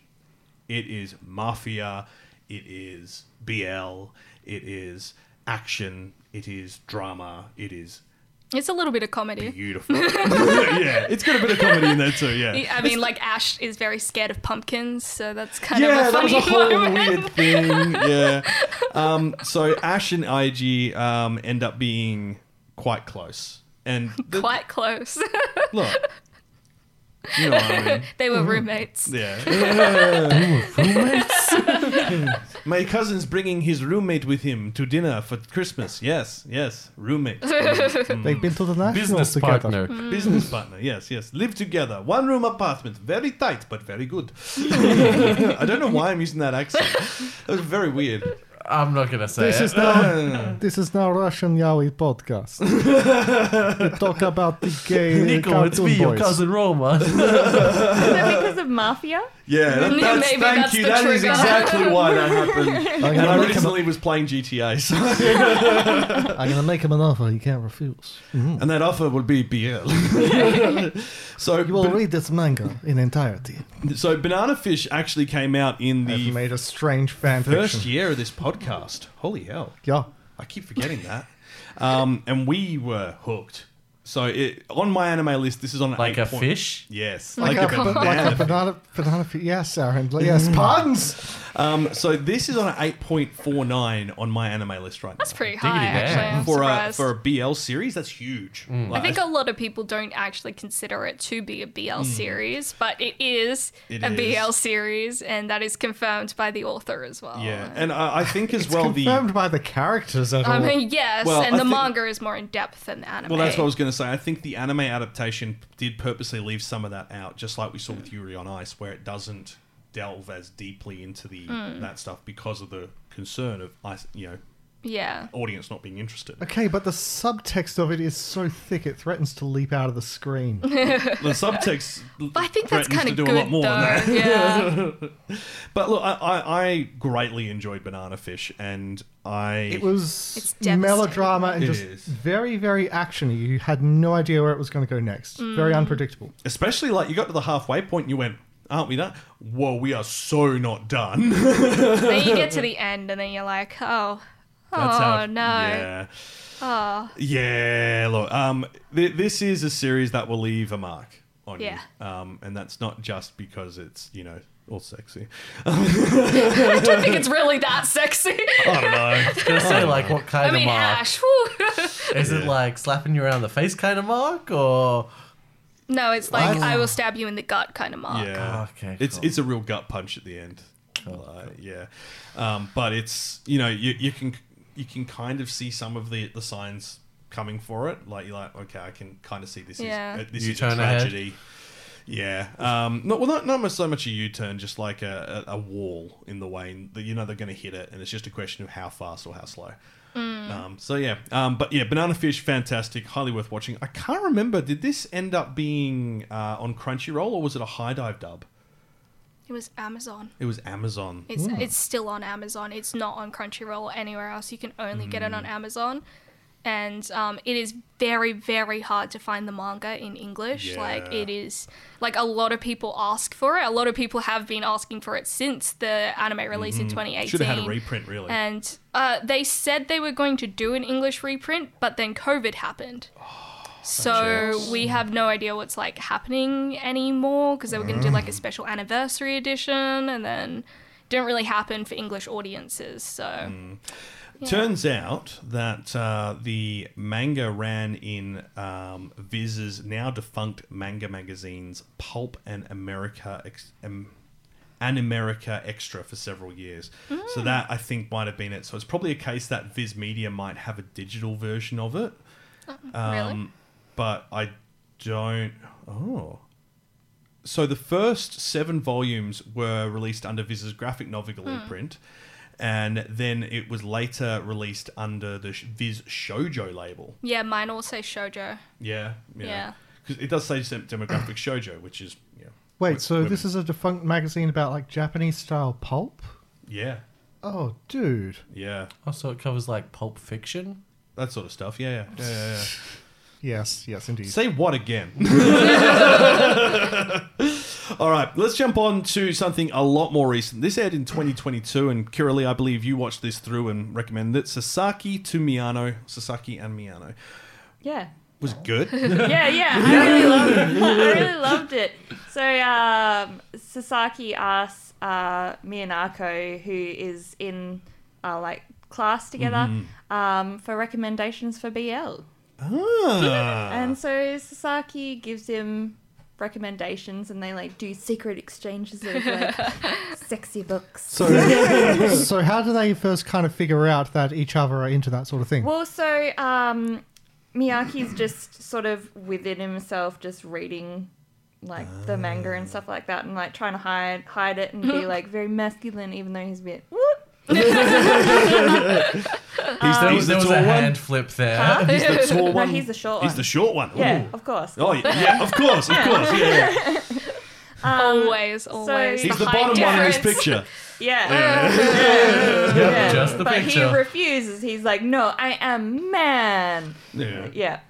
[SPEAKER 3] It is mafia, it is BL, it is action, it is drama, it is
[SPEAKER 2] It's a little bit of comedy.
[SPEAKER 3] beautiful. yeah, it's got a bit of comedy in there too, yeah.
[SPEAKER 2] I mean, like Ash is very scared of pumpkins, so that's kind of
[SPEAKER 3] Yeah,
[SPEAKER 2] a
[SPEAKER 3] that was
[SPEAKER 2] funny
[SPEAKER 3] a whole
[SPEAKER 2] moment.
[SPEAKER 3] weird thing. Yeah. Um, so Ash and IG um, end up being quite close. And the-
[SPEAKER 2] Quite close.
[SPEAKER 3] look, you know what I mean.
[SPEAKER 2] they were roommates.
[SPEAKER 3] Yeah. My cousin's bringing his roommate with him to dinner for Christmas. Yes, yes, roommate.
[SPEAKER 5] They've been to the nationals
[SPEAKER 4] Business
[SPEAKER 5] together.
[SPEAKER 4] partner.
[SPEAKER 3] Business partner. Yes, yes. Live together. One room apartment. Very tight, but very good. I don't know why I'm using that accent. That was very weird.
[SPEAKER 4] I'm not gonna say
[SPEAKER 5] This
[SPEAKER 4] it.
[SPEAKER 5] is now this is now Russian Yaoi podcast. we talk about the gay
[SPEAKER 4] Nico,
[SPEAKER 5] cartoon
[SPEAKER 4] it's me, your
[SPEAKER 5] boys.
[SPEAKER 4] cousin Roma.
[SPEAKER 7] Is that because of mafia?
[SPEAKER 3] Yeah, that,
[SPEAKER 7] Maybe
[SPEAKER 3] that's, thank
[SPEAKER 7] that's
[SPEAKER 3] you.
[SPEAKER 7] the
[SPEAKER 3] That is
[SPEAKER 7] trigger.
[SPEAKER 3] exactly why that happened.
[SPEAKER 5] I'm
[SPEAKER 3] and
[SPEAKER 5] gonna
[SPEAKER 3] I
[SPEAKER 5] make him-
[SPEAKER 3] recently was playing GTA, so.
[SPEAKER 5] I'm gonna make him an offer he can't refuse.
[SPEAKER 3] and that offer will be BL. so
[SPEAKER 5] You will
[SPEAKER 3] ban-
[SPEAKER 5] read this manga in entirety.
[SPEAKER 3] so banana fish actually came out in
[SPEAKER 5] I've
[SPEAKER 3] the
[SPEAKER 5] made a strange fan
[SPEAKER 3] first
[SPEAKER 5] fiction.
[SPEAKER 3] year of this podcast. Holy hell!
[SPEAKER 5] Yeah.
[SPEAKER 3] I keep forgetting that. Um, and we were hooked. So it, on my anime list, this is on an
[SPEAKER 4] Like
[SPEAKER 3] eight
[SPEAKER 4] a
[SPEAKER 3] point-
[SPEAKER 4] fish?
[SPEAKER 3] Yes,
[SPEAKER 5] Like, a, ba- like a banana, banana. fi- Yes, Aaron. Yes, puns.
[SPEAKER 3] Um, so this is on an eight point four nine on my anime list right
[SPEAKER 2] That's
[SPEAKER 3] now.
[SPEAKER 2] pretty high,
[SPEAKER 4] damn.
[SPEAKER 2] actually. I'm
[SPEAKER 3] for a
[SPEAKER 2] surprised.
[SPEAKER 3] for a BL series, that's huge.
[SPEAKER 2] I
[SPEAKER 4] Mm.
[SPEAKER 3] Like,
[SPEAKER 2] think a lot of people don't actually consider it to be a BL series, but it is
[SPEAKER 3] Mm. It
[SPEAKER 2] a
[SPEAKER 3] is.
[SPEAKER 2] BL series, and that is confirmed by the author as well.
[SPEAKER 3] yeah, and I, I think as well the
[SPEAKER 5] Confirmed by the characters at
[SPEAKER 2] I
[SPEAKER 5] all.
[SPEAKER 2] mean, yes,
[SPEAKER 3] Well,
[SPEAKER 2] and
[SPEAKER 3] I
[SPEAKER 2] the
[SPEAKER 3] think-
[SPEAKER 2] manga is more in depth than the anime.
[SPEAKER 3] Well, that's what I was going to say. I think the anime adaptation did purposely leave some of that out, just like we saw
[SPEAKER 2] Hmm.
[SPEAKER 3] with Yuri on Ice, where it doesn't delve as deeply into the
[SPEAKER 2] Hmm.
[SPEAKER 3] that stuff because of the concern of ice, you know,
[SPEAKER 2] Yeah.
[SPEAKER 3] audience not being interested.
[SPEAKER 5] Okay, but the subtext of it is so thick it threatens to leap out of the screen.
[SPEAKER 3] The subtext.
[SPEAKER 2] But I think that's kind
[SPEAKER 3] threatens to
[SPEAKER 2] of
[SPEAKER 3] do
[SPEAKER 2] good,
[SPEAKER 3] a lot more
[SPEAKER 2] though.
[SPEAKER 3] than that.
[SPEAKER 2] yeah.
[SPEAKER 3] But look, I, I, I greatly enjoyed Banana Fish, and I
[SPEAKER 5] It was
[SPEAKER 2] It's devastating.
[SPEAKER 5] melodrama and
[SPEAKER 3] It
[SPEAKER 5] just
[SPEAKER 3] is.
[SPEAKER 5] very, very actiony. You had no idea where it was going to go next.
[SPEAKER 2] Mm.
[SPEAKER 5] Very unpredictable.
[SPEAKER 3] especially like you got to the halfway point, and you went, "Aren't we done? Whoa, we are so not done."
[SPEAKER 2] then you get to the end, and then you're like, oh,
[SPEAKER 3] That's how-
[SPEAKER 2] oh no. Oh.
[SPEAKER 3] Yeah. Yeah. Look, um, th- this is a series that will leave a mark on
[SPEAKER 2] Yeah.
[SPEAKER 3] you, um, and that's not just because it's you know all sexy.
[SPEAKER 2] I don't think it's really that sexy.
[SPEAKER 3] I don't know.
[SPEAKER 4] gonna say like what kind
[SPEAKER 2] I
[SPEAKER 4] of
[SPEAKER 2] mean,
[SPEAKER 4] mark?
[SPEAKER 2] Ash. whew.
[SPEAKER 4] Is it like slapping you around the face kind of mark or?
[SPEAKER 2] no, it's like I will stab you in the gut kind of mark.
[SPEAKER 3] Yeah.
[SPEAKER 4] Oh, Okay,
[SPEAKER 3] It's
[SPEAKER 4] cool.
[SPEAKER 3] it's a real gut punch at the end. Like, yeah. Um, but it's you know you, you can you can kind of see some of the the signs coming for it. Like you're like okay, I can kind of see this
[SPEAKER 2] Yeah.
[SPEAKER 3] is uh, this
[SPEAKER 4] You
[SPEAKER 3] is
[SPEAKER 4] turn
[SPEAKER 3] a
[SPEAKER 4] ahead.
[SPEAKER 3] tragedy. Yeah. Um, not well, not not so much a U turn, just like a, a, a wall in the way that you know they're going to hit it, and it's just a question of how fast or how slow. Um, so yeah, um, but yeah, Banana Fish, fantastic, highly worth watching. I can't remember, did this end up being uh, on Crunchyroll or was it a High Dive dub?
[SPEAKER 2] It was Amazon.
[SPEAKER 3] It was Amazon.
[SPEAKER 2] It's it's still on Amazon. It's not on Crunchyroll or anywhere else. You can only get it
[SPEAKER 3] Mm.
[SPEAKER 2] on Amazon, and um, it is very very hard to find the manga in English. Like
[SPEAKER 3] Yeah.
[SPEAKER 2] it is like a lot of people ask for it. A lot of people have been asking for it since the anime release in 2018.
[SPEAKER 3] Should have Mm-hmm. had a reprint, really.
[SPEAKER 2] And uh, they said they were going to do an English reprint, but then COVID happened. So we have no idea what's like happening anymore because they were going to do like a special anniversary edition and then didn't really happen for English audiences. So
[SPEAKER 3] Turns out that uh, the manga ran in um, Viz's now defunct manga magazines Pulp and America ex- um, and America Extra for several years. So that I think might have been it. So it's probably a case that Viz Media might have a digital version of it,
[SPEAKER 7] Um,
[SPEAKER 2] really,
[SPEAKER 3] but I don't. Oh. So the first seven volumes were released under Viz's graphic novel imprint, and then it was later released under the Sh- Viz Shoujo label.
[SPEAKER 2] yeah, mine all say shoujo.
[SPEAKER 3] Yeah,
[SPEAKER 2] Yeah.
[SPEAKER 3] Because it does say sem- demographic Shoujo, which is yeah.
[SPEAKER 5] Wait, so this is a defunct magazine about like Japanese style pulp?
[SPEAKER 3] yeah,
[SPEAKER 5] Oh, dude.
[SPEAKER 3] yeah,
[SPEAKER 4] Also, it covers like Pulp Fiction.
[SPEAKER 3] that sort of stuff. Yeah, yeah, yeah. yeah, yeah.
[SPEAKER 5] Yes, yes, indeed.
[SPEAKER 3] Say what again? All right, let's jump on to something a lot more recent. This aired in 2022, and Kiralee, I believe you watched this through and recommended it. Sasaki to Miyano, Sasaki and Miyano
[SPEAKER 7] Yeah.
[SPEAKER 3] was good.
[SPEAKER 7] Yeah, yeah. I really loved it. I really loved it. So um, Sasaki asks uh, Miyanako, who is in uh, like class together,
[SPEAKER 3] Mm-hmm.
[SPEAKER 7] um, for recommendations for BL.
[SPEAKER 3] ah,
[SPEAKER 7] And so Sasaki gives him recommendations and they like do secret exchanges of like sexy books.
[SPEAKER 5] So, so how do they first kind of figure out that each other are into that sort of thing?
[SPEAKER 7] Well, so um, Miyaki's just sort of within himself, just reading like the manga and stuff like that, and like trying to hide hide it and be like very masculine, even though he's a bit whoop.
[SPEAKER 2] Um,
[SPEAKER 4] he's the, he's the
[SPEAKER 7] there was
[SPEAKER 4] tall
[SPEAKER 7] a
[SPEAKER 4] one.
[SPEAKER 7] hand
[SPEAKER 4] flip there.
[SPEAKER 7] Huh?
[SPEAKER 4] He's the tall
[SPEAKER 7] no,
[SPEAKER 4] one.
[SPEAKER 7] he's the short one.
[SPEAKER 4] He's the short one.
[SPEAKER 7] Yeah,
[SPEAKER 4] Ooh.
[SPEAKER 7] of course.
[SPEAKER 4] Oh, yeah, yeah, of course, of course, yeah,
[SPEAKER 2] always, always.
[SPEAKER 7] He's
[SPEAKER 2] the,
[SPEAKER 7] the
[SPEAKER 2] high
[SPEAKER 7] bottom one in this
[SPEAKER 2] difference.
[SPEAKER 7] picture. Yeah.
[SPEAKER 2] Yeah.
[SPEAKER 4] Yep, just the
[SPEAKER 7] but
[SPEAKER 4] picture.
[SPEAKER 7] he refuses. He's like, no, I am man.
[SPEAKER 4] Yeah.
[SPEAKER 7] Yeah.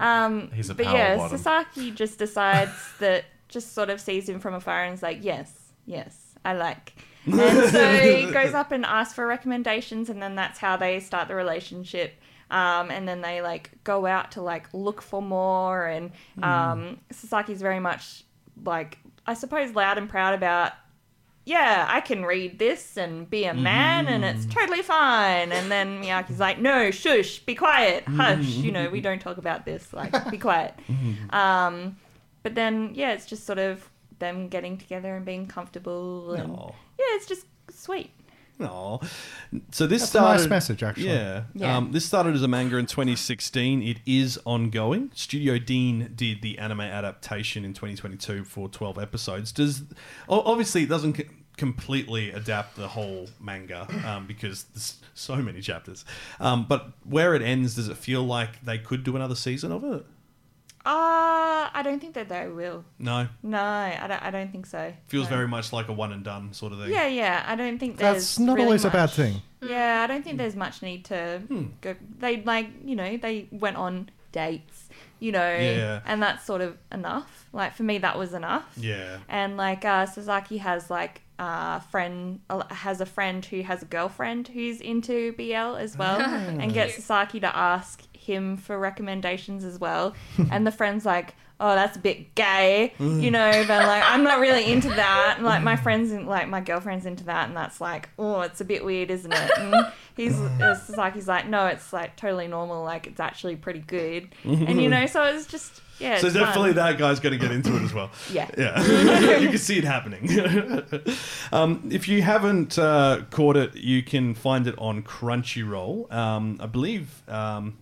[SPEAKER 7] Um,
[SPEAKER 4] He's a
[SPEAKER 7] but
[SPEAKER 4] power
[SPEAKER 7] yeah,
[SPEAKER 4] bottom.
[SPEAKER 7] Sasaki just decides that, just sort of sees him from afar and is like, yes, yes, I like. And so he goes up and asks for recommendations, and then that's how they start the relationship. Um, and then they like go out to like look for more, and
[SPEAKER 4] Hmm.
[SPEAKER 7] um, Sasaki's very much like I suppose loud and proud about yeah, I can read this and be a man and
[SPEAKER 3] Mm-hmm.
[SPEAKER 7] it's totally fine. And then Miyaki's like, no, shush, be quiet, hush,
[SPEAKER 3] Mm-hmm.
[SPEAKER 7] you know, we don't talk about this, like, be quiet. Um, but then, yeah, it's just sort of them getting together and being comfortable. And,
[SPEAKER 3] Aw.
[SPEAKER 7] Yeah, it's just sweet.
[SPEAKER 3] No. So this
[SPEAKER 5] That's a nice
[SPEAKER 3] started
[SPEAKER 5] message, actually.
[SPEAKER 3] Yeah.
[SPEAKER 7] Yeah.
[SPEAKER 3] Um, this started as a manga in 2016. It is ongoing. Studio Dean did the anime adaptation in 2022 for 12 episodes. Does o- obviously it doesn't c- completely adapt the whole manga um, because there's so many chapters. Um, but where it ends, does it feel like they could do another season of it?
[SPEAKER 7] Uh, I don't think that they will.
[SPEAKER 3] No.
[SPEAKER 7] No, I don't, I don't think so.
[SPEAKER 3] Feels
[SPEAKER 7] No.
[SPEAKER 3] very much like a one and done sort of thing.
[SPEAKER 7] Yeah, yeah, I don't think there's.
[SPEAKER 5] That's not
[SPEAKER 7] really
[SPEAKER 5] always
[SPEAKER 7] much-
[SPEAKER 5] a bad thing. Hmm.
[SPEAKER 7] Yeah, I don't think there's much need to go. They like, you know, they went on dates, you know,
[SPEAKER 3] Yeah.
[SPEAKER 7] and that's sort of enough. Like for me, that was enough.
[SPEAKER 3] Yeah.
[SPEAKER 7] And like uh, Sasaki has like a friend has a friend who has a girlfriend who's into BL as well,
[SPEAKER 3] Ah.
[SPEAKER 7] and gets Sasaki to ask him for recommendations as well. and the friend's like, "Oh, that's a bit gay,"
[SPEAKER 3] Mm.
[SPEAKER 7] you know. But like, I'm not really into that. And, like my friends, in, like my girlfriend's into that, and that's like, oh, it's a bit weird, isn't it? And he's uh, Sasaki's like, no, it's like totally normal. Like it's actually pretty good, and you know. So it's just yeah.
[SPEAKER 3] so
[SPEAKER 7] it's
[SPEAKER 3] definitely
[SPEAKER 7] fun.
[SPEAKER 3] that guy's going to get into it as well.
[SPEAKER 7] Yeah.
[SPEAKER 3] Yeah. you can see it happening. um, if you haven't uh, caught it, you can find it on Crunchyroll. Um, I believe um,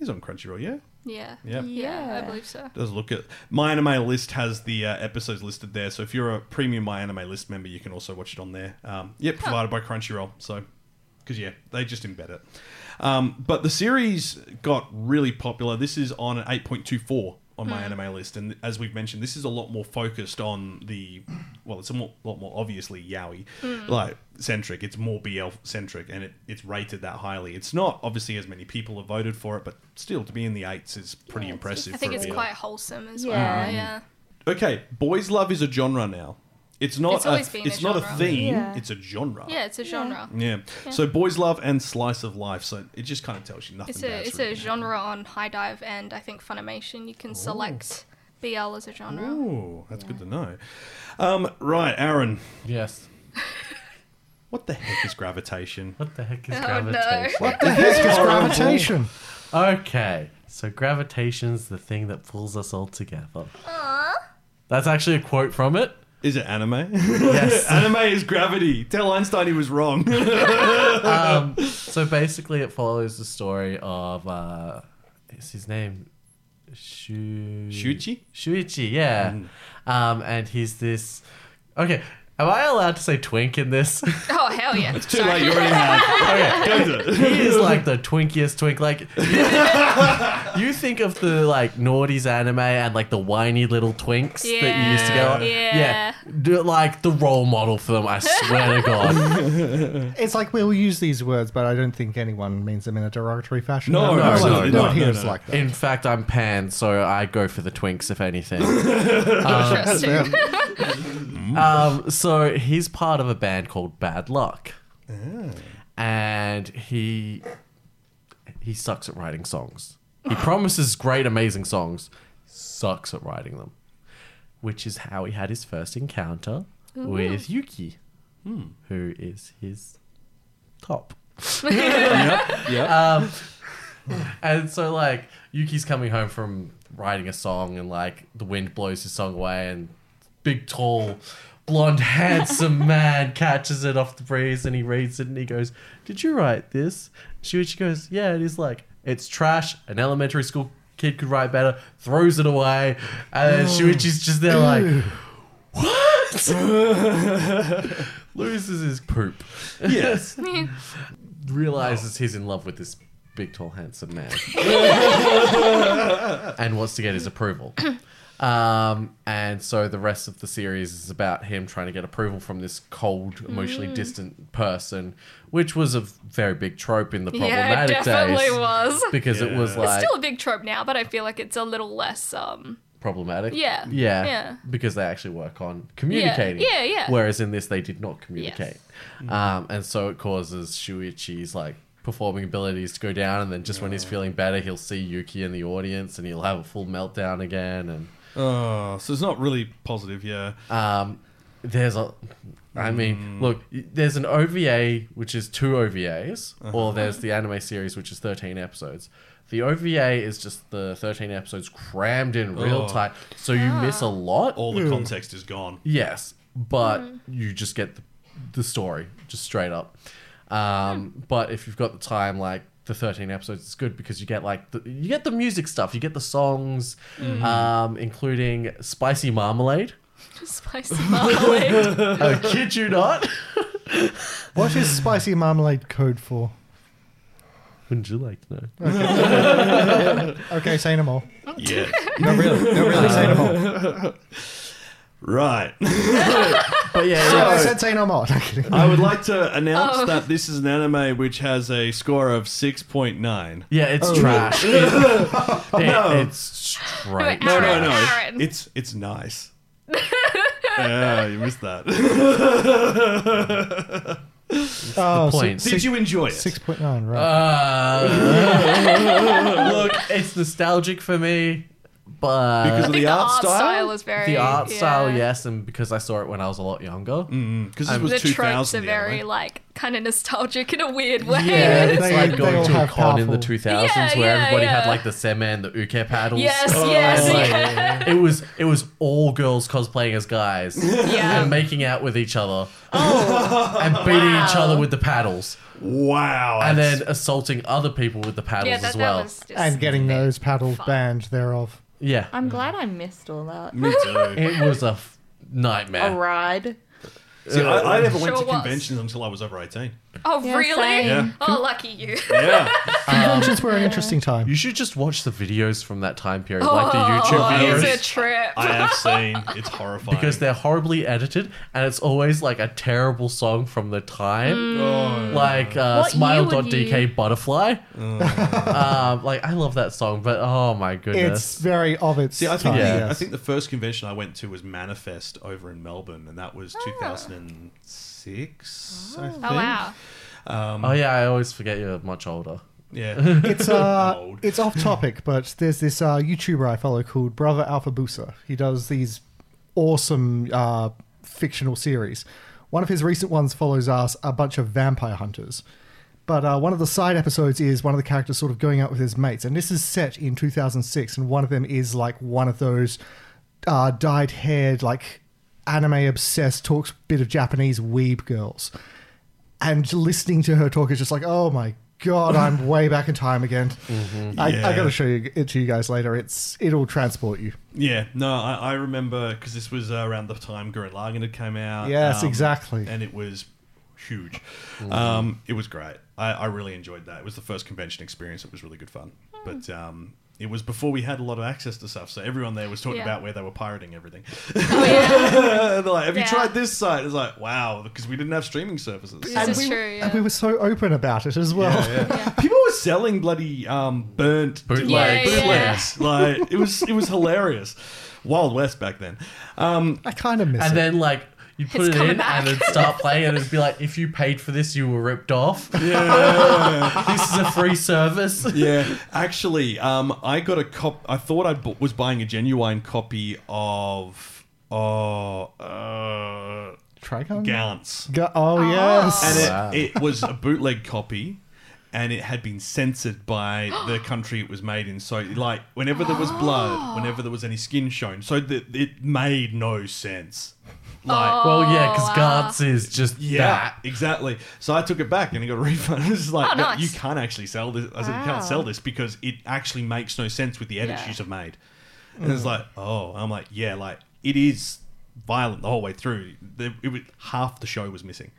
[SPEAKER 3] it's on Crunchyroll, yeah?
[SPEAKER 2] Yeah.
[SPEAKER 3] Yeah.
[SPEAKER 2] yeah, I
[SPEAKER 7] Yeah.
[SPEAKER 2] believe so.
[SPEAKER 3] Does look at my anime list has the uh, episodes listed there. So if you're a premium my anime list member, you can also watch it on there. Um, yep, provided by Crunchyroll. So because yeah, they just embed it. Um, but the series got really popular. This is on an 8.24 on my
[SPEAKER 2] Hmm.
[SPEAKER 3] anime list, and as we've mentioned, this is a lot more focused on the well, it's a more, lot more obviously yaoi
[SPEAKER 2] Hmm.
[SPEAKER 3] like centric. It's more BL centric, and it, it's rated that highly. It's not obviously as many people have voted for it, but still to be in the eights is pretty impressive.
[SPEAKER 2] I think
[SPEAKER 3] for a
[SPEAKER 2] it's
[SPEAKER 3] BL.
[SPEAKER 2] quite wholesome as
[SPEAKER 7] Yeah.
[SPEAKER 2] well. Yeah.
[SPEAKER 3] okay. Boys love is a genre now. It's not.
[SPEAKER 2] It's
[SPEAKER 3] a,
[SPEAKER 2] always been a
[SPEAKER 3] it's not
[SPEAKER 2] genre.
[SPEAKER 3] a theme.
[SPEAKER 7] Yeah.
[SPEAKER 3] It's a genre.
[SPEAKER 2] Yeah, it's a genre.
[SPEAKER 3] Yeah. So boys love and slice of life. So it just kind of tells you nothing.
[SPEAKER 2] It's
[SPEAKER 3] bad's
[SPEAKER 2] a it's a
[SPEAKER 3] written.
[SPEAKER 2] genre on High Dive and I think Funimation. You can select BL as a genre.
[SPEAKER 3] Ooh, that's good to know. Um, right, Aaron,
[SPEAKER 4] Yes.
[SPEAKER 3] what the heck is gravitation?
[SPEAKER 4] What the heck is
[SPEAKER 2] Oh, no.
[SPEAKER 4] gravitation?
[SPEAKER 5] What the heck is gravitation?
[SPEAKER 4] Okay, so gravitation's the thing that pulls us all together. That's actually a quote from it.
[SPEAKER 3] Is it anime?
[SPEAKER 4] Yes.
[SPEAKER 3] anime is gravity. Tell Einstein he was wrong.
[SPEAKER 4] um, so basically, it follows the story of uh, is his name Shu
[SPEAKER 3] Shuichi?
[SPEAKER 4] Shuichi, yeah. Um, and he's this. Okay, am I allowed to say twink in this?
[SPEAKER 2] Oh hell yeah!
[SPEAKER 3] Too late, you already have.
[SPEAKER 4] okay,
[SPEAKER 3] Go to it.
[SPEAKER 4] he is like the twinkiest twink. Like you think of the like naughties anime and like the whiny little twinks that you used to
[SPEAKER 2] Yeah,
[SPEAKER 4] go.
[SPEAKER 2] yeah.
[SPEAKER 4] do it like the role model for them. I swear to God.
[SPEAKER 5] It's like we'll use these words, but I don't think anyone means them in a derogatory fashion.
[SPEAKER 3] No,
[SPEAKER 5] one-
[SPEAKER 3] absolutely
[SPEAKER 5] no one
[SPEAKER 3] not.
[SPEAKER 5] here
[SPEAKER 3] No,
[SPEAKER 5] is
[SPEAKER 3] no.
[SPEAKER 5] like that.
[SPEAKER 4] In fact, I'm pan, so I go for the twinks if anything.
[SPEAKER 2] Interesting.
[SPEAKER 4] Um, so he's part of a band called Bad Luck, and he he sucks at writing songs. He promises great, amazing songs, sucks at writing them, which is how he had his first encounter with Yuki, who is his top. And so like Yuki's coming home from writing a song and like the wind blows his song away and big tall blonde handsome man catches it off the breeze and he reads it and he goes, "Did you write this?" She she goes, "Yeah." And he's like, "It's trash. An elementary school kid could write better." Throws it away. And then Shuichi's just there like, "What?" loses his poop.
[SPEAKER 3] Yes.
[SPEAKER 4] Realizes he's in love with this big, tall, handsome man, and wants to get his approval. Um, and so the rest of the series is about him trying to get approval from this cold, emotionally
[SPEAKER 2] Mm.
[SPEAKER 4] distant person, which was a very big trope in the
[SPEAKER 2] Yeah, it
[SPEAKER 4] problematic
[SPEAKER 2] definitely
[SPEAKER 4] days.
[SPEAKER 2] was.
[SPEAKER 4] Because it was
[SPEAKER 2] It's
[SPEAKER 4] like
[SPEAKER 2] still a big trope now, but I feel like it's a little less. Um,
[SPEAKER 4] problematic.
[SPEAKER 2] Yeah.
[SPEAKER 4] Yeah.
[SPEAKER 2] Yeah.
[SPEAKER 4] Because they actually work on communicating.
[SPEAKER 2] Yeah, yeah.
[SPEAKER 4] Whereas in this, they did not communicate.
[SPEAKER 3] Mm.
[SPEAKER 4] Um, and so it causes Shuichi's like performing abilities to go down. And then just when he's feeling better, he'll see Yuki in the audience and he'll have a full meltdown again. And
[SPEAKER 3] Oh, so it's not really positive, yeah.
[SPEAKER 4] um, there's a. I
[SPEAKER 3] Mm.
[SPEAKER 4] mean, look, y- there's an OVA, which is two OVAs,
[SPEAKER 3] Uh-huh.
[SPEAKER 4] or there's the anime series, which is 13 episodes. The OVA is just the 13 episodes crammed in real
[SPEAKER 3] Oh.
[SPEAKER 4] tight, so you
[SPEAKER 2] Ah.
[SPEAKER 4] miss a lot.
[SPEAKER 3] All the context is gone.
[SPEAKER 4] Yes, but you just get the, the story just straight up. Um, but if you've got the time, like the thirteen episodes, is good because you get like the, you get the music stuff, you get the songs,
[SPEAKER 2] Mhm.
[SPEAKER 4] um, including "Spicy Marmalade."
[SPEAKER 2] spicy marmalade.
[SPEAKER 4] I kid you not.
[SPEAKER 5] What is spicy marmalade code for?
[SPEAKER 4] Wouldn't you like to know?
[SPEAKER 5] Okay, okay say no more.
[SPEAKER 3] Yeah.
[SPEAKER 5] No, really. No, really, say no more.
[SPEAKER 3] Right.
[SPEAKER 4] But yeah,
[SPEAKER 5] So I
[SPEAKER 3] So-
[SPEAKER 5] said say no more. No, kidding.
[SPEAKER 3] I would like to announce
[SPEAKER 2] Oh.
[SPEAKER 3] that this is an anime which has a score of 6.9.
[SPEAKER 4] yeah, it's
[SPEAKER 5] Oh.
[SPEAKER 4] trash. It-
[SPEAKER 3] No.
[SPEAKER 4] It's straight.
[SPEAKER 3] No, no,
[SPEAKER 2] Aaron,
[SPEAKER 3] no. it's-
[SPEAKER 2] Aaron.
[SPEAKER 3] It's it's nice. yeah, you missed that.
[SPEAKER 5] oh,
[SPEAKER 4] point.
[SPEAKER 5] si-
[SPEAKER 3] Did you enjoy it?
[SPEAKER 5] six point nine, right?
[SPEAKER 4] Uh, look, it's nostalgic for me, but
[SPEAKER 3] because
[SPEAKER 2] I
[SPEAKER 3] of
[SPEAKER 2] think
[SPEAKER 3] the art, style.
[SPEAKER 2] is very
[SPEAKER 4] the art
[SPEAKER 2] yeah.
[SPEAKER 4] style, yes, and because I saw it when I was a lot younger.
[SPEAKER 3] Because this
[SPEAKER 4] Um,
[SPEAKER 3] was
[SPEAKER 2] The tropes
[SPEAKER 3] 2000.
[SPEAKER 2] are
[SPEAKER 3] the
[SPEAKER 2] very
[SPEAKER 3] anime.
[SPEAKER 2] like kind of nostalgic in a weird way.
[SPEAKER 4] Yeah, it's
[SPEAKER 5] They-
[SPEAKER 4] like
[SPEAKER 5] they
[SPEAKER 4] going
[SPEAKER 5] all
[SPEAKER 4] to a
[SPEAKER 5] have
[SPEAKER 4] con in the
[SPEAKER 5] powerful-
[SPEAKER 4] 2000s
[SPEAKER 2] Yeah,
[SPEAKER 4] where
[SPEAKER 2] yeah,
[SPEAKER 4] everybody had
[SPEAKER 2] yeah.
[SPEAKER 4] like the semen, the uke paddles.
[SPEAKER 2] Yes,
[SPEAKER 4] and,
[SPEAKER 2] yes,
[SPEAKER 4] Oh, like,
[SPEAKER 2] yeah.
[SPEAKER 4] It was it was all girls cosplaying as guys
[SPEAKER 2] Yeah.
[SPEAKER 4] and making out with each other
[SPEAKER 2] Oh.
[SPEAKER 4] and beating each other with the paddles
[SPEAKER 3] wow.
[SPEAKER 4] and
[SPEAKER 3] that's-
[SPEAKER 4] then assaulting other people with the paddles
[SPEAKER 2] yeah, that,
[SPEAKER 4] as well.
[SPEAKER 2] that was just
[SPEAKER 5] and getting those paddles banned thereof.
[SPEAKER 4] Yeah,
[SPEAKER 7] I'm glad I missed all that.
[SPEAKER 3] me too.
[SPEAKER 4] it was a f- nightmare.
[SPEAKER 7] A ride.
[SPEAKER 3] See,
[SPEAKER 4] uh,
[SPEAKER 3] I, I never went
[SPEAKER 2] Sure
[SPEAKER 3] to
[SPEAKER 2] was.
[SPEAKER 3] conventions until I was over 18.
[SPEAKER 2] Oh
[SPEAKER 7] Yeah,
[SPEAKER 2] really?
[SPEAKER 7] same.
[SPEAKER 3] Yeah.
[SPEAKER 2] Oh lucky you.
[SPEAKER 3] Yeah.
[SPEAKER 5] Conventions were an interesting time.
[SPEAKER 4] You should just watch the videos from that time period, like the YouTube
[SPEAKER 2] oh,
[SPEAKER 4] videos.
[SPEAKER 2] it's a trip.
[SPEAKER 3] I have seen. It's horrifying.
[SPEAKER 4] because they're horribly edited and it's always like a terrible song from the time
[SPEAKER 3] Oh,
[SPEAKER 4] like uh,
[SPEAKER 7] What year would you-
[SPEAKER 4] smile.dk butterfly
[SPEAKER 3] Oh.
[SPEAKER 4] um, like i love that song but oh my
[SPEAKER 5] It's
[SPEAKER 4] goodness
[SPEAKER 5] very of its
[SPEAKER 3] See, I think,
[SPEAKER 5] time.
[SPEAKER 4] Yeah.
[SPEAKER 5] yes.
[SPEAKER 3] I think the first convention I went to was Manifest over in Melbourne, and that was 2006. I think.
[SPEAKER 2] Ah. oh wow.
[SPEAKER 3] Um,
[SPEAKER 4] oh yeah i always forget you're much older
[SPEAKER 3] yeah.
[SPEAKER 5] it's uh,
[SPEAKER 3] Old.
[SPEAKER 5] it's off topic, but there's this uh, YouTuber I follow called Brother Alpha Busa. He does these awesome uh, fictional series. One of his recent ones follows us a bunch of vampire hunters. But uh, one of the side episodes is one of the characters sort of going out with his mates, and this is set in 2006. And one of them is like one of those uh, dyed-haired, like anime-obsessed, talks a bit of Japanese weeb girls and listening to her talk is just like, oh my god, I'm way back in time again. I, I
[SPEAKER 3] Yeah.
[SPEAKER 5] got to show you it to you guys later. It's it'll transport you.
[SPEAKER 3] Yeah, no, I, I remember because this was uh, around the time Gurren Lagann had come out. um,
[SPEAKER 5] Yes, exactly. Mm.
[SPEAKER 3] And it was huge. Um, it was great. I, I really enjoyed that. It was the first convention experience. It was really good fun. But
[SPEAKER 2] Mm.
[SPEAKER 3] um, it was before we had a lot of access to stuff, so everyone there was talking
[SPEAKER 2] Yeah.
[SPEAKER 3] about where they were pirating everything.
[SPEAKER 2] Oh, yeah.
[SPEAKER 3] They're like, "Have you
[SPEAKER 2] Yeah.
[SPEAKER 3] tried this site?" It's like, "Wow," because we didn't have streaming services.
[SPEAKER 2] This is
[SPEAKER 5] we,
[SPEAKER 2] true. Yeah.
[SPEAKER 5] And we were so open about it as well.
[SPEAKER 3] People were selling bloody um, burnt
[SPEAKER 4] Bootlegs.
[SPEAKER 3] like,
[SPEAKER 2] Yeah, yeah.
[SPEAKER 3] bootlegs. Like it was, it was hilarious. Wild West back then. Um,
[SPEAKER 5] I kind of miss
[SPEAKER 4] and
[SPEAKER 5] it.
[SPEAKER 4] then like you put
[SPEAKER 2] It's
[SPEAKER 4] it
[SPEAKER 2] coming
[SPEAKER 4] in
[SPEAKER 2] back.
[SPEAKER 4] and it'd start playing and it'd be like if you paid for this you were ripped off this is a free service
[SPEAKER 3] yeah, actually, um, I got a cop. I thought I bu- was buying a genuine copy of oh uh,
[SPEAKER 5] Trigon.
[SPEAKER 3] Gallants,
[SPEAKER 5] Ga- oh yes.
[SPEAKER 3] and it,
[SPEAKER 4] Wow.
[SPEAKER 3] it was a bootleg copy. And it had been censored by the country it was made in. So, like, whenever there was blood, whenever there was any skin shown, so that it made no sense. Like,
[SPEAKER 4] well yeah because
[SPEAKER 2] wow.
[SPEAKER 4] is just
[SPEAKER 3] Yeah,
[SPEAKER 4] that
[SPEAKER 3] exactly. So I took it back and it got a refund. It's like
[SPEAKER 2] Oh,
[SPEAKER 3] "No,
[SPEAKER 2] nice.
[SPEAKER 3] you can't actually sell this. I said you
[SPEAKER 7] Wow.
[SPEAKER 3] can't sell this because it actually makes no sense with the edits
[SPEAKER 2] Yeah. Mm.
[SPEAKER 3] you have made. And it's like, oh, I'm like, yeah, like it is violent the whole way through. The- It was, half the show was missing.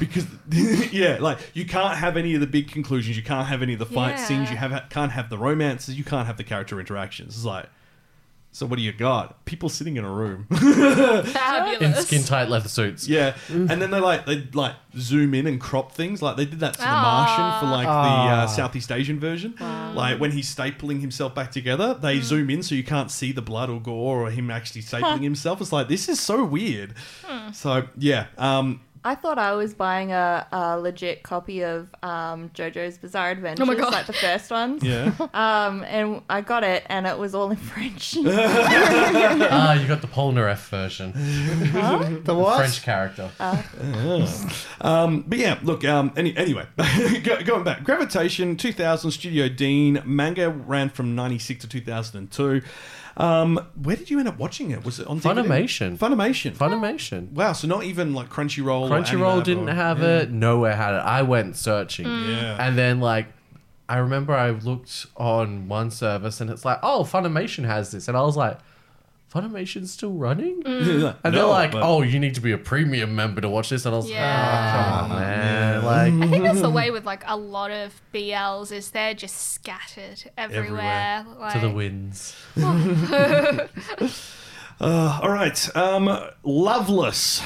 [SPEAKER 3] Because yeah, like you can't have any of the big conclusions, you can't have any of the fight
[SPEAKER 2] Yeah.
[SPEAKER 3] scenes, you have can't have the romances, you can't have the character interactions. It's like, so what do you got? People sitting in a room.
[SPEAKER 4] in
[SPEAKER 2] Fabulous.
[SPEAKER 4] skin tight leather suits.
[SPEAKER 3] Yeah, and then they like they like zoom in and crop things. Like they did that to the
[SPEAKER 2] Ah.
[SPEAKER 3] Martian for like the
[SPEAKER 5] Ah.
[SPEAKER 3] uh, Southeast Asian version. Like when he's stapling himself back together, they zoom in so you can't see the blood or gore or him actually stapling himself. It's like this is so weird. So yeah, um,
[SPEAKER 7] I thought I was buying a, a legit copy of um, JoJo's Bizarre Adventures,
[SPEAKER 2] Oh God.
[SPEAKER 7] like the first ones.
[SPEAKER 3] yeah.
[SPEAKER 7] Um, and I got it, and it was all in French. Oh
[SPEAKER 4] Ah, you got the Polnareff version.
[SPEAKER 5] The what?
[SPEAKER 4] French character.
[SPEAKER 3] Um, but yeah, look. Um, any, anyway, go, going back, Gravitation, 2000, Studio Dean, manga ran from 96 to 2002. Um, where did you end up watching it? Was it on DVD?
[SPEAKER 4] Funimation.
[SPEAKER 3] Funimation.
[SPEAKER 4] Funimation.
[SPEAKER 3] Wow, so not even like Crunchyroll. or
[SPEAKER 4] Crunchyroll
[SPEAKER 3] Animab
[SPEAKER 4] didn't
[SPEAKER 3] or-
[SPEAKER 4] have it. Nowhere had it. I went searching.
[SPEAKER 3] Yeah.
[SPEAKER 4] And then, like, I remember I looked on one service and it's like, oh, Funimation has this. And I was like, Funimation's still running?
[SPEAKER 3] Yeah.
[SPEAKER 4] And
[SPEAKER 3] No,
[SPEAKER 4] they're like,
[SPEAKER 3] but-
[SPEAKER 4] oh, you need to be a premium member to watch this. And I was
[SPEAKER 2] Yeah.
[SPEAKER 4] like, oh, come on, man. Like,
[SPEAKER 2] I think that's the way with like a lot of BLs is they're just scattered everywhere. Like,
[SPEAKER 4] to the winds.
[SPEAKER 3] Uh, all right, um, Loveless.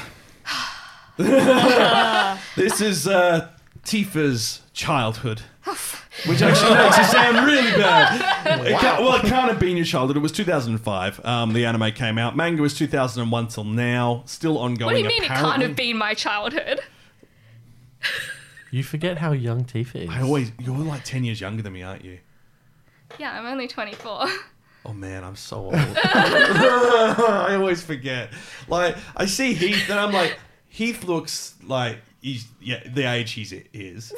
[SPEAKER 3] this is uh, Tifa's childhood. Which actually makes it sound really bad. It can't- well, it can't have been your childhood. It was 2005. Um, the anime came out. Manga was 2001 till now. Still ongoing.
[SPEAKER 2] What do you mean it can't
[SPEAKER 3] apparently.
[SPEAKER 2] have been my childhood?
[SPEAKER 4] You forget how young Tifa is.
[SPEAKER 3] I always. You're like 10 years younger than me, aren't you?
[SPEAKER 2] Yeah, I'm only 24.
[SPEAKER 3] Oh man, I'm so old. I always forget. Like I see Heath, and I'm like, Heath looks like he's yeah the age he's is.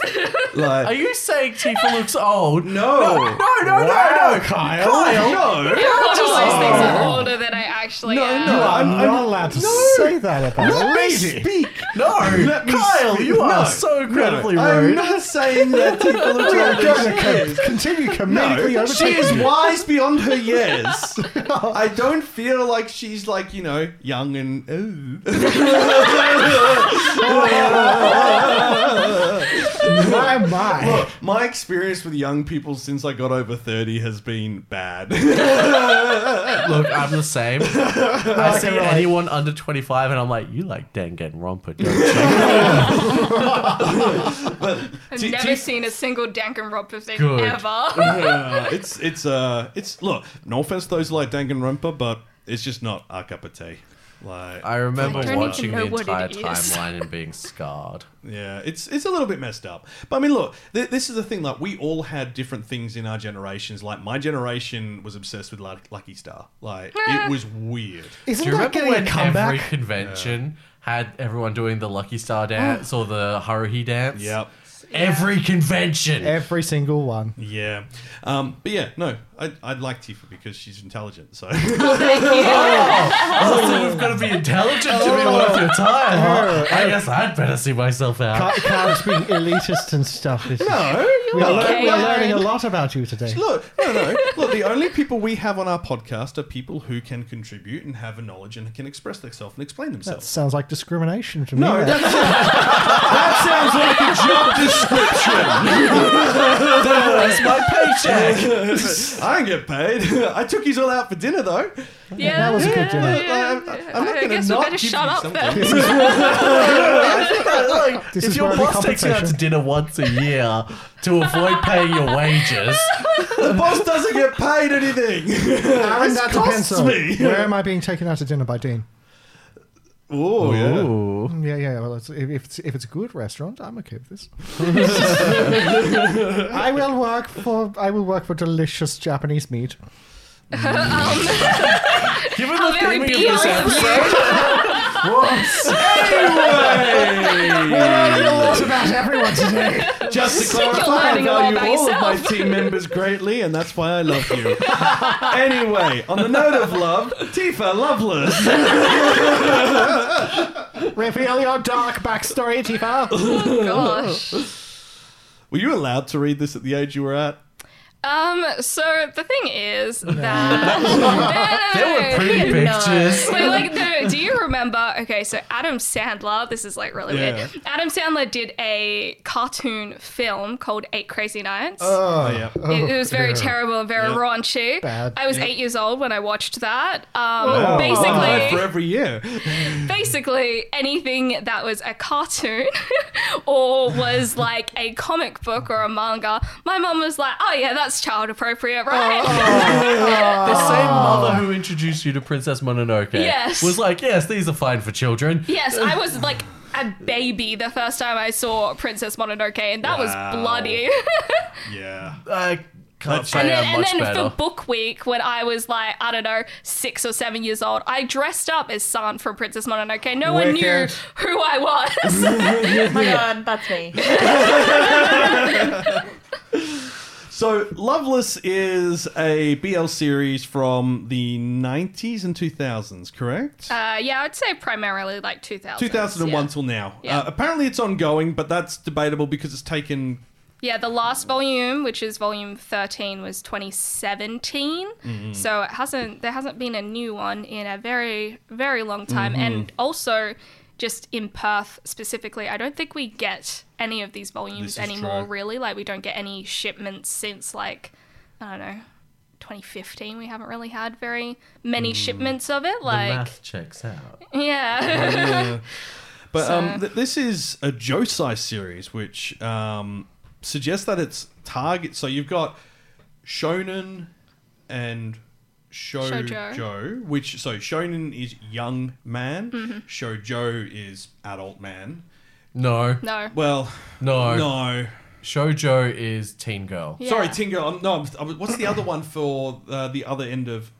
[SPEAKER 4] Are
[SPEAKER 3] Like
[SPEAKER 4] you saying Tifa looks old?
[SPEAKER 3] no, no, no, no, Kyle, no.
[SPEAKER 2] Everyone always thinks I'm older than I actually am.
[SPEAKER 3] no,
[SPEAKER 10] I'm,
[SPEAKER 3] I'm-
[SPEAKER 10] not allowed to say that about
[SPEAKER 3] Let me
[SPEAKER 10] Lady.
[SPEAKER 3] speak.
[SPEAKER 4] No,
[SPEAKER 3] Let me
[SPEAKER 4] Kyle,
[SPEAKER 3] speak.
[SPEAKER 4] you are
[SPEAKER 3] No.
[SPEAKER 4] so incredibly
[SPEAKER 3] I'm
[SPEAKER 4] rude.
[SPEAKER 3] not saying that Tifa looks
[SPEAKER 10] We are
[SPEAKER 3] older
[SPEAKER 10] going
[SPEAKER 3] than
[SPEAKER 10] to
[SPEAKER 3] she is.
[SPEAKER 10] co- continue comedically
[SPEAKER 3] No, she
[SPEAKER 10] overtaking
[SPEAKER 3] is
[SPEAKER 10] you.
[SPEAKER 3] wise beyond her years. I don't feel like she's like you know young and.
[SPEAKER 10] My, my.
[SPEAKER 3] Look, my experience with young people since I got over 30 has been bad.
[SPEAKER 4] Look, I'm the same. I see anyone under 25 and I'm like, you like Danganronpa, don't you?
[SPEAKER 2] I've
[SPEAKER 3] T-
[SPEAKER 2] never
[SPEAKER 3] T-
[SPEAKER 2] seen a single Danganronpa thing
[SPEAKER 4] Good.
[SPEAKER 2] ever.
[SPEAKER 3] Uh, it's, it's, uh, it's, look, no offense to those who like Danganronpa, but it's just not our cup of tea. Like,
[SPEAKER 4] I remember
[SPEAKER 2] I don't even
[SPEAKER 4] watching the
[SPEAKER 2] know what
[SPEAKER 4] entire
[SPEAKER 2] it is.
[SPEAKER 4] timeline and being scarred.
[SPEAKER 3] yeah, it's, it's a little bit messed up. But I mean, look, th- this is the thing, like, we all had different things in our generations. Like, my generation was obsessed with Luck- Lucky Star. Like,
[SPEAKER 2] Ah.
[SPEAKER 3] it was weird.
[SPEAKER 10] Isn't
[SPEAKER 4] Do you remember
[SPEAKER 10] that getting
[SPEAKER 4] when
[SPEAKER 10] a comeback?
[SPEAKER 4] every convention had everyone doing the Lucky
[SPEAKER 2] Oh.
[SPEAKER 4] Star dance or the Haruhi dance?
[SPEAKER 3] Yep.
[SPEAKER 4] Every convention.
[SPEAKER 5] Every single one.
[SPEAKER 3] Yeah. Um, but yeah, no, I, I'd like Tifa because she's intelligent, so.
[SPEAKER 4] Oh, so we've got to be intelligent to be worth your time, huh? I guess I'd better see myself out.
[SPEAKER 5] Car- Carl's being elitist and stuff. This is-
[SPEAKER 3] no,
[SPEAKER 5] we, are lear-
[SPEAKER 2] okay,
[SPEAKER 5] we are
[SPEAKER 2] Lauren?
[SPEAKER 5] learning a lot about you today.
[SPEAKER 3] Look, no, no. Look, the only people we have on our podcast are people who can contribute and have a knowledge and can express themselves and explain
[SPEAKER 5] That
[SPEAKER 3] themselves.
[SPEAKER 5] sounds like discrimination to me.
[SPEAKER 3] no, that,
[SPEAKER 4] That's my paycheck.
[SPEAKER 3] I don't get paid. I took you all out for dinner though.
[SPEAKER 2] Yeah,
[SPEAKER 5] that was a good
[SPEAKER 2] yeah,
[SPEAKER 5] job.
[SPEAKER 2] yeah,
[SPEAKER 3] I- I- I'm
[SPEAKER 2] yeah.
[SPEAKER 3] not
[SPEAKER 2] I
[SPEAKER 3] gonna
[SPEAKER 2] guess
[SPEAKER 3] not
[SPEAKER 2] we better
[SPEAKER 3] give
[SPEAKER 2] shut
[SPEAKER 3] you
[SPEAKER 2] up
[SPEAKER 3] something.
[SPEAKER 2] then.
[SPEAKER 5] this is,
[SPEAKER 4] Like,
[SPEAKER 5] This
[SPEAKER 4] if
[SPEAKER 5] is
[SPEAKER 4] your
[SPEAKER 5] worthy
[SPEAKER 4] boss takes you out to
[SPEAKER 5] compensation.
[SPEAKER 4] dinner once a year to avoid paying your wages,
[SPEAKER 3] The boss doesn't get paid anything.
[SPEAKER 5] and that
[SPEAKER 3] costs
[SPEAKER 5] depends on
[SPEAKER 3] me.
[SPEAKER 5] where am I being taken out to dinner by Dean.
[SPEAKER 3] Oh yeah.
[SPEAKER 5] Yeah, yeah. Well, it's, if if it's if it's a good restaurant, I'm okay with this. I will work for I will work for delicious Japanese meat.
[SPEAKER 4] given
[SPEAKER 2] How
[SPEAKER 4] the
[SPEAKER 2] very
[SPEAKER 4] theming of this
[SPEAKER 2] BL.
[SPEAKER 4] episode,
[SPEAKER 5] What about everyone today?
[SPEAKER 3] Just to clarify, I
[SPEAKER 2] learning a lot
[SPEAKER 3] value
[SPEAKER 2] about
[SPEAKER 3] all of my
[SPEAKER 2] yourself.
[SPEAKER 3] team members greatly, and that's why I love you. anyway, on the note of love, Tifa Loveless.
[SPEAKER 5] Reveal your dark backstory, Tifa.
[SPEAKER 2] Gosh.
[SPEAKER 3] Were you allowed to read this at the age you were at?
[SPEAKER 2] Um, so the thing is that
[SPEAKER 4] There were pretty pictures.
[SPEAKER 2] Wait, like, no, do you remember? Okay, so Adam Sandler, this is like really
[SPEAKER 4] Yeah.
[SPEAKER 2] weird. Adam Sandler did a cartoon film called Eight Crazy Nights.
[SPEAKER 10] Oh, yeah.
[SPEAKER 2] It, it was very
[SPEAKER 10] Yeah.
[SPEAKER 2] terrible and very
[SPEAKER 10] Yeah.
[SPEAKER 2] raunchy.
[SPEAKER 10] Bad.
[SPEAKER 2] I was
[SPEAKER 10] Yeah.
[SPEAKER 2] eight years old when I watched that. Um,
[SPEAKER 10] Wow.
[SPEAKER 2] basically,
[SPEAKER 10] One night
[SPEAKER 3] oh, for every year.
[SPEAKER 2] basically anything that was a cartoon or was like a comic book or a manga, my mum was like, "Oh yeah, that's child appropriate, right?"
[SPEAKER 10] Oh.
[SPEAKER 4] The same mother who introduced you to Princess Mononoke
[SPEAKER 2] Oh. Yes.
[SPEAKER 4] was like, yes, these are fine for children.
[SPEAKER 2] yes, I was like a baby the first time I saw Princess Mononoke, and that
[SPEAKER 4] Wow.
[SPEAKER 2] was bloody.
[SPEAKER 3] Yeah.
[SPEAKER 4] I can't say
[SPEAKER 2] and then,
[SPEAKER 4] I'm
[SPEAKER 2] and
[SPEAKER 4] much
[SPEAKER 2] then
[SPEAKER 4] better.
[SPEAKER 2] for book week, when I was like, I don't know, six or seven years old, I dressed up as San from Princess Mononoke. No one knew
[SPEAKER 10] Wicked.
[SPEAKER 2] who I was.
[SPEAKER 7] oh my god, that's me.
[SPEAKER 3] So, Loveless is a BL series from the 90s and 2000s, correct?
[SPEAKER 2] Uh, yeah, I'd say primarily like 2000.
[SPEAKER 3] 2001 till now.
[SPEAKER 2] Yeah.
[SPEAKER 3] Uh, apparently, it's ongoing, but that's debatable because it's taken.
[SPEAKER 2] Yeah, the last volume, which is volume 13, was 2017.
[SPEAKER 3] Mhm.
[SPEAKER 2] So it hasn't there hasn't been a new one in a very very long time
[SPEAKER 3] Mhm.
[SPEAKER 2] and also just in Perth specifically, I don't think we get any of these volumes
[SPEAKER 3] is
[SPEAKER 2] anymore
[SPEAKER 3] true.
[SPEAKER 2] really. Like we don't get any shipments since like I don't know 2015 we haven't really had very many
[SPEAKER 3] Mm.
[SPEAKER 2] shipments of it
[SPEAKER 4] the
[SPEAKER 2] like
[SPEAKER 4] math checks out.
[SPEAKER 2] yeah.
[SPEAKER 3] But
[SPEAKER 2] So-
[SPEAKER 3] um, th- this is a Josei series, which um, suggests that it's target. So, you've got Shonen and
[SPEAKER 2] Shoujo.
[SPEAKER 3] Shoujo, which. So, Shonen is young man,
[SPEAKER 2] Mhm.
[SPEAKER 3] Shoujo is adult man.
[SPEAKER 4] No.
[SPEAKER 2] No.
[SPEAKER 3] Well,
[SPEAKER 4] no.
[SPEAKER 3] No.
[SPEAKER 4] Shoujo is teen girl.
[SPEAKER 3] Sorry, Tingo. I'm, no, I'm, I'm- what's the other one for uh, the other end of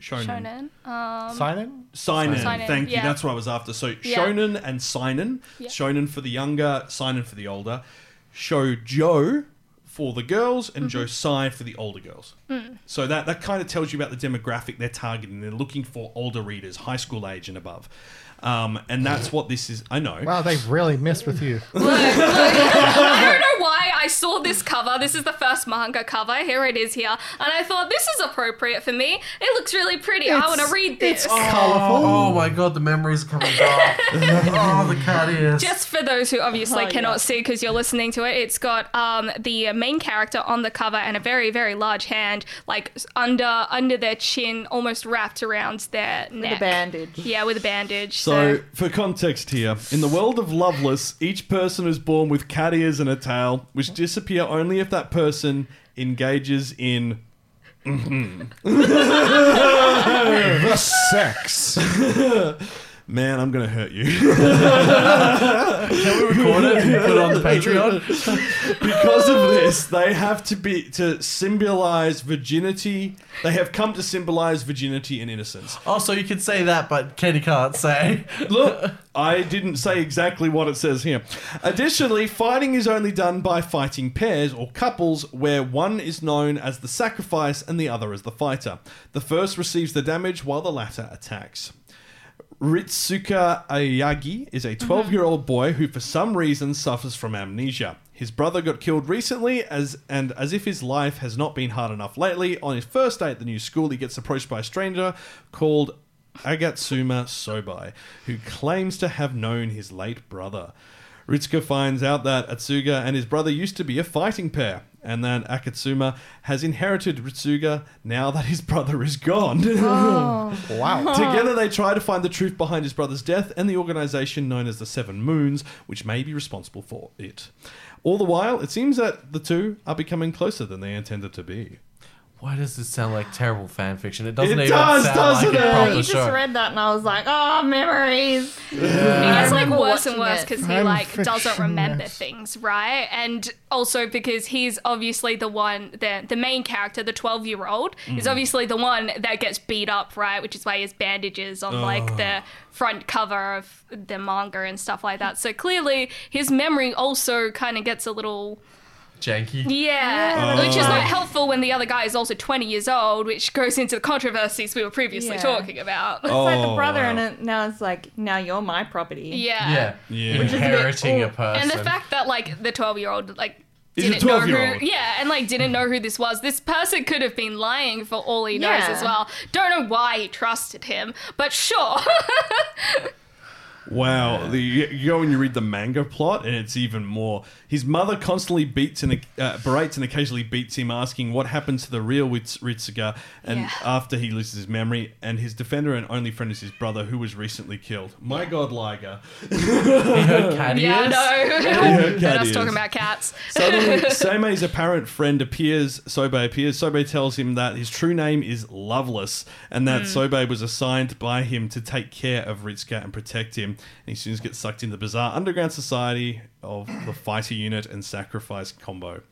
[SPEAKER 3] shonen?
[SPEAKER 2] Shonen. Um,
[SPEAKER 3] Seinen.
[SPEAKER 2] Seinen,
[SPEAKER 3] Thank you.
[SPEAKER 2] yeah.
[SPEAKER 3] That's what I was after. So
[SPEAKER 2] Yeah.
[SPEAKER 3] shonen and seinen.
[SPEAKER 2] Yeah.
[SPEAKER 3] Shonen for the younger, seinen for the older. Shoujo for the girls and
[SPEAKER 2] Mhm.
[SPEAKER 3] josei for the older girls.
[SPEAKER 2] Mm.
[SPEAKER 3] So that, that kind of tells you about the demographic they're targeting. They're looking for older readers, high school age and above. Um, and that's what this is. I know.
[SPEAKER 5] Wow, they really messed with you.
[SPEAKER 2] I don't know why I saw this cover. This is the first manga cover. Here it is here. And I thought, this is appropriate for me. It looks really pretty. I want to read this.
[SPEAKER 4] Oh, oh my god, the memories are coming back. oh, the cat ears.
[SPEAKER 2] Just for those who obviously
[SPEAKER 4] Oh,
[SPEAKER 2] cannot see see because you're listening to it, it's got um, the main character on the cover and a very, very large hand, like s- under under their chin, almost wrapped around their neck. With a
[SPEAKER 7] bandage.
[SPEAKER 2] Yeah, with a bandage.
[SPEAKER 3] So, for context here, in the world of Loveless, each person is born with cat ears and a tail, which disappear only if that person engages in. mm-hmm. the sex. Man, I'm gonna hurt you. Can
[SPEAKER 4] we record it and put it on the Patreon?
[SPEAKER 3] Because of this, they have to be to symbolize virginity. They have come to symbolize virginity and innocence.
[SPEAKER 4] Oh, so you could say that, but Kenny can't say.
[SPEAKER 3] Look, I didn't say exactly what it says here. Additionally, fighting is only done by fighting pairs or couples where one is known as the sacrifice and the other as the fighter. The first receives the damage while the latter attacks. Ritsuka Ayagi is a 12 year old boy who, for some reason, suffers from amnesia. His brother got killed recently, as and as if his life has not been hard enough lately. On his first day at the new school, he gets approached by a stranger called Agatsuma Sobai, who claims to have known his late brother. Ritsuka finds out that Atsuga and his brother used to be a fighting pair, and that Akatsuma has inherited Ritsuga now that his brother is gone.
[SPEAKER 10] Oh. Wow.
[SPEAKER 3] Together they try to find the truth behind his brother's death and the organization known as the Seven Moons, which may be responsible for it. All the while, it seems that the two are becoming closer than they intended to be.
[SPEAKER 4] Why does this sound like terrible fan fiction? It doesn't
[SPEAKER 3] It
[SPEAKER 4] even
[SPEAKER 3] does,
[SPEAKER 4] sound
[SPEAKER 3] doesn't
[SPEAKER 4] like
[SPEAKER 3] it?
[SPEAKER 4] a
[SPEAKER 7] you
[SPEAKER 4] proper
[SPEAKER 7] just
[SPEAKER 4] show.
[SPEAKER 7] read that and I was like, oh, memories.
[SPEAKER 2] It
[SPEAKER 7] I
[SPEAKER 2] gets like
[SPEAKER 7] remember
[SPEAKER 2] worse and
[SPEAKER 7] watching
[SPEAKER 2] worse
[SPEAKER 7] it.
[SPEAKER 2] because he
[SPEAKER 7] I'm
[SPEAKER 2] like doesn't
[SPEAKER 7] fictionless.
[SPEAKER 2] remember things, right? And also because he's obviously the one the the main character, the twelve year old, is
[SPEAKER 7] Mhm.
[SPEAKER 2] obviously the one that gets beat up, right? Which is why he has bandages on
[SPEAKER 7] Oh.
[SPEAKER 2] like the front cover of the manga and stuff like that. So clearly his memory also kind of gets a little
[SPEAKER 4] Janky.
[SPEAKER 2] yeah, which is
[SPEAKER 4] Oh.
[SPEAKER 2] not helpful when the other guy is also twenty years old, which goes into the controversies we were previously
[SPEAKER 7] Yeah.
[SPEAKER 2] talking about.
[SPEAKER 7] It's like the
[SPEAKER 4] Oh,
[SPEAKER 7] brother,
[SPEAKER 4] wow.
[SPEAKER 7] and it, now it's like, now you're my property.
[SPEAKER 2] Yeah.
[SPEAKER 4] Yeah.
[SPEAKER 3] Yeah.
[SPEAKER 7] Which is a bit-
[SPEAKER 4] Inheriting a
[SPEAKER 7] ooh.
[SPEAKER 2] And
[SPEAKER 4] person.
[SPEAKER 2] the fact that like the twelve year old like
[SPEAKER 3] He's a
[SPEAKER 2] didn't know
[SPEAKER 3] 12-year-old.
[SPEAKER 2] who, yeah, and like didn't know who this was. This person could have been lying for all he knows
[SPEAKER 7] Yeah.
[SPEAKER 2] as well. Don't know why he trusted him, but sure.
[SPEAKER 3] Wow, the, you you go and you read the manga plot, and it's even more. His mother constantly beats and uh, berates and occasionally beats him, asking what happened to the real Rits- Ritsuga. And
[SPEAKER 2] Yeah.
[SPEAKER 3] after he loses his memory, and his defender and only friend is his brother, who was recently killed. My God, Liger!
[SPEAKER 2] yeah, I know.
[SPEAKER 3] Yeah,
[SPEAKER 2] Heard us
[SPEAKER 3] Cadius.
[SPEAKER 2] talking about cats.
[SPEAKER 3] Suddenly, Seime's apparent friend appears. Sobe appears. Sobe tells him that his true name is Loveless, and that
[SPEAKER 2] Mm.
[SPEAKER 3] Sobe was assigned by him to take care of Ritsuka and protect him. And he soon gets sucked into the bizarre underground society of the fighter unit and sacrifice combo.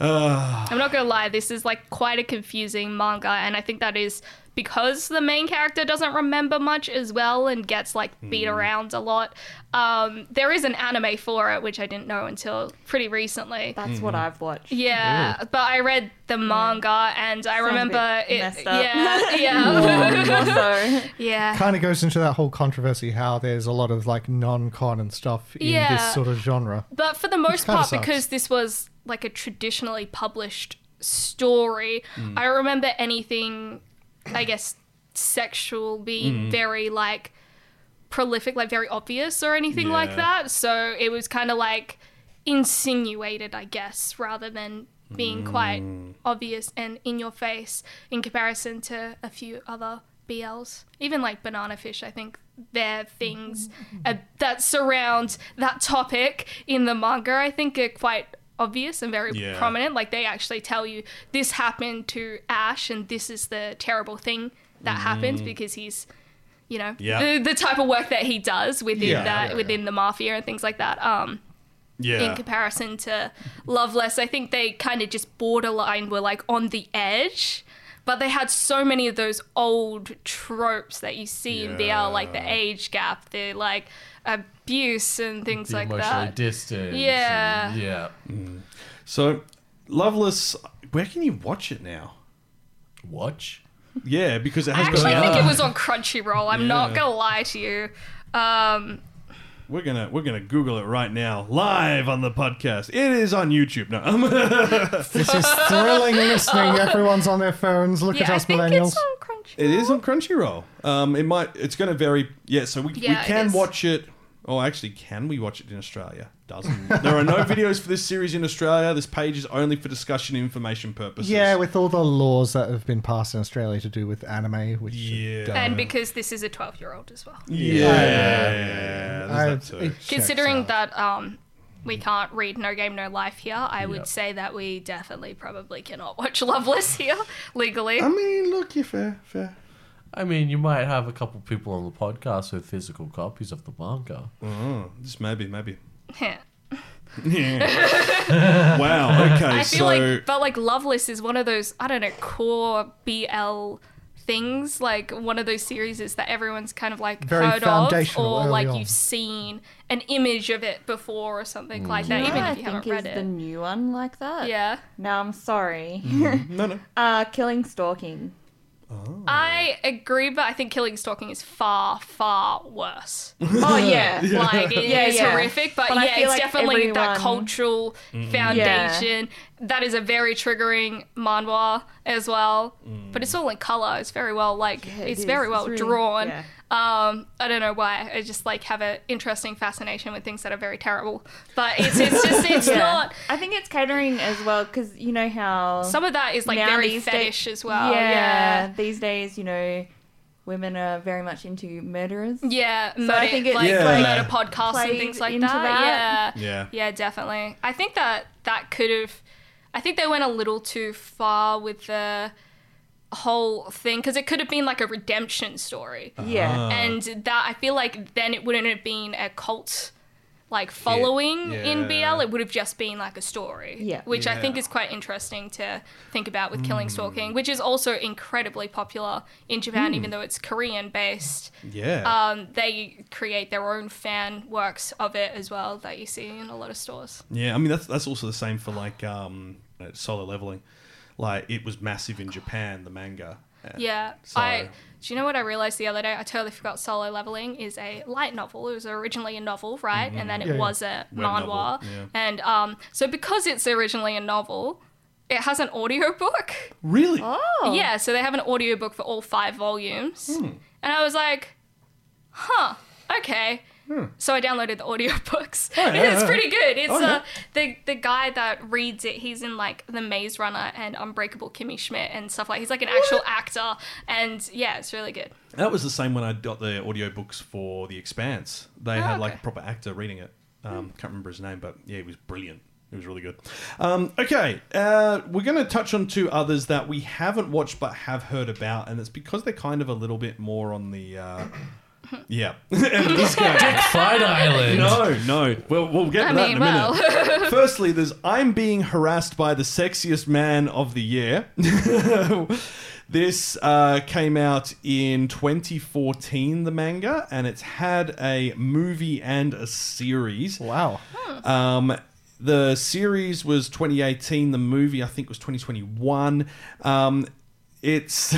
[SPEAKER 3] Ah.
[SPEAKER 2] I'm not gonna lie, this is like quite a confusing manga, and I think that is because the main character doesn't remember much as well and gets like beat
[SPEAKER 12] Hmm.
[SPEAKER 2] around a lot. Um, there is an anime for it, which I didn't know until pretty recently.
[SPEAKER 7] That's what Mhm. I've watched.
[SPEAKER 2] Yeah,
[SPEAKER 7] Ooh.
[SPEAKER 2] but I read the manga and I
[SPEAKER 7] Sounds a
[SPEAKER 2] remember
[SPEAKER 7] bit
[SPEAKER 2] it.
[SPEAKER 7] messed up.
[SPEAKER 2] Yeah,
[SPEAKER 7] Also.
[SPEAKER 2] yeah, yeah.
[SPEAKER 5] Kind of goes into that whole controversy how there's a lot of like non-con and stuff in
[SPEAKER 2] Yeah.
[SPEAKER 5] this sort of genre.
[SPEAKER 2] But for the most
[SPEAKER 5] Kinda
[SPEAKER 2] part,
[SPEAKER 5] sucks.
[SPEAKER 2] because this was like a traditionally published story,
[SPEAKER 5] Mm.
[SPEAKER 2] I remember anything, I guess, sexual being
[SPEAKER 12] Mm.
[SPEAKER 2] very like prolific, like very obvious or anything like
[SPEAKER 12] Yeah.
[SPEAKER 2] that. So it was kind of like insinuated, I guess, rather than being quite
[SPEAKER 12] Mm.
[SPEAKER 2] obvious and in your face in comparison to a few other BLs. Even like Banana Fish, I think their things uh, that surround that topic in the manga, I think, are quite obvious and very
[SPEAKER 12] Yeah.
[SPEAKER 2] prominent. Like they actually tell you this happened to Ash and this is the terrible thing that happens
[SPEAKER 12] Mm.
[SPEAKER 2] because he's. You know
[SPEAKER 12] Yeah.
[SPEAKER 2] the, the type of work that he does within
[SPEAKER 12] Yeah,
[SPEAKER 2] that
[SPEAKER 12] yeah,
[SPEAKER 2] within the mafia and things like that. Um, in comparison to Loveless. I think they kind of just borderline were like on the edge, but they had so many of those old tropes that you see in BL, like the age gap, the like abuse and things
[SPEAKER 4] The
[SPEAKER 2] like
[SPEAKER 4] emotionally
[SPEAKER 2] that.
[SPEAKER 4] distant.
[SPEAKER 2] Yeah.
[SPEAKER 4] and- yeah.
[SPEAKER 3] So, Loveless, where can you watch it now?
[SPEAKER 4] Watch?
[SPEAKER 3] Yeah, because it
[SPEAKER 2] I
[SPEAKER 3] has.
[SPEAKER 2] actually
[SPEAKER 3] been-
[SPEAKER 2] think it was on Crunchyroll. I'm not
[SPEAKER 3] Yeah.
[SPEAKER 2] gonna lie to you. Um,
[SPEAKER 3] We're gonna we're gonna Google it right now, live on the podcast. It is on YouTube now.
[SPEAKER 5] This is thrilling listening. Everyone's on their phones. Look at
[SPEAKER 3] Yeah, I
[SPEAKER 5] us
[SPEAKER 3] think it's
[SPEAKER 5] millennials.
[SPEAKER 3] It is on Crunchyroll. Um, it might. It's going to vary. Yeah, so we,
[SPEAKER 2] Yeah,
[SPEAKER 3] we
[SPEAKER 2] it
[SPEAKER 3] can
[SPEAKER 2] is.
[SPEAKER 3] watch it. Oh, actually, can we watch it in Australia? Doesn't there are no videos for this series in Australia. This page is only for discussion and information purposes.
[SPEAKER 5] Yeah, with all the laws that have been passed in Australia to do with anime, which yeah.
[SPEAKER 2] and because this is a 12 year old as well.
[SPEAKER 3] uh, Yeah, yeah, there's
[SPEAKER 5] I-
[SPEAKER 3] that too.
[SPEAKER 5] it checks
[SPEAKER 2] Considering that um, we can't read No Game No Life here, I would
[SPEAKER 3] Yep.
[SPEAKER 2] say that we definitely probably cannot watch Loveless here legally.
[SPEAKER 3] I mean, look, you're fair, fair.
[SPEAKER 4] I mean, you might have a couple people on the podcast with physical copies of the manga.
[SPEAKER 3] Mm, just maybe, maybe.
[SPEAKER 2] Yeah.
[SPEAKER 3] Yeah. wow. Okay.
[SPEAKER 2] I feel
[SPEAKER 3] so
[SPEAKER 2] like, but like Loveless is one of those I don't know core BL things, like one of those series is that everyone's kind of like
[SPEAKER 12] Very
[SPEAKER 2] heard of,
[SPEAKER 12] foundational
[SPEAKER 2] or
[SPEAKER 12] early
[SPEAKER 2] like
[SPEAKER 12] on.
[SPEAKER 2] you've seen an image of it before or something
[SPEAKER 12] Mm.
[SPEAKER 2] like
[SPEAKER 7] Do
[SPEAKER 2] that,
[SPEAKER 7] you know
[SPEAKER 2] even
[SPEAKER 7] what
[SPEAKER 2] if you
[SPEAKER 7] I think
[SPEAKER 2] haven't read
[SPEAKER 7] is
[SPEAKER 2] it.
[SPEAKER 7] the new one like that.
[SPEAKER 2] Yeah.
[SPEAKER 7] No, I'm sorry.
[SPEAKER 2] Mhm.
[SPEAKER 3] No, no.
[SPEAKER 7] Uh, killing, stalking.
[SPEAKER 2] I agree, but I think Killing Stalking is far, far worse.
[SPEAKER 7] Oh, yeah. Yeah.
[SPEAKER 2] like it is
[SPEAKER 7] Yeah, yeah.
[SPEAKER 2] horrific, but,
[SPEAKER 7] But I
[SPEAKER 2] yeah,
[SPEAKER 7] feel
[SPEAKER 2] it's
[SPEAKER 7] like
[SPEAKER 2] definitely
[SPEAKER 7] everyone-
[SPEAKER 2] that cultural
[SPEAKER 7] Mm.
[SPEAKER 2] foundation. That is a very triggering manhwa as well,
[SPEAKER 7] Mm.
[SPEAKER 2] but it's all in color. It's very well like
[SPEAKER 12] it
[SPEAKER 2] it's
[SPEAKER 12] is.
[SPEAKER 2] very well
[SPEAKER 12] It's really-
[SPEAKER 2] drawn.
[SPEAKER 12] yeah.
[SPEAKER 2] Um, I don't know why. I just like have an interesting fascination with things that are very terrible, but it's it's just it's
[SPEAKER 7] Yeah.
[SPEAKER 2] not.
[SPEAKER 7] I think it's catering as well because you know how
[SPEAKER 2] Some of that is, like,
[SPEAKER 7] now
[SPEAKER 2] very
[SPEAKER 7] these
[SPEAKER 2] fetish as well, yeah.
[SPEAKER 7] these days you know women are very much into murderers.
[SPEAKER 2] Yeah,
[SPEAKER 7] So I
[SPEAKER 2] murder,
[SPEAKER 7] think it's
[SPEAKER 2] like
[SPEAKER 7] Yeah.
[SPEAKER 2] murder podcasts and
[SPEAKER 7] played
[SPEAKER 2] things like
[SPEAKER 7] into
[SPEAKER 2] that.
[SPEAKER 7] that.
[SPEAKER 2] Yeah.
[SPEAKER 7] Yeah.
[SPEAKER 2] Yeah, definitely. I think that that could have I think they went a little too far with the whole thing cuz it could have been like a redemption story.
[SPEAKER 12] Yeah. Ah.
[SPEAKER 2] And that I feel like then it wouldn't have been a cult like following in
[SPEAKER 12] Yeah.
[SPEAKER 2] BL, it would have just been like a story.
[SPEAKER 12] Yeah.
[SPEAKER 2] Which I
[SPEAKER 12] Yeah.
[SPEAKER 2] think
[SPEAKER 12] Hmm.
[SPEAKER 2] is quite interesting to think about with Killing Stalking, which is also incredibly popular in Japan,
[SPEAKER 12] Mm.
[SPEAKER 2] even though it's Korean based.
[SPEAKER 3] Uh,
[SPEAKER 12] Yeah.
[SPEAKER 2] Um, they create their own fan works of it as well that you see in a lot of stores.
[SPEAKER 3] Yeah, I mean that's that's also the uh, same for like um, solo leveling. Like it was massive in Japan, the manga,
[SPEAKER 2] Yeah.
[SPEAKER 3] So-
[SPEAKER 2] I do you know what I realized the other day? I totally forgot Solo Leveling is a light novel. It was originally a novel, right? And then it
[SPEAKER 12] Mm-hmm. Yeah, yeah.
[SPEAKER 2] was a
[SPEAKER 12] Web novel,
[SPEAKER 2] manhwa.
[SPEAKER 12] yeah.
[SPEAKER 2] And um, so because it's originally a novel, it has an audiobook.
[SPEAKER 3] Really?
[SPEAKER 12] Oh.
[SPEAKER 2] Yeah, so they have an audiobook for all five volumes.
[SPEAKER 12] Hmm.
[SPEAKER 2] And I was like, huh, okay.
[SPEAKER 12] Hmm.
[SPEAKER 2] So I downloaded the audiobooks.
[SPEAKER 12] Oh, yeah,
[SPEAKER 2] it's
[SPEAKER 12] yeah,
[SPEAKER 2] pretty
[SPEAKER 12] yeah.
[SPEAKER 2] good. It's
[SPEAKER 12] Oh,
[SPEAKER 2] uh, the the guy that reads it, he's in like The Maze Runner and Unbreakable Kimmy Schmidt and stuff like he's like an actual actor and yeah, it's really good.
[SPEAKER 3] That was the same when I got the audiobooks for The Expanse. They
[SPEAKER 2] Oh,
[SPEAKER 3] had
[SPEAKER 2] okay.
[SPEAKER 3] like a proper actor reading it. Um, Can't remember his name, but yeah, he was brilliant. It was really good. Um, okay, uh, we're going to touch on two others that we haven't watched but have heard about, and it's because they're kind of a little bit more on the. Uh, yeah. And this guy-
[SPEAKER 4] Dick Fight Island.
[SPEAKER 3] No, no. Well, we'll get to
[SPEAKER 2] I
[SPEAKER 3] that
[SPEAKER 2] mean,
[SPEAKER 3] in a minute.
[SPEAKER 2] well.
[SPEAKER 3] Firstly, there's I'm being harassed by the sexiest man of the year. This uh, came out in 2014, the manga, and it's had a movie and a series.
[SPEAKER 5] Wow.
[SPEAKER 3] Um, the series was 2018, the movie, I think, was 2021. Um, it's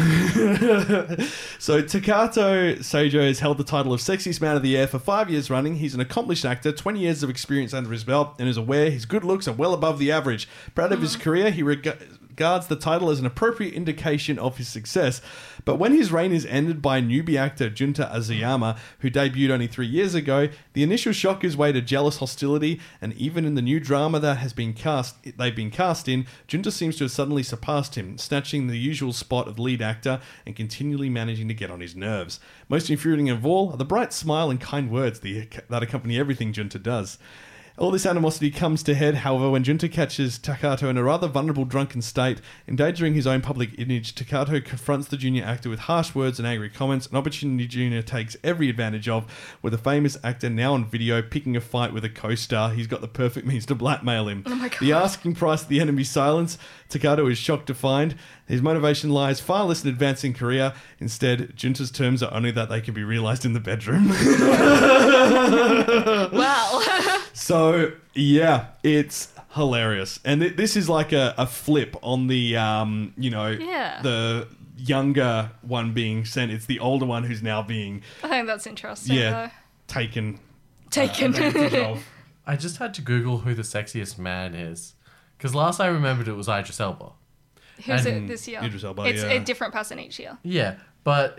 [SPEAKER 3] so Takato Seijo has held the title of Sexiest Man of the Year for five years running. He's an accomplished actor, 20 years of experience under his belt, and is aware his good looks are well above the average. Proud of his career, he reg- regards the title as an appropriate indication of his success. But when his reign is ended by newbie actor Junta Azuyama, who debuted only three years ago, the initial shock is way to jealous hostility, and even in the new drama that has been cast, they've been cast in, Junta seems to have suddenly surpassed him, snatching the usual spot of lead actor and continually managing to get on his nerves. Most infuriating of all are the bright smile and kind words the, that accompany everything Junta does. All this animosity comes to head, however, when Junta catches Takato in a rather vulnerable drunken state, endangering his own public image. Takato confronts the junior actor with harsh words and angry comments, an opportunity Junior takes every advantage of, with the famous actor now on video picking a fight with a co-star. He's got the perfect means to blackmail him.
[SPEAKER 12] Oh my God.
[SPEAKER 3] The asking price of the enemy's silence, Takato is shocked to find his motivation lies far less in advancing career. Instead, Junta's terms are only that they can be realized in the bedroom.
[SPEAKER 2] Wow.
[SPEAKER 3] So yeah, it's hilarious, and th- this is like a, a flip on the um, you know,
[SPEAKER 2] Yeah.
[SPEAKER 3] the younger one being sent. It's the older one who's now being
[SPEAKER 2] I think that's interesting
[SPEAKER 3] yeah Uh, taken.
[SPEAKER 2] though. Taken.
[SPEAKER 4] I just had to Google who the sexiest man is, because last I remembered it was Idris Elba.
[SPEAKER 2] Who's it
[SPEAKER 4] And-
[SPEAKER 2] this year? it's a different person each year.
[SPEAKER 4] Yeah, but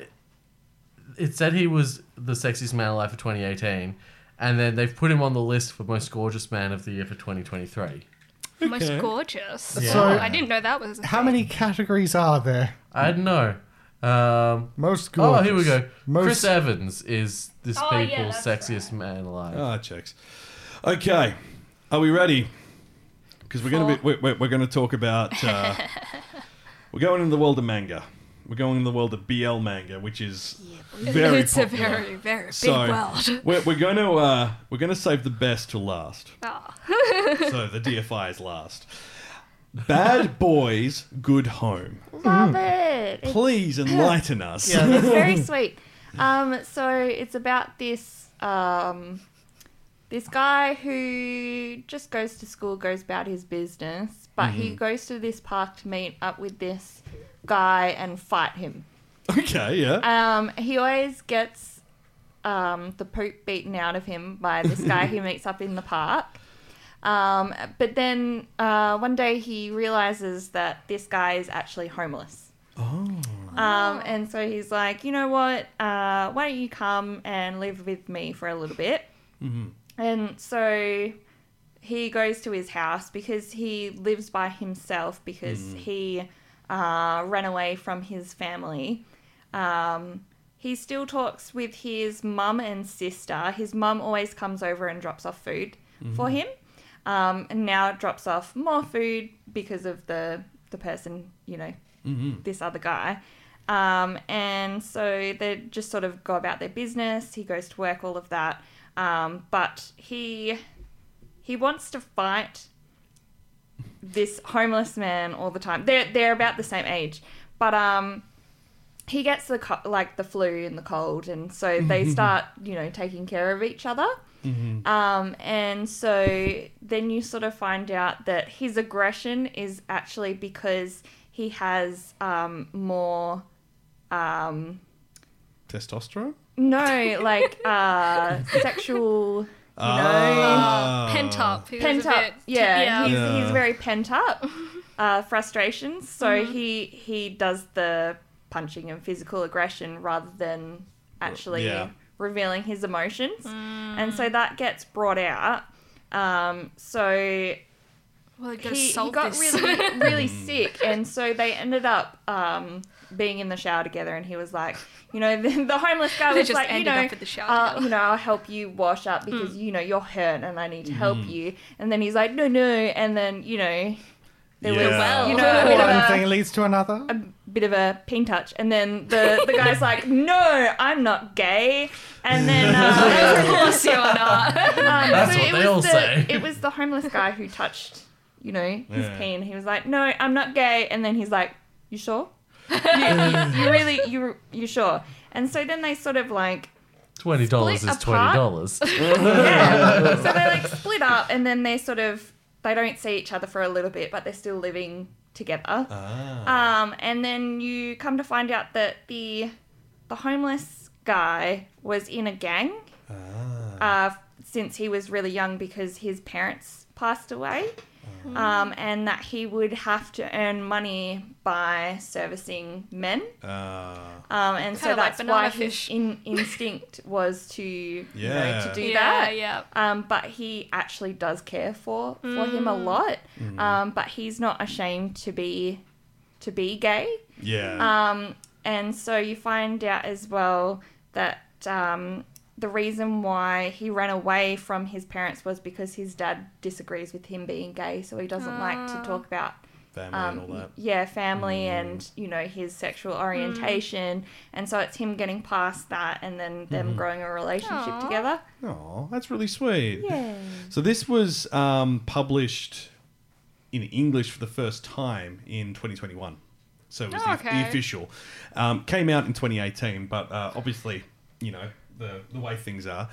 [SPEAKER 4] it said he was the sexiest man alive for 2018, and then they've put him on the list for most gorgeous man of the year for 2023.
[SPEAKER 2] Most gorgeous.
[SPEAKER 4] Yeah.
[SPEAKER 2] Wow,
[SPEAKER 4] So-
[SPEAKER 2] I didn't know that was a
[SPEAKER 5] How many categories are there?
[SPEAKER 4] I don't know. Um,
[SPEAKER 5] Most
[SPEAKER 4] Oh, here we
[SPEAKER 5] gorgeous.
[SPEAKER 4] go.
[SPEAKER 5] Most-
[SPEAKER 4] Chris uh, Evans is this
[SPEAKER 2] Oh, yeah,
[SPEAKER 4] people's
[SPEAKER 2] that's
[SPEAKER 4] sexiest man alive.
[SPEAKER 3] Ah, checks. Okay, are we ready? Because we're gonna be we're, we're, we're gonna talk about uh, we're going into the world of manga. We're going in the world of BL manga, which is
[SPEAKER 2] boy.
[SPEAKER 3] very
[SPEAKER 2] It's a
[SPEAKER 3] popular.
[SPEAKER 2] very, very big
[SPEAKER 3] So,
[SPEAKER 2] world.
[SPEAKER 3] We're, we're gonna uh, we're gonna save the best to last.
[SPEAKER 2] Ah.
[SPEAKER 3] so the DFI is last. Bad boys, good home.
[SPEAKER 7] Love it.
[SPEAKER 3] Please enlighten us.
[SPEAKER 7] Yeah, it's very sweet. Um, so it's about this um, this guy who just goes to school, goes about his business, but he
[SPEAKER 12] Mhm.
[SPEAKER 7] goes to this park to meet up with this guy and fight him.
[SPEAKER 3] Okay,
[SPEAKER 2] Uh,
[SPEAKER 3] yeah.
[SPEAKER 7] Um, he always gets um, the poop beaten out of him by this guy he meets up in the park. Um, but then uh, one day he realizes that this guy is actually homeless.
[SPEAKER 3] Oh,
[SPEAKER 7] Um, and so he's like, you know what? Uh, why don't you come and live with me for a little bit? And so he goes to his house because he lives by himself because
[SPEAKER 12] Mm.
[SPEAKER 7] he uh, ran away from his family. Um, he still talks with his mum and sister. His mum always comes over and drops off food for
[SPEAKER 12] Mhm.
[SPEAKER 7] him. Um, and now drops off more food because of the the person, you know,
[SPEAKER 12] Mhm.
[SPEAKER 7] this other guy. Um, and so they just sort of go about their business. He goes to work, all of that. Um, but he he wants to fight this homeless man all the time. They're they're about the same age, but um, he gets the co- like the flu and the cold, and so they start you know taking care of each other.
[SPEAKER 12] Mhm.
[SPEAKER 7] Um, and so then you sort of find out that his aggression is actually because he has um, more um,
[SPEAKER 3] Testosterone?
[SPEAKER 7] no, like uh, sexual. You know,
[SPEAKER 3] Ah.
[SPEAKER 4] Uh,
[SPEAKER 2] Pent up. He was a
[SPEAKER 7] pent up.
[SPEAKER 2] bit-
[SPEAKER 7] yeah,
[SPEAKER 2] yeah.
[SPEAKER 7] He's,
[SPEAKER 3] Yeah.
[SPEAKER 7] he's very pent up. Uh, frustrations. So
[SPEAKER 2] Mm-hmm.
[SPEAKER 7] he he does the punching and physical aggression rather than actually
[SPEAKER 12] yeah.
[SPEAKER 7] revealing his emotions,
[SPEAKER 2] Mm.
[SPEAKER 7] and so that gets brought out. Um, so
[SPEAKER 2] Well, I gotta
[SPEAKER 7] he, he
[SPEAKER 2] solve
[SPEAKER 7] got
[SPEAKER 2] this.
[SPEAKER 7] really really sick, and so they ended up um, being in the shower together. And he was like, you know, the, the homeless guy
[SPEAKER 2] They
[SPEAKER 7] was
[SPEAKER 2] just
[SPEAKER 7] like, you
[SPEAKER 2] ended
[SPEAKER 7] know,
[SPEAKER 2] up at the shower
[SPEAKER 7] uh,
[SPEAKER 2] together. Hmm.
[SPEAKER 7] you know, I'll help you wash up because you know you're hurt, and I need to help
[SPEAKER 2] Mhm.
[SPEAKER 7] you. And then he's like, no, no, and then you know, there was
[SPEAKER 5] Yeah.
[SPEAKER 2] Well.
[SPEAKER 7] you know a bit of
[SPEAKER 5] One
[SPEAKER 7] a-
[SPEAKER 5] thing leads to another.
[SPEAKER 7] bit of a peen touch, and then the, the guy's like, "No, I'm not gay," and then uh,
[SPEAKER 2] Of course you're not.
[SPEAKER 4] That's what
[SPEAKER 7] Um, it
[SPEAKER 4] they
[SPEAKER 7] was
[SPEAKER 4] all
[SPEAKER 7] the,
[SPEAKER 4] say.
[SPEAKER 7] It was the homeless guy who touched, you know, his
[SPEAKER 4] Yeah.
[SPEAKER 7] peen. He was like, "No, I'm not gay," and then he's like, "You sure? you, you, you really you you sure?" And so then they sort of like
[SPEAKER 4] Twenty dollars is
[SPEAKER 7] Split
[SPEAKER 4] twenty
[SPEAKER 7] apart?
[SPEAKER 4] dollars.
[SPEAKER 7] yeah. So they like split up, and then they sort of they don't see each other for a little bit, but they're still living together.
[SPEAKER 4] Uh.
[SPEAKER 12] Ah.
[SPEAKER 7] Um, and then you come to find out that the the homeless guy was in a gang
[SPEAKER 3] Ah.
[SPEAKER 7] uh, since he was really young because his parents passed away.
[SPEAKER 2] Mm.
[SPEAKER 7] Um, and that he would have to earn money by servicing men.
[SPEAKER 3] Ah.
[SPEAKER 2] uh,
[SPEAKER 7] Um, and so
[SPEAKER 2] Kinda like
[SPEAKER 7] that's why
[SPEAKER 2] banana
[SPEAKER 7] his in- instinct was to, you know,
[SPEAKER 2] Yeah.
[SPEAKER 7] to do
[SPEAKER 2] Yeah,
[SPEAKER 7] that.
[SPEAKER 2] yeah.
[SPEAKER 7] Um, but he actually does care for for him a
[SPEAKER 2] Mm.
[SPEAKER 7] lot.
[SPEAKER 2] Mm.
[SPEAKER 7] Um, but he's not ashamed to be to be gay.
[SPEAKER 2] uh,
[SPEAKER 12] Yeah.
[SPEAKER 7] Um, and so you find out as well that um, the reason why he ran away from his parents was because his dad disagrees with him being gay, so he doesn't like to talk about
[SPEAKER 12] Family and all
[SPEAKER 2] um,
[SPEAKER 12] that.
[SPEAKER 7] Yeah, family and you know his sexual orientation, and so it's him getting past that and then them
[SPEAKER 3] Mhm.
[SPEAKER 7] growing a relationship
[SPEAKER 2] Aw.
[SPEAKER 7] together.
[SPEAKER 3] Oh, that's really sweet.
[SPEAKER 7] Yeah.
[SPEAKER 3] So this was um, published in English for the first time in 2021. So it was
[SPEAKER 2] Oh,
[SPEAKER 3] the- the,
[SPEAKER 2] okay.
[SPEAKER 3] official. Um, came out in 2018, but uh, obviously, you know, the, the way things are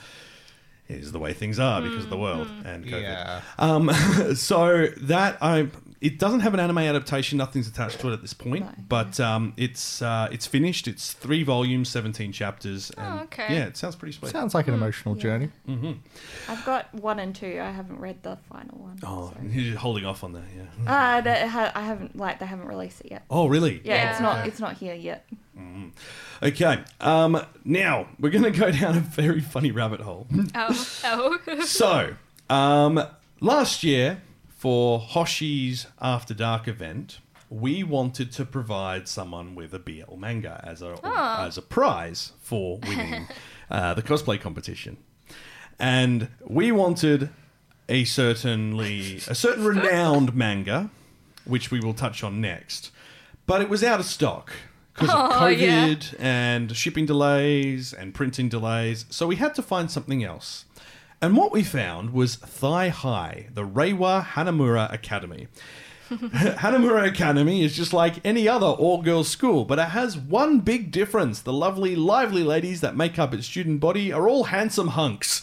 [SPEAKER 3] is the way things are because of the world and COVID. Um, so that I it doesn't have an anime adaptation. Nothing's attached to it at this point, but um, it's uh, it's finished. It's three volumes, 17 chapters. And,
[SPEAKER 7] okay.
[SPEAKER 3] Yeah, it sounds pretty sweet.
[SPEAKER 5] Sounds like an emotional journey.
[SPEAKER 3] hmm
[SPEAKER 7] I've got one and two. I haven't read the final one.
[SPEAKER 3] Oh, he's holding off on that, yeah.
[SPEAKER 7] Uh, they ha- I haven't like they haven't released it yet.
[SPEAKER 3] Oh, really?
[SPEAKER 7] Yeah, it's not
[SPEAKER 3] Okay.
[SPEAKER 7] it's not here yet.
[SPEAKER 3] Mm. Okay. Um, now we're going to go down a very funny rabbit hole.
[SPEAKER 2] Oh, oh.
[SPEAKER 3] so, um, last year for Hoshi's After Dark event, we wanted to provide someone with a BL manga as a
[SPEAKER 2] Oh.
[SPEAKER 3] as a prize for winning uh, the cosplay competition, and we wanted a certainly a certain renowned manga, which we will touch on next, but it was out of stock because of
[SPEAKER 2] Oh,
[SPEAKER 3] COVID
[SPEAKER 2] yeah.
[SPEAKER 3] and shipping delays and printing delays, so we had to find something else. And what we found was Thigh High, the Reiwa Hanamura Academy. Hanamura Academy is just like any other all girls school, but it has one big difference. The lovely, lively ladies that make up its student body are all handsome hunks.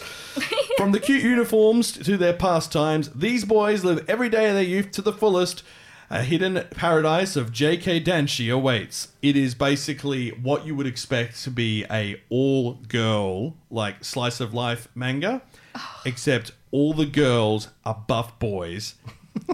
[SPEAKER 3] From the cute uniforms to their pastimes, these boys live every day of their youth to the fullest. A hidden paradise of J.K. Danshi awaits. It is basically what you would expect to be a all-girl like slice of life manga, except all the girls are buff boys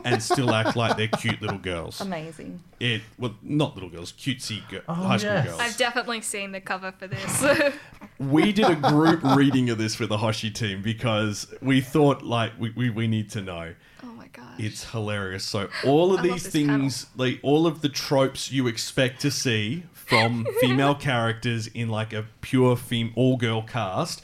[SPEAKER 3] and still act like they're cute little girls.
[SPEAKER 7] Amazing.
[SPEAKER 3] It well, not little girls, cutesy girl,
[SPEAKER 2] Oh,
[SPEAKER 3] high school girls.
[SPEAKER 2] I've definitely seen the cover for this.
[SPEAKER 7] Oh
[SPEAKER 3] we did a group reading of this with the Hoshi team because we thought like we, we, we need to know.
[SPEAKER 2] oh my god.
[SPEAKER 3] It's hilarious. So all of
[SPEAKER 2] I love
[SPEAKER 3] these
[SPEAKER 2] this
[SPEAKER 3] things, like all of the tropes you expect to see from female characters in like a pure fem- all girl cast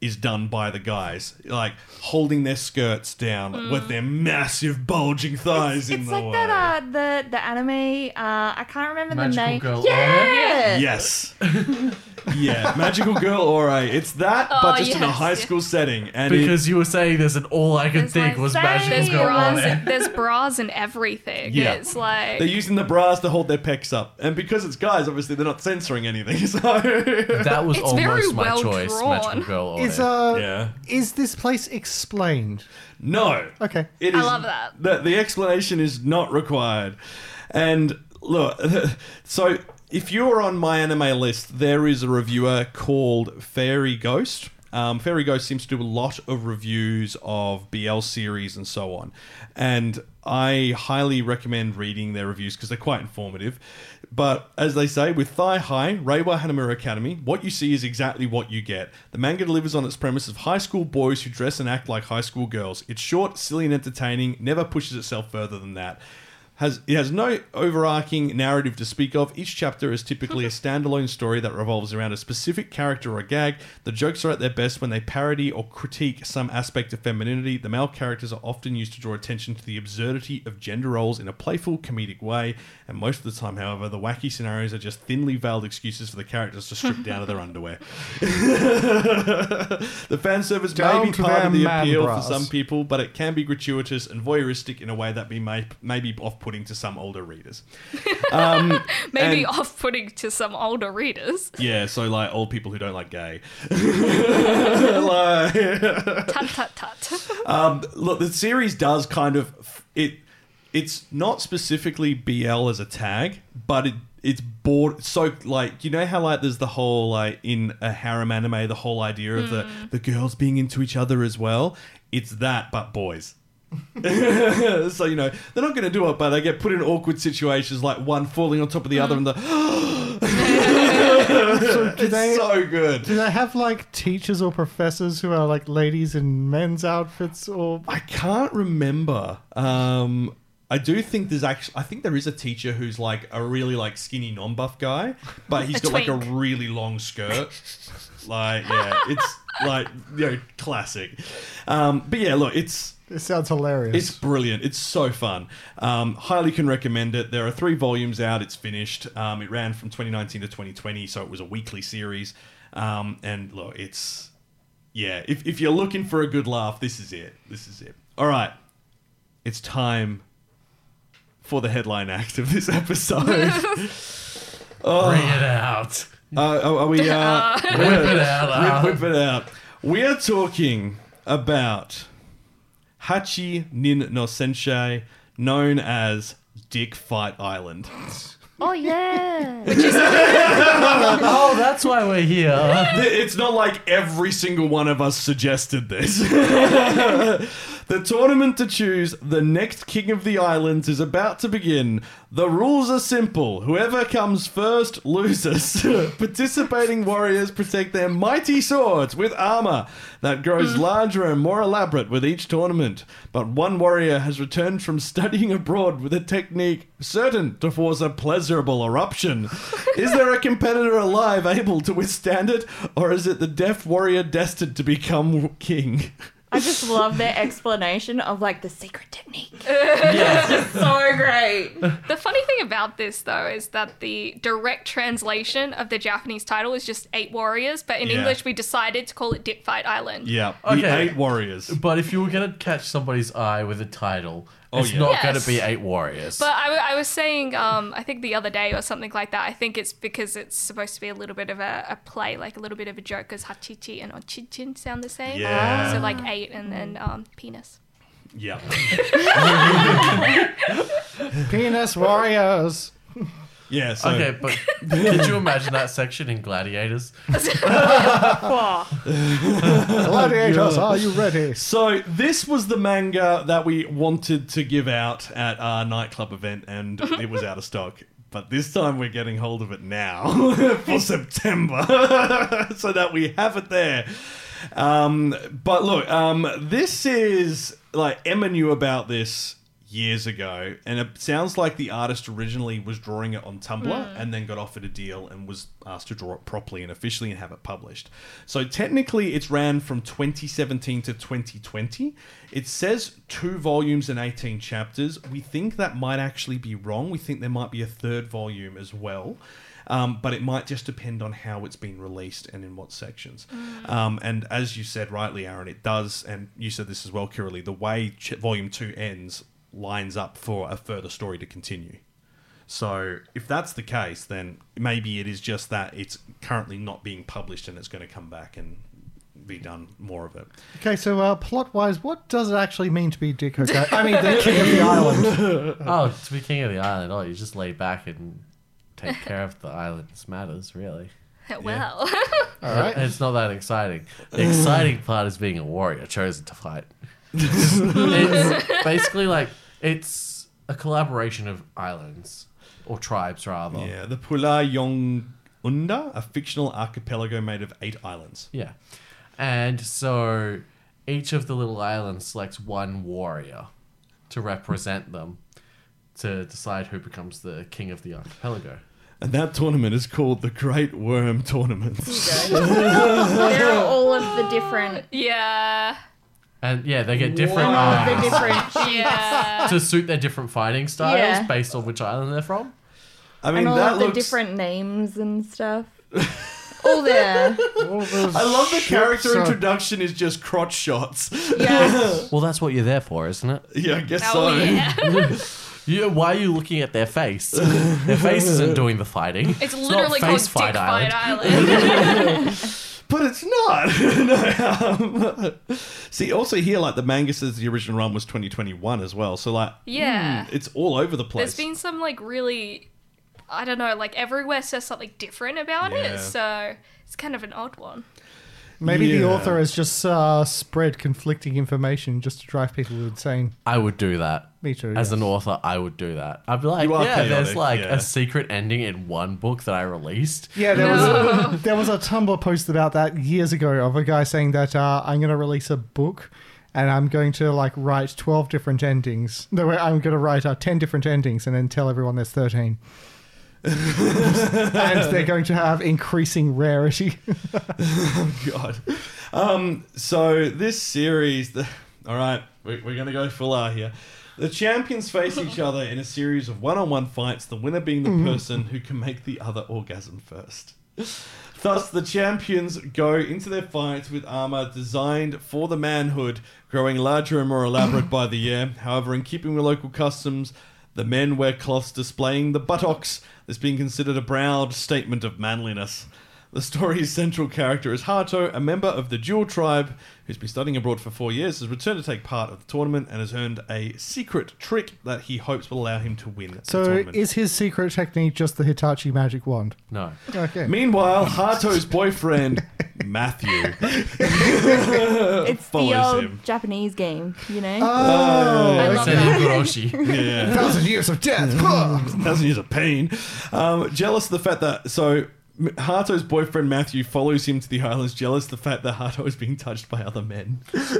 [SPEAKER 3] is done by the guys, like holding their skirts down with their massive bulging thighs in
[SPEAKER 7] Mm. It's
[SPEAKER 3] the
[SPEAKER 7] like
[SPEAKER 3] way.
[SPEAKER 7] that uh the the anime uh I can't remember
[SPEAKER 3] Magical
[SPEAKER 7] the name.
[SPEAKER 3] Girl
[SPEAKER 7] yeah.
[SPEAKER 3] Yes. yeah, magical girl aura. It's that, but
[SPEAKER 7] Oh,
[SPEAKER 3] just in a
[SPEAKER 7] yes,
[SPEAKER 3] high school setting. And
[SPEAKER 4] Because you were saying there's an all I could think was magical
[SPEAKER 2] there's
[SPEAKER 4] girl on
[SPEAKER 2] bras,
[SPEAKER 4] it.
[SPEAKER 2] there's bras and everything.
[SPEAKER 3] Yeah.
[SPEAKER 2] It's like
[SPEAKER 3] They're using the bras to hold their pecs up, and because it's guys, obviously they're not censoring anything. So that
[SPEAKER 4] was It's very almost my well
[SPEAKER 5] choice,
[SPEAKER 4] Magical Girl aura.
[SPEAKER 5] Is uh,
[SPEAKER 3] yeah.
[SPEAKER 5] is this place explained?
[SPEAKER 3] No.
[SPEAKER 5] Okay.
[SPEAKER 3] It
[SPEAKER 5] I
[SPEAKER 3] is,
[SPEAKER 5] love
[SPEAKER 2] that.
[SPEAKER 3] The, the explanation is not required. And look, so If you're on my anime list, there is a reviewer called Fairy Ghost. Um, Fairy Ghost seems to do a lot of reviews of BL series and so on. And I highly recommend reading their reviews because they're quite informative. But as they say, with Thigh High, Reiwa Hanamura Academy, what you see is exactly what you get. The manga delivers on its premise of high school boys who dress and act like high school girls. It's short, silly, and entertaining, never pushes itself further than that has it has no overarching narrative to speak of. Each chapter is typically a standalone story that revolves around a specific character or gag. The jokes are at their best when they parody or critique some aspect of femininity. The male characters are often used to draw attention to the absurdity of gender roles in a playful, comedic way, and most of the time, however, the wacky scenarios are just thinly veiled excuses for the characters to strip down to their underwear. the fan service may
[SPEAKER 5] Down
[SPEAKER 3] be
[SPEAKER 5] to
[SPEAKER 3] part
[SPEAKER 5] their
[SPEAKER 3] of the
[SPEAKER 5] man
[SPEAKER 3] appeal
[SPEAKER 5] bras.
[SPEAKER 3] for some people, but it can be gratuitous and voyeuristic in a way that be may, may be off putting to some older readers. Um,
[SPEAKER 2] Maybe
[SPEAKER 3] and-
[SPEAKER 2] off putting to some older readers.
[SPEAKER 3] Yeah, so like old people who don't like gay. Like-
[SPEAKER 2] Tut tut tut.
[SPEAKER 3] um, look, the series does kind of it. It's not specifically BL as a tag, but it it's bored. So like you know how like there's the whole like in a harem anime the whole idea of the the girls being into each other as well. It's that, but boys. so you know they're not going to do it, but they get put in awkward situations like one falling on top of the other and the. it's so good.
[SPEAKER 5] Do they have like teachers or professors who are like ladies in men's outfits or
[SPEAKER 3] I can't remember. Um, I do think there's actually. I think there is a teacher who's like a really like skinny non-buff guy, but he's
[SPEAKER 2] A
[SPEAKER 3] got like a
[SPEAKER 2] twink.
[SPEAKER 3] really long skirt. like yeah, it's like you know classic. Um, but yeah, look, it's
[SPEAKER 5] It sounds hilarious.
[SPEAKER 3] it's brilliant. It's so fun. Um, highly can recommend it. There are three volumes out. It's finished. Um, it ran from 2019 to 2020, so it was a weekly series. Um, and look, it's yeah. If if you're looking for a good laugh, this is it. This is it. All right, it's time for the headline act of this episode. Oh.
[SPEAKER 4] Bring it out.
[SPEAKER 3] Uh, are, are we? Uh,
[SPEAKER 4] Uh. Whip it out,
[SPEAKER 3] Whip, whip it out. We are talking about Hachi Nin no Sensei, known as Dick Fight Island.
[SPEAKER 7] Oh yeah.
[SPEAKER 4] oh, that's why we're here.
[SPEAKER 3] it's not like every single one of us suggested this. the tournament to choose the next king of the islands is about to begin. The rules are simple. Whoever comes first loses. Participating warriors protect their mighty swords with armor that
[SPEAKER 4] Mm.
[SPEAKER 3] grows larger and more elaborate with each tournament. But one warrior has returned from studying abroad with a technique certain to force a pleasurable eruption. Is there a competitor alive able to withstand it, or is it the deaf warrior destined to become king?
[SPEAKER 7] I just love their explanation of like the secret technique.
[SPEAKER 2] Yes.
[SPEAKER 7] It's just so great.
[SPEAKER 2] The funny thing about this, though, is that the direct translation of the Japanese title is just Eight Warriors, but in
[SPEAKER 4] Yeah.
[SPEAKER 2] English we decided to call it Dick Fight Island.
[SPEAKER 3] Yeah,
[SPEAKER 4] okay.
[SPEAKER 3] the Eight Warriors.
[SPEAKER 4] But if you were going to catch somebody's eye with a title,
[SPEAKER 3] Oh,
[SPEAKER 4] it's
[SPEAKER 3] yeah.
[SPEAKER 4] not
[SPEAKER 2] Yes.
[SPEAKER 4] going to be Eight Warriors.
[SPEAKER 2] But I, I was saying, um, I think the other day or something like that, I think it's because it's supposed to be a little bit of a, a play, like a little bit of a joke, because Hachichi and Ochichin sound the same.
[SPEAKER 3] Yeah.
[SPEAKER 2] So like eight and then um, penis.
[SPEAKER 3] Yeah.
[SPEAKER 5] penis warriors?
[SPEAKER 3] Yeah, so-
[SPEAKER 4] Okay, but could you imagine that section in Gladiators?
[SPEAKER 5] Gladiators, are you ready?
[SPEAKER 3] So this was the manga that we wanted to give out at our nightclub event, and it was out of stock. But this time we're getting hold of it now for September, so that we have it there. Um, but look, um, this is like Emma knew about this years ago, and it sounds like the artist originally was drawing it on Tumblr
[SPEAKER 4] Mm.
[SPEAKER 3] and then got offered a deal and was asked to draw it properly and officially and have it published. So technically, it's ran from 2017 to 2020. It says two volumes and 18 chapters. We think that might actually be wrong. We think there might be a third volume as well. Um, but it might just depend on how it's been released and in what sections.
[SPEAKER 4] Mm.
[SPEAKER 3] Um, and as you said rightly, Aaron, it does, and you said this as well, Kiralee, the way ch- Volume 2 ends lines up for a further story to continue. So if that's the case, then maybe it is just that it's currently not being published and it's going to come back and be done more of it.
[SPEAKER 5] Okay, so uh, plot-wise, what does it actually mean to be Dick? Hogarth? I mean, the king of the island.
[SPEAKER 4] oh, to be king of the island. Oh, you just lay back and take care of the island's matters, really.
[SPEAKER 2] Well.
[SPEAKER 4] All right. It's not that exciting. The exciting part is being a warrior chosen to fight. it's basically like it's a collaboration of islands or tribes rather.
[SPEAKER 3] Yeah, the Pula Yong Unda, a fictional archipelago made of eight islands.
[SPEAKER 4] Yeah. And so each of the little islands selects one warrior to represent them to decide who becomes the king of the archipelago.
[SPEAKER 3] And that tournament is called the Great Worm Tournament.
[SPEAKER 7] there are all of the different.
[SPEAKER 2] Yeah.
[SPEAKER 4] And yeah, they get different um,
[SPEAKER 7] All of the
[SPEAKER 4] arms
[SPEAKER 7] different.
[SPEAKER 2] yeah.
[SPEAKER 4] to suit their different fighting styles
[SPEAKER 7] Yeah.
[SPEAKER 4] based on which island they're from.
[SPEAKER 3] I
[SPEAKER 7] and all of the different names and stuff. all there.
[SPEAKER 3] I love the character
[SPEAKER 4] are-
[SPEAKER 3] introduction is just crotch shots.
[SPEAKER 4] well, that's what you're there for, isn't it?
[SPEAKER 3] Yeah, I guess Oh, so. yeah.
[SPEAKER 4] You- why are you looking at their face? Their face isn't doing the fighting.
[SPEAKER 2] It's literally called Dick Fight Island.
[SPEAKER 3] but it's not. No, um, see, also here, like the manga says the original run was 2021 as well. So, like,
[SPEAKER 2] Yeah.
[SPEAKER 3] mm, it's all over the place.
[SPEAKER 2] There's been some like really, I don't know, like everywhere says something different about
[SPEAKER 3] Yeah.
[SPEAKER 2] it, so it's kind of an odd one.
[SPEAKER 5] Maybe the
[SPEAKER 4] Yeah.
[SPEAKER 5] author has just uh, spread conflicting information just to drive people insane.
[SPEAKER 4] I would do that.
[SPEAKER 5] Me too.
[SPEAKER 4] As an author, I would do that. I'd be like,
[SPEAKER 5] You are
[SPEAKER 4] yeah, there's
[SPEAKER 5] chaotic,
[SPEAKER 4] like
[SPEAKER 5] yeah.
[SPEAKER 4] a secret ending in one book that I released.
[SPEAKER 5] Yeah, there was there was a Tumblr post about that years ago of a guy saying that uh, I'm going to release a book and I'm going to like write twelve different endings. No, wait, I'm going to write uh, ten different endings and then tell everyone there's thirteen. and they're going to have increasing rarity.
[SPEAKER 3] Oh, God. Um, so this series, the, all right, we, we're going to go full R here. The champions face each other in a series of one-on-one fights. The winner being the
[SPEAKER 1] Mhm.
[SPEAKER 3] person who can make the other orgasm first. Thus, the champions go into their fights with armor designed for the manhood, growing larger and more elaborate by the year. However, in keeping with local customs, the men wear cloths displaying the buttocks, this being considered a proud statement of manliness. The story's central character is Hato, a member of the Jewel tribe who's been studying abroad for four years, has returned to take part of the tournament and has earned a secret trick that he hopes will allow him to win the
[SPEAKER 5] so
[SPEAKER 3] tournament.
[SPEAKER 5] is his secret technique just the Hitachi magic wand?
[SPEAKER 4] No.
[SPEAKER 5] Okay.
[SPEAKER 3] Meanwhile, Hato's boyfriend, Matthew,
[SPEAKER 7] it's the
[SPEAKER 3] follows
[SPEAKER 7] old
[SPEAKER 3] him.
[SPEAKER 7] Japanese game, you know.
[SPEAKER 3] Uh,
[SPEAKER 5] Oh,
[SPEAKER 3] I
[SPEAKER 7] love that.
[SPEAKER 3] Oh, Yeah.
[SPEAKER 5] Thousand years of death.
[SPEAKER 3] Thousand years of pain. Um, jealous of the fact that so M- Hato's boyfriend Matthew follows him to the islands. Jealous of the fact that Hato is being touched by other men.
[SPEAKER 4] Okay,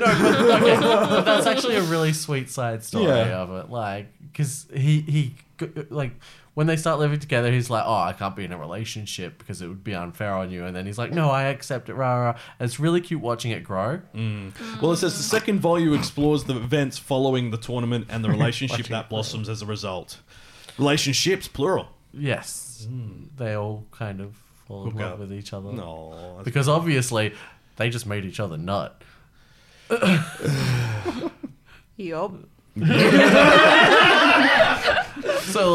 [SPEAKER 4] but that's actually a really sweet side story
[SPEAKER 3] Yeah.
[SPEAKER 4] of it. Like, because he he g- like when they start living together, he's like, "Oh, I can't be in a relationship because it would be unfair on you." And then he's like, "No, I accept it." Rah rah. And it's really cute watching it grow.
[SPEAKER 3] Mm. Well, it says the second volume explores the events following the tournament and the relationship
[SPEAKER 4] Watching
[SPEAKER 3] that blossoms as a result. Relationships, plural.
[SPEAKER 4] Yes, they all kind of fall
[SPEAKER 3] Mm.
[SPEAKER 4] in
[SPEAKER 3] Hook
[SPEAKER 4] love
[SPEAKER 3] up.
[SPEAKER 4] with each other.
[SPEAKER 3] No, that's-
[SPEAKER 4] because obviously they just made each other nut.
[SPEAKER 7] Yup.
[SPEAKER 4] so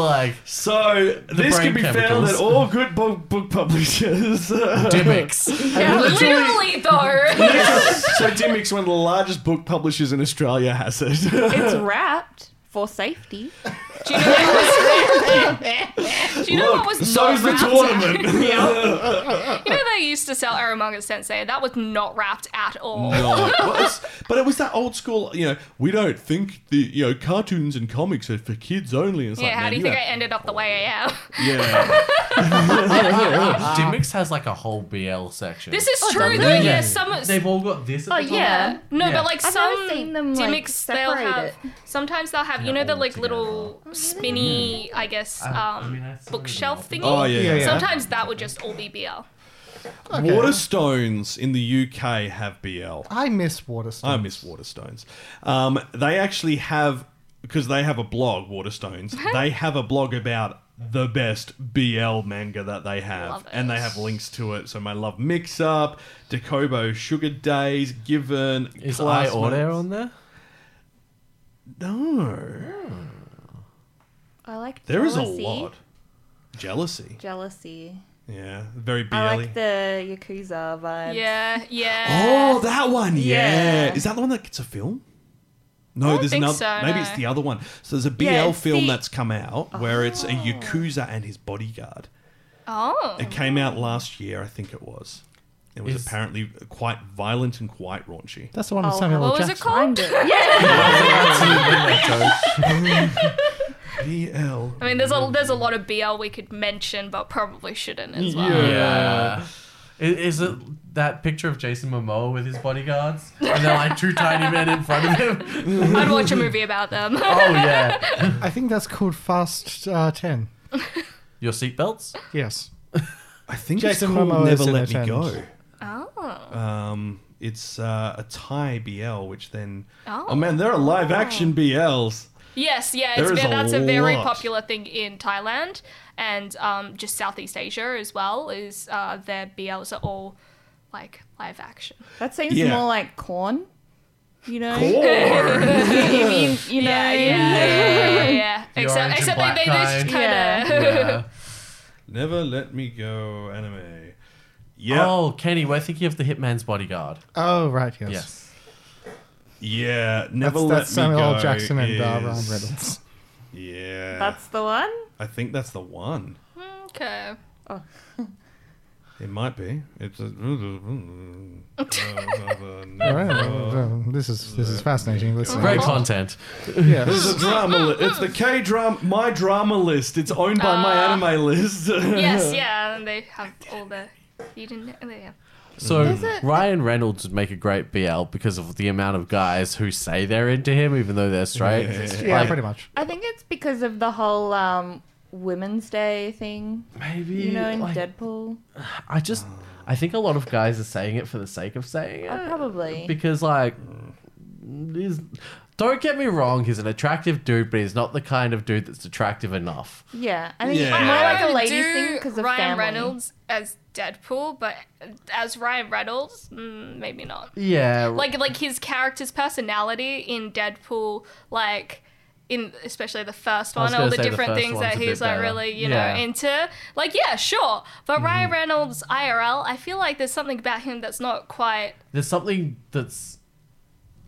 [SPEAKER 4] like,
[SPEAKER 3] so this
[SPEAKER 4] brain
[SPEAKER 3] can be found
[SPEAKER 4] chemicals.
[SPEAKER 3] at all good book, book publishers.
[SPEAKER 4] Dimmicks.
[SPEAKER 2] Yeah, literally, though.
[SPEAKER 3] so Dimmicks, one of the largest book publishers in Australia, has it.
[SPEAKER 7] it's wrapped for safety.
[SPEAKER 2] Do you know
[SPEAKER 3] Look,
[SPEAKER 2] what was
[SPEAKER 3] so
[SPEAKER 2] not
[SPEAKER 3] is the
[SPEAKER 2] wrapped?
[SPEAKER 3] tournament.
[SPEAKER 2] Yeah. you know they used to sell Aramaga Sensei. That was not wrapped at all.
[SPEAKER 3] No, it was- but it was that old school. You know, we don't think the you know cartoons and comics are for kids only. It's
[SPEAKER 2] yeah,
[SPEAKER 3] like,
[SPEAKER 2] how
[SPEAKER 3] man,
[SPEAKER 2] do you think I
[SPEAKER 3] have-
[SPEAKER 2] ended up the way I am?
[SPEAKER 3] Yeah,
[SPEAKER 4] Dimmicks has like a whole BL section.
[SPEAKER 2] This
[SPEAKER 3] Oh,
[SPEAKER 2] is true though. Yeah, some
[SPEAKER 4] they've all got this. At
[SPEAKER 2] Oh
[SPEAKER 4] the top.
[SPEAKER 2] yeah, no, but like
[SPEAKER 7] I've
[SPEAKER 2] some
[SPEAKER 7] never seen them, like,
[SPEAKER 2] gimmicks, they'll
[SPEAKER 7] separate
[SPEAKER 2] have.
[SPEAKER 7] it.
[SPEAKER 2] Sometimes they'll have you know the like little spinny, I guess, um,
[SPEAKER 3] I- I
[SPEAKER 2] bookshelf thingy.
[SPEAKER 3] Uh, Oh, yeah, yeah.
[SPEAKER 2] Sometimes that would just all be BL.
[SPEAKER 3] Waterstones in the UK have BL.
[SPEAKER 5] I miss Waterstone.
[SPEAKER 3] I miss Waterstones. Um, they actually have because they have a blog, Waterstones. they have a blog about the best BL manga that they have, and they have links to it. So my love mix up, Dekobo, Sugar Days, Given,
[SPEAKER 4] Is I
[SPEAKER 3] Classmates.
[SPEAKER 4] Order on there?
[SPEAKER 3] No,
[SPEAKER 7] I like
[SPEAKER 3] there is a
[SPEAKER 7] jealousy.
[SPEAKER 3] lot. Jealousy.
[SPEAKER 7] Jealousy.
[SPEAKER 3] Yeah, very BL.
[SPEAKER 7] I like the Yakuza vibe.
[SPEAKER 2] Yeah, yeah.
[SPEAKER 3] Oh, that one. Yeah. Is that the one that gets a film? No,
[SPEAKER 2] don't
[SPEAKER 3] there's
[SPEAKER 2] think
[SPEAKER 3] another.
[SPEAKER 2] so,
[SPEAKER 3] maybe
[SPEAKER 2] no.
[SPEAKER 3] it's the other one. So there's a BL
[SPEAKER 2] Yeah, it's
[SPEAKER 3] film
[SPEAKER 2] the-
[SPEAKER 3] that's come out where it's a yakuza and his bodyguard,
[SPEAKER 2] Oh.
[SPEAKER 3] It came out last year, I think it was. It was
[SPEAKER 5] Is-
[SPEAKER 3] apparently quite violent and quite raunchy.
[SPEAKER 5] That's the one with Samuel L. Jackson.
[SPEAKER 3] BL.
[SPEAKER 2] I mean, there's a there's a lot of BL we could mention, but probably shouldn't as well.
[SPEAKER 4] Yeah. I- Is it that picture of Jason Momoa with his bodyguards? And they're like two tiny men in front of him.
[SPEAKER 2] I'd watch a movie about them.
[SPEAKER 4] Oh, yeah.
[SPEAKER 5] I think that's called Fast uh, 10.
[SPEAKER 4] Your seatbelts?
[SPEAKER 5] Yes.
[SPEAKER 3] I think
[SPEAKER 5] Jason
[SPEAKER 3] it's called
[SPEAKER 5] Momoa
[SPEAKER 3] Never
[SPEAKER 5] is in
[SPEAKER 3] Let
[SPEAKER 5] it
[SPEAKER 3] Me
[SPEAKER 5] and-
[SPEAKER 3] Go.
[SPEAKER 2] Oh.
[SPEAKER 3] Um, it's uh, a Thai BL, which then.
[SPEAKER 2] Oh.
[SPEAKER 3] Oh, man, there are live action BLs.
[SPEAKER 2] Yes, yeah,
[SPEAKER 3] There
[SPEAKER 2] it's
[SPEAKER 3] is
[SPEAKER 2] ve-
[SPEAKER 3] a
[SPEAKER 2] that's a very
[SPEAKER 3] lot.
[SPEAKER 2] popular thing in Thailand and um, just Southeast Asia as well. Is uh, their BLs are all like live action.
[SPEAKER 7] That seems
[SPEAKER 2] Yeah.
[SPEAKER 7] more like corn. You know?
[SPEAKER 2] Corn.
[SPEAKER 7] I mean, you know.
[SPEAKER 2] Yeah, yeah, yeah, yeah, yeah.
[SPEAKER 3] The
[SPEAKER 2] except
[SPEAKER 3] orange
[SPEAKER 2] except
[SPEAKER 3] and
[SPEAKER 2] they, they
[SPEAKER 3] black
[SPEAKER 2] just
[SPEAKER 3] kind.
[SPEAKER 2] kind of
[SPEAKER 3] Yeah. Never Let Me Go anime. Yeah.
[SPEAKER 4] Oh, Kenny, we're thinking of the Hitman's bodyguard.
[SPEAKER 5] Oh, right, yes.
[SPEAKER 4] Yes.
[SPEAKER 3] Yeah, Never Let
[SPEAKER 5] that's
[SPEAKER 3] Me
[SPEAKER 5] Samuel
[SPEAKER 3] Go.
[SPEAKER 5] L. Jackson and, uh, Ryan
[SPEAKER 3] is-
[SPEAKER 5] Reynolds.
[SPEAKER 3] Yeah.
[SPEAKER 7] That's the one?
[SPEAKER 3] I think that's the one.
[SPEAKER 2] Okay.
[SPEAKER 7] Oh.
[SPEAKER 3] It might be. It's a. Uh,
[SPEAKER 5] All right, well, um, this is this is fascinating. This
[SPEAKER 3] Great
[SPEAKER 4] content.
[SPEAKER 5] Yes.
[SPEAKER 3] This is a drama. Li- it's the K drama, my drama list. It's owned by my anime list.
[SPEAKER 2] yes, yeah, and they have all the. You didn't. know- Yeah.
[SPEAKER 4] So
[SPEAKER 2] Is it-
[SPEAKER 4] Ryan Reynolds would make a great BL because of the amount of guys who say they're into him, even though they're straight.
[SPEAKER 5] Yeah, pretty much.
[SPEAKER 7] I think it's because of the whole um, Women's Day thing.
[SPEAKER 4] Maybe.
[SPEAKER 7] You know, in
[SPEAKER 4] like-
[SPEAKER 7] Deadpool.
[SPEAKER 4] I just, I think a lot of guys are saying it for the sake of saying it.
[SPEAKER 7] Oh, probably.
[SPEAKER 4] because like he's, don't get me wrong he's an attractive dude but he's not the kind of dude that's attractive enough
[SPEAKER 7] yeah, I think
[SPEAKER 4] Yeah.
[SPEAKER 7] it's more like a
[SPEAKER 2] I
[SPEAKER 7] lady
[SPEAKER 2] do
[SPEAKER 7] thing because of
[SPEAKER 2] Ryan
[SPEAKER 7] family.
[SPEAKER 2] Reynolds as Deadpool, but as Ryan Reynolds, mm, maybe not.
[SPEAKER 4] Yeah.
[SPEAKER 2] Like like his character's personality in Deadpool, like in especially the first
[SPEAKER 4] I was
[SPEAKER 2] one, all
[SPEAKER 4] gonna
[SPEAKER 2] the
[SPEAKER 4] say the
[SPEAKER 2] different
[SPEAKER 4] first
[SPEAKER 2] things
[SPEAKER 4] one's
[SPEAKER 2] that
[SPEAKER 4] a bit
[SPEAKER 2] he's like
[SPEAKER 4] better.
[SPEAKER 2] really you
[SPEAKER 4] Yeah. Mm-hmm.
[SPEAKER 2] know into. Like yeah, sure, but Ryan Reynolds IRL, I feel like there's something about him that's not quite.
[SPEAKER 4] there's something that's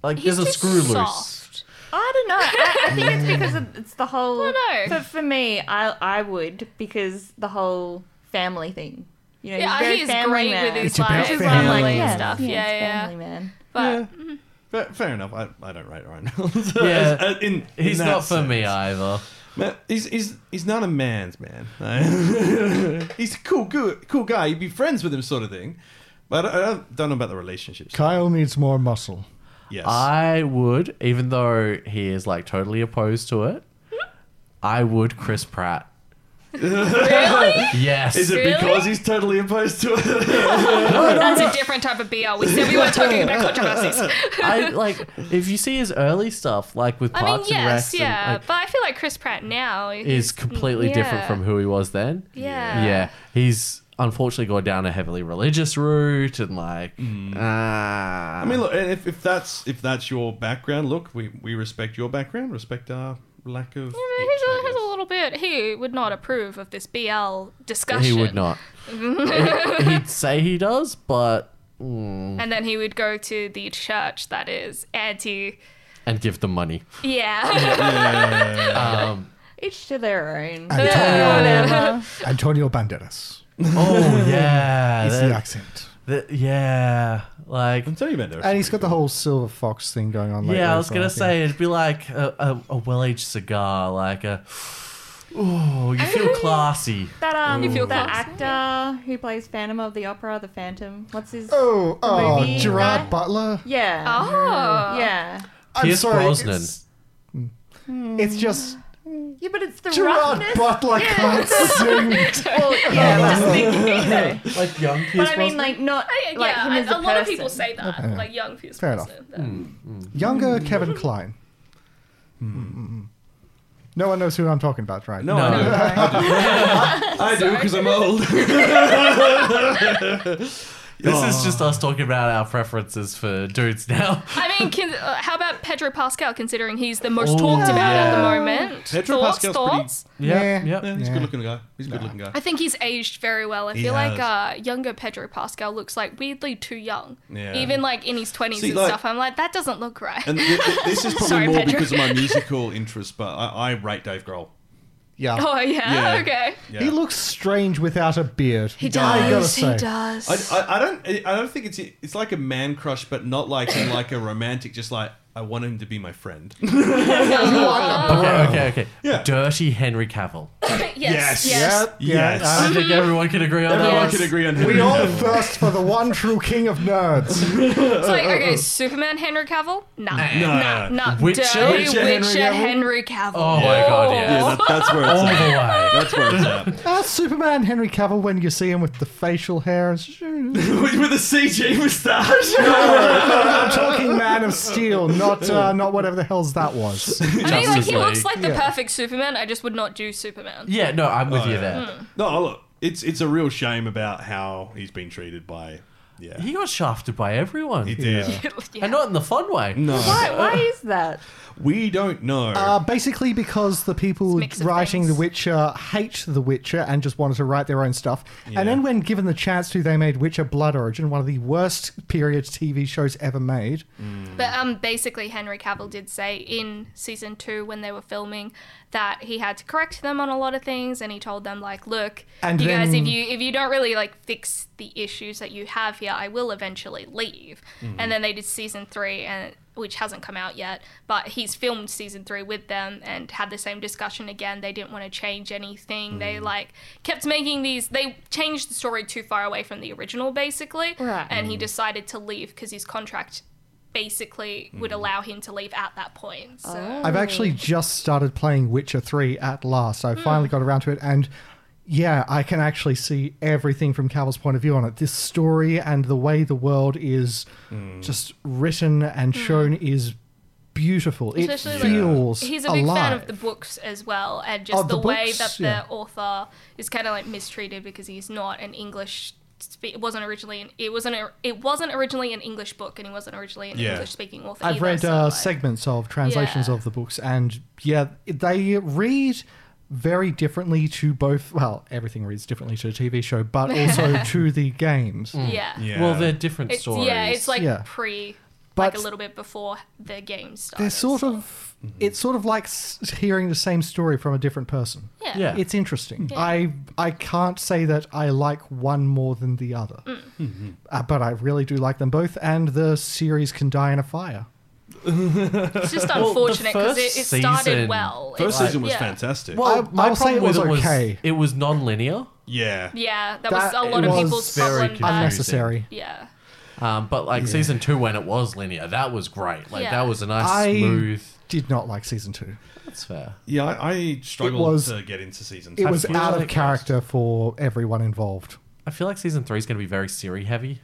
[SPEAKER 4] like
[SPEAKER 2] He's
[SPEAKER 4] there's a
[SPEAKER 2] just
[SPEAKER 4] screw loose
[SPEAKER 2] soft.
[SPEAKER 7] I don't know. I, I think it's because of, it's the whole.
[SPEAKER 2] I don't know.
[SPEAKER 7] For, for me, I I would because the whole family thing. You know,
[SPEAKER 2] Yeah,
[SPEAKER 7] he's very
[SPEAKER 2] he's
[SPEAKER 7] family
[SPEAKER 2] great
[SPEAKER 7] man.
[SPEAKER 2] with his
[SPEAKER 7] Which
[SPEAKER 2] life,
[SPEAKER 7] is
[SPEAKER 2] his
[SPEAKER 7] why I'm
[SPEAKER 2] family
[SPEAKER 7] like,
[SPEAKER 2] and
[SPEAKER 7] yeah,
[SPEAKER 2] stuff.
[SPEAKER 7] Yeah,
[SPEAKER 2] Yeah,
[SPEAKER 7] it's
[SPEAKER 2] yeah.
[SPEAKER 7] family man.
[SPEAKER 2] But
[SPEAKER 3] Fair, fair enough. I, I don't rate Ryan Reynolds.
[SPEAKER 4] Yeah.
[SPEAKER 3] As- in- in
[SPEAKER 4] He's
[SPEAKER 3] that
[SPEAKER 4] not for
[SPEAKER 3] sense.
[SPEAKER 4] me either.
[SPEAKER 3] Man, he's, he's, he's not a man's man. he's a cool, good, cool guy. You'd be friends with him, sort of thing. But I, I don't- don't know about the relationships.
[SPEAKER 5] Kyle needs more muscle.
[SPEAKER 3] Yes.
[SPEAKER 4] i would even though he is like totally opposed to it
[SPEAKER 2] Hmm?
[SPEAKER 4] i would chris pratt yes
[SPEAKER 3] Is it
[SPEAKER 2] Really?
[SPEAKER 3] because he's totally opposed to it?
[SPEAKER 2] that's a different type of BL. We said we weren't talking about controversies.
[SPEAKER 4] I like if you see his early stuff, like with
[SPEAKER 2] I mean,
[SPEAKER 4] Parks and
[SPEAKER 2] yes,
[SPEAKER 4] Rec,
[SPEAKER 2] yeah,
[SPEAKER 4] and, like,
[SPEAKER 2] but I feel like Chris Pratt now
[SPEAKER 4] is completely different
[SPEAKER 2] yeah.
[SPEAKER 4] from who he was then.
[SPEAKER 2] Yeah.
[SPEAKER 4] Yeah. He's unfortunately gone down a heavily religious route and like ah.
[SPEAKER 3] I mean, look, and if, if that's if that's your background, look, we, we respect your background, respect our lack of.
[SPEAKER 2] I mean, He's a, he's a little bit. He would not approve of this BL discussion.
[SPEAKER 4] he would not. He- He'd say he does, but mm,
[SPEAKER 2] and then he would go to the church that is anti.
[SPEAKER 4] and give them money.
[SPEAKER 2] Yeah.
[SPEAKER 4] Um,
[SPEAKER 7] Each to their own.
[SPEAKER 5] Antonio,
[SPEAKER 7] Whatever.
[SPEAKER 5] Antonio Banderas.
[SPEAKER 4] oh yeah,
[SPEAKER 5] It's the
[SPEAKER 4] that-
[SPEAKER 5] accent.
[SPEAKER 4] that- yeah, like
[SPEAKER 3] I'm telling you, Bender.
[SPEAKER 5] And he's got the whole Silver Fox thing going on. lately
[SPEAKER 4] Yeah, I was
[SPEAKER 5] as
[SPEAKER 4] gonna
[SPEAKER 5] well,
[SPEAKER 4] say it'd be like a, a, a well-aged cigar, like a. Oh, you feel classy.
[SPEAKER 7] That um,
[SPEAKER 4] You feel
[SPEAKER 7] that
[SPEAKER 4] classy.
[SPEAKER 7] actor who plays Phantom of the Opera, the Phantom. What's his?
[SPEAKER 5] Oh,
[SPEAKER 7] the
[SPEAKER 5] oh,
[SPEAKER 7] movie
[SPEAKER 5] Gerard
[SPEAKER 7] guy?
[SPEAKER 5] Butler?
[SPEAKER 7] Yeah.
[SPEAKER 2] Oh.
[SPEAKER 7] Yeah.
[SPEAKER 5] I'm
[SPEAKER 4] Pierce
[SPEAKER 5] sorry,
[SPEAKER 4] Brosnan.
[SPEAKER 5] It's just
[SPEAKER 7] Yeah, but it's the
[SPEAKER 5] Gerard
[SPEAKER 7] roughness.
[SPEAKER 5] Butler can't sing.
[SPEAKER 7] Well,
[SPEAKER 2] Oh,
[SPEAKER 7] yeah, that's the thing, you know.
[SPEAKER 4] like young
[SPEAKER 7] But I mean, like not
[SPEAKER 2] I-
[SPEAKER 7] like
[SPEAKER 2] yeah,
[SPEAKER 7] him
[SPEAKER 2] I-
[SPEAKER 7] as
[SPEAKER 2] a, lot of
[SPEAKER 7] person.
[SPEAKER 2] people say that,
[SPEAKER 5] Okay.
[SPEAKER 2] like young people.
[SPEAKER 5] Fair enough. Younger Kevin Klein. Mm-mm-mm. hmm. No one knows who I'm talking about, right?
[SPEAKER 3] Hmm. No, I do. I do because I'm old.
[SPEAKER 4] This
[SPEAKER 5] Oh.
[SPEAKER 4] is just us talking about our preferences for dudes now.
[SPEAKER 2] I mean, can, uh, how about Pedro Pascal? Considering he's the most
[SPEAKER 4] Oh,
[SPEAKER 2] talked about at the
[SPEAKER 4] yeah.
[SPEAKER 2] moment.
[SPEAKER 3] Pedro
[SPEAKER 2] thoughts,
[SPEAKER 3] Pascal's
[SPEAKER 2] thoughts.
[SPEAKER 4] pretty. Yeah, yeah,
[SPEAKER 3] he's a good-looking guy. He's a good-looking guy.
[SPEAKER 2] I think he's aged very well. I
[SPEAKER 3] He
[SPEAKER 2] feel like uh,
[SPEAKER 3] has.
[SPEAKER 2] younger Pedro Pascal looks like weirdly too young.
[SPEAKER 3] Yeah.
[SPEAKER 2] Even like in his twenties
[SPEAKER 3] See,
[SPEAKER 2] and
[SPEAKER 3] like-
[SPEAKER 2] stuff. I'm like, that doesn't look right.
[SPEAKER 3] And th- th- this is probably
[SPEAKER 2] Sorry,
[SPEAKER 3] more
[SPEAKER 2] Pedro.
[SPEAKER 3] because of my musical interest, but I, I rate Dave Grohl.
[SPEAKER 5] Yeah.
[SPEAKER 2] Oh, yeah? Okay.
[SPEAKER 5] He looks strange without a beard.
[SPEAKER 2] He
[SPEAKER 5] I gotta
[SPEAKER 2] does.
[SPEAKER 5] say.
[SPEAKER 2] He does.
[SPEAKER 3] I, I, I don't. I don't think it's. It's like a man crush, but not like in like a romantic. Just like I want him to be my friend.
[SPEAKER 5] Oh.
[SPEAKER 4] okay, okay, okay. Dirty Henry Cavill.
[SPEAKER 2] yes.
[SPEAKER 3] Yes.
[SPEAKER 2] Yes.
[SPEAKER 5] Yeah, yeah,
[SPEAKER 4] I don't think everyone can agree on that.
[SPEAKER 3] Everyone
[SPEAKER 4] one.
[SPEAKER 3] can agree on
[SPEAKER 5] We all thirst for the one true king of nerds.
[SPEAKER 2] It's like, okay, Superman Henry Cavill? Nah.
[SPEAKER 5] Nah.
[SPEAKER 2] Nah. Nah.
[SPEAKER 5] Nah.
[SPEAKER 2] nah.
[SPEAKER 5] Witcher?
[SPEAKER 2] Dirty
[SPEAKER 5] Witcher
[SPEAKER 2] Witcher,
[SPEAKER 5] Henry
[SPEAKER 2] Henry Cavill.
[SPEAKER 4] Oh my god, yeah.
[SPEAKER 3] Yeah, that, that's where it's
[SPEAKER 2] Oh
[SPEAKER 4] All the
[SPEAKER 3] at.
[SPEAKER 4] way.
[SPEAKER 3] That's where it's at.
[SPEAKER 5] Ah, Superman Henry Cavill when you see him with the facial hair.
[SPEAKER 3] With, with a CG moustache.
[SPEAKER 5] I'm talking Man of Steel, not uh, not whatever the hell's that was.
[SPEAKER 2] I mean, like, he looks like the
[SPEAKER 5] Yeah.
[SPEAKER 2] perfect Superman. I just would not do Superman.
[SPEAKER 4] no, I'm
[SPEAKER 5] Oh,
[SPEAKER 4] with you
[SPEAKER 2] there. Mm.
[SPEAKER 3] No, look, it's it's a real shame about how he's been treated by. Yeah,
[SPEAKER 4] He got shafted by everyone. He
[SPEAKER 3] did. Yeah.
[SPEAKER 4] And not in the fun way.
[SPEAKER 3] No.
[SPEAKER 7] Why, why is that?
[SPEAKER 3] we don't know.
[SPEAKER 5] Uh, basically, because the people writing The Witcher hate The Witcher and just wanted to write their own stuff. And then, when given the chance to, they made Witcher Blood Origin, one of the worst period TV shows ever made.
[SPEAKER 2] But um, basically, Henry Cavill did say in season two when they were filming that he had to correct them on a lot of things, and he told them like, "Look,
[SPEAKER 5] And
[SPEAKER 2] you guys,
[SPEAKER 5] then-
[SPEAKER 2] if you if you don't really like fix the issues that you have here, I will eventually leave."
[SPEAKER 5] Mm.
[SPEAKER 13] Mhm.
[SPEAKER 2] And then they did season three, and which hasn't come out yet, but he's filmed season three with them and had the same discussion again. They didn't want to change anything. They
[SPEAKER 5] Mm.
[SPEAKER 2] like kept making these. They changed the story too far away from the original, basically.
[SPEAKER 7] Right.
[SPEAKER 2] And he
[SPEAKER 7] Mm.
[SPEAKER 2] decided to leave because his contract basically would allow him to leave at that point. So
[SPEAKER 5] I've
[SPEAKER 2] Mm.
[SPEAKER 5] actually just started playing Witcher 3 at last. I finally got around to it and yeah, I can actually see everything from Cavill's point of view on it. This story and the way the world is just written and shown is beautiful. It
[SPEAKER 2] Mm. Especially, like,
[SPEAKER 5] feels
[SPEAKER 2] he's a big
[SPEAKER 5] alive.
[SPEAKER 2] fan of the books as well, and just
[SPEAKER 5] Oh, the
[SPEAKER 2] the, way
[SPEAKER 5] books,
[SPEAKER 2] that the
[SPEAKER 5] yeah.
[SPEAKER 2] author is kind of like mistreated because he's not an English. spe- It wasn't originally an, it wasn't a, it wasn't originally an English book, and he wasn't originally an
[SPEAKER 5] Yeah.
[SPEAKER 2] English speaking author.
[SPEAKER 5] I've
[SPEAKER 2] either,
[SPEAKER 5] read
[SPEAKER 2] so,
[SPEAKER 5] uh,
[SPEAKER 2] like-
[SPEAKER 5] segments of translations
[SPEAKER 2] Yeah.
[SPEAKER 5] of the books, and yeah, they read very differently to both. Well, everything reads differently to a TV show, but also to the games.
[SPEAKER 2] yeah.
[SPEAKER 4] Well, they're different
[SPEAKER 2] It's-
[SPEAKER 4] stories.
[SPEAKER 2] Yeah, it's like
[SPEAKER 5] Yeah.
[SPEAKER 2] pre, like
[SPEAKER 5] But-
[SPEAKER 2] a little bit before the game started.
[SPEAKER 5] They're sort of. It's sort of like s- hearing the same story from a different person.
[SPEAKER 2] Yeah. Yeah.
[SPEAKER 5] it's interesting.
[SPEAKER 2] Yeah.
[SPEAKER 5] I I can't say that I like one more than the other,
[SPEAKER 2] Mm.
[SPEAKER 4] Mm-hmm.
[SPEAKER 5] uh, but I really do like them both, and the series can die in a fire.
[SPEAKER 2] It's just
[SPEAKER 4] Well, the
[SPEAKER 2] unfortunate because
[SPEAKER 4] first
[SPEAKER 2] it, it started
[SPEAKER 4] season-
[SPEAKER 2] well.
[SPEAKER 3] First
[SPEAKER 2] It's-
[SPEAKER 3] season was
[SPEAKER 2] yeah.
[SPEAKER 3] fantastic.
[SPEAKER 4] Well,
[SPEAKER 5] I-
[SPEAKER 4] my
[SPEAKER 5] I'll say it
[SPEAKER 4] problem with
[SPEAKER 5] was
[SPEAKER 4] it was
[SPEAKER 5] okay.
[SPEAKER 4] it was non-linear.
[SPEAKER 3] Yeah.
[SPEAKER 2] Yeah, that, was a lot of people's problem. that- Yeah.
[SPEAKER 4] Um, but like
[SPEAKER 5] Yeah.
[SPEAKER 4] season two, when it was linear, that was great. Like
[SPEAKER 2] Yeah.
[SPEAKER 4] that was a nice
[SPEAKER 5] I
[SPEAKER 4] smooth.
[SPEAKER 5] did not like season two.
[SPEAKER 4] That's fair.
[SPEAKER 3] Yeah, I, I struggled
[SPEAKER 5] was-
[SPEAKER 3] to get into season.
[SPEAKER 5] It
[SPEAKER 3] two.
[SPEAKER 5] was out of character for everyone involved.
[SPEAKER 4] I feel like season three is going to be very Siri heavy.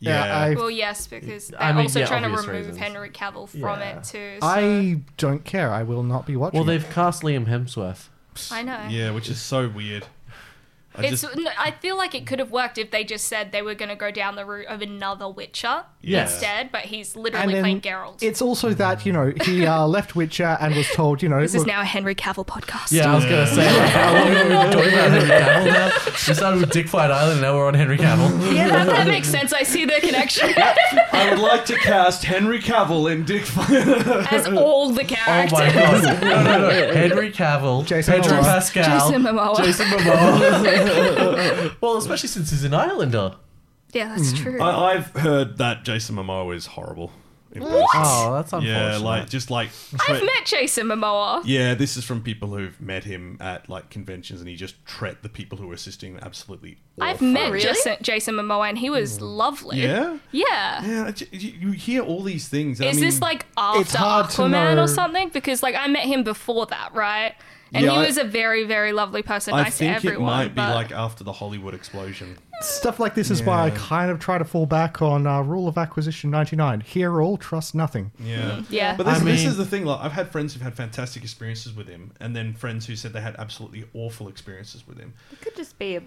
[SPEAKER 5] Yeah, Yeah. I-
[SPEAKER 2] Well, yes, because they're
[SPEAKER 4] I mean,
[SPEAKER 2] also
[SPEAKER 4] yeah,
[SPEAKER 2] trying to
[SPEAKER 4] obvious
[SPEAKER 2] remove
[SPEAKER 4] reasons.
[SPEAKER 2] Henry Cavill from
[SPEAKER 4] Yeah.
[SPEAKER 2] it too. So.
[SPEAKER 5] I don't care. I will not be watching.
[SPEAKER 4] Well, they've cast Liam Hemsworth.
[SPEAKER 2] I know.
[SPEAKER 3] Yeah, which is so weird. I
[SPEAKER 2] it's.
[SPEAKER 3] just-
[SPEAKER 2] no, I feel like it could have worked if they just said they were going to go down the route of another Witcher
[SPEAKER 5] Yeah.
[SPEAKER 2] instead, but he's
[SPEAKER 5] And
[SPEAKER 2] literally
[SPEAKER 5] then
[SPEAKER 2] playing Geralt.
[SPEAKER 5] It's also
[SPEAKER 4] Mm-hmm.
[SPEAKER 5] that you know he uh, left Witcher and was told you know
[SPEAKER 2] This is
[SPEAKER 5] look-
[SPEAKER 2] now a Henry Cavill podcast.
[SPEAKER 4] Yeah, I was gonna say like, how long have we been talking about Henry Cavill now? We started with Dick Fight Island, now we're on Henry Cavill.
[SPEAKER 2] Yeah, that, that makes sense. I see the connection
[SPEAKER 3] I would like to cast Henry Cavill in Dick.
[SPEAKER 2] as all the
[SPEAKER 4] Oh
[SPEAKER 2] characters.
[SPEAKER 4] my god! No, no, no. Henry Cavill,
[SPEAKER 5] Jason
[SPEAKER 4] Pedro
[SPEAKER 5] Momoa.
[SPEAKER 4] Pascal,
[SPEAKER 2] Jason Momoa.
[SPEAKER 4] Jason Momoa. well, especially since he's an Islander.
[SPEAKER 2] Yeah, that's true.
[SPEAKER 3] I, I've heard that Jason Momoa is horrible. in
[SPEAKER 2] What?
[SPEAKER 3] person.
[SPEAKER 4] Oh, that's
[SPEAKER 3] Yeah,
[SPEAKER 4] unfortunate.
[SPEAKER 3] like just like.
[SPEAKER 2] I've met Jason Momoa.
[SPEAKER 3] Yeah, this is from people who've met him at like conventions, and he just treat the people who are assisting absolutely.
[SPEAKER 2] I've
[SPEAKER 3] awful.
[SPEAKER 2] met Jason, Jason Momoa and he was lovely.
[SPEAKER 3] Yeah?
[SPEAKER 2] Yeah.
[SPEAKER 3] Yeah, I ju- you, you hear all these things. and I
[SPEAKER 2] Is
[SPEAKER 3] mean-
[SPEAKER 2] this like after Aquaman or something? Because like I met him before that, right? And
[SPEAKER 3] Yeah,
[SPEAKER 2] he
[SPEAKER 3] I-
[SPEAKER 2] was a very, very lovely person,
[SPEAKER 3] I
[SPEAKER 2] nice
[SPEAKER 3] think
[SPEAKER 2] to everyone.
[SPEAKER 3] it might be
[SPEAKER 2] but-
[SPEAKER 3] like after the Hollywood explosion.
[SPEAKER 5] stuff like this is why I kind of try to fall back on uh, rule of acquisition ninety nine. Hear all, trust nothing.
[SPEAKER 3] Yeah.
[SPEAKER 2] Yeah. Mm.
[SPEAKER 3] But this,
[SPEAKER 5] I
[SPEAKER 3] this
[SPEAKER 5] mean-
[SPEAKER 3] is the thing. Like, I've had friends who've had fantastic experiences with him, and then friends who said they had absolutely awful experiences with him.
[SPEAKER 7] It could just be a,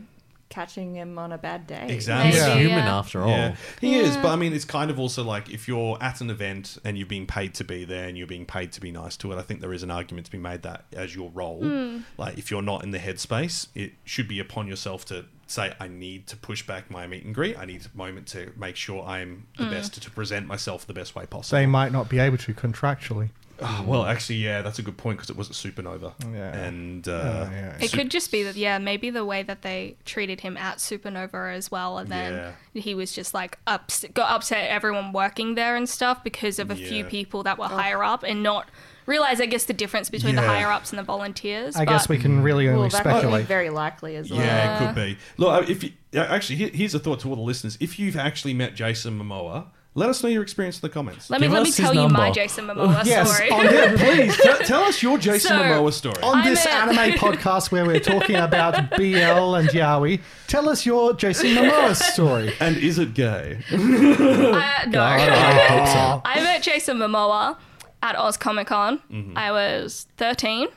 [SPEAKER 7] catching him on a bad day.
[SPEAKER 3] Exactly.
[SPEAKER 4] Yeah. all.
[SPEAKER 3] Oh. He is,
[SPEAKER 7] Yeah.
[SPEAKER 3] but I mean, it's kind of also like if you're at an event and you're being paid to be there and you're being paid to be nice to it, I think there is an argument to be made that as your role,
[SPEAKER 4] Hmm.
[SPEAKER 3] like if you're not in the headspace, it should be upon yourself to say, I need to push back my meet and greet. I need a moment to make sure I'm the
[SPEAKER 2] Mm.
[SPEAKER 3] best to present myself the best way possible.
[SPEAKER 5] They might not be able to contractually.
[SPEAKER 3] Ah, well, actually, yeah, that's a good point because it was a supernova. Yeah. And uh,
[SPEAKER 2] It
[SPEAKER 3] su-
[SPEAKER 2] could just be that, yeah, maybe the way that they treated him at Supernova as well, and then he was just like ups- got upset at everyone working there and stuff because of a few
[SPEAKER 5] Yeah.
[SPEAKER 2] people that were higher up and not realize, I guess, the difference between the
[SPEAKER 3] Yeah.
[SPEAKER 2] higher ups and the volunteers.
[SPEAKER 5] I guess
[SPEAKER 2] but-
[SPEAKER 5] we can really only
[SPEAKER 2] Well, that could be
[SPEAKER 5] speculate.
[SPEAKER 7] Very likely as well.
[SPEAKER 3] Yeah, it could be. Look, uh, if you, uh, actually, here- here's a thought to all the listeners: if you've actually met Jason Momoa, let us know your experience in the comments.
[SPEAKER 2] Let me- Give let me us his tell you my number. Jason Momoa
[SPEAKER 3] yes, Oh,
[SPEAKER 2] story.
[SPEAKER 3] on there, please tell, tell us your Jason
[SPEAKER 2] So,
[SPEAKER 3] Momoa story.
[SPEAKER 5] On
[SPEAKER 2] I'm
[SPEAKER 5] this
[SPEAKER 2] a-
[SPEAKER 5] anime podcast where we're talking about BL and Yaoi, tell us your Jason Momoa story.
[SPEAKER 3] And is it gay?
[SPEAKER 2] Uh, no.
[SPEAKER 5] God, I hope so.
[SPEAKER 2] I met Jason Momoa at Oz Comic Con.
[SPEAKER 5] Mhm.
[SPEAKER 2] I was 13.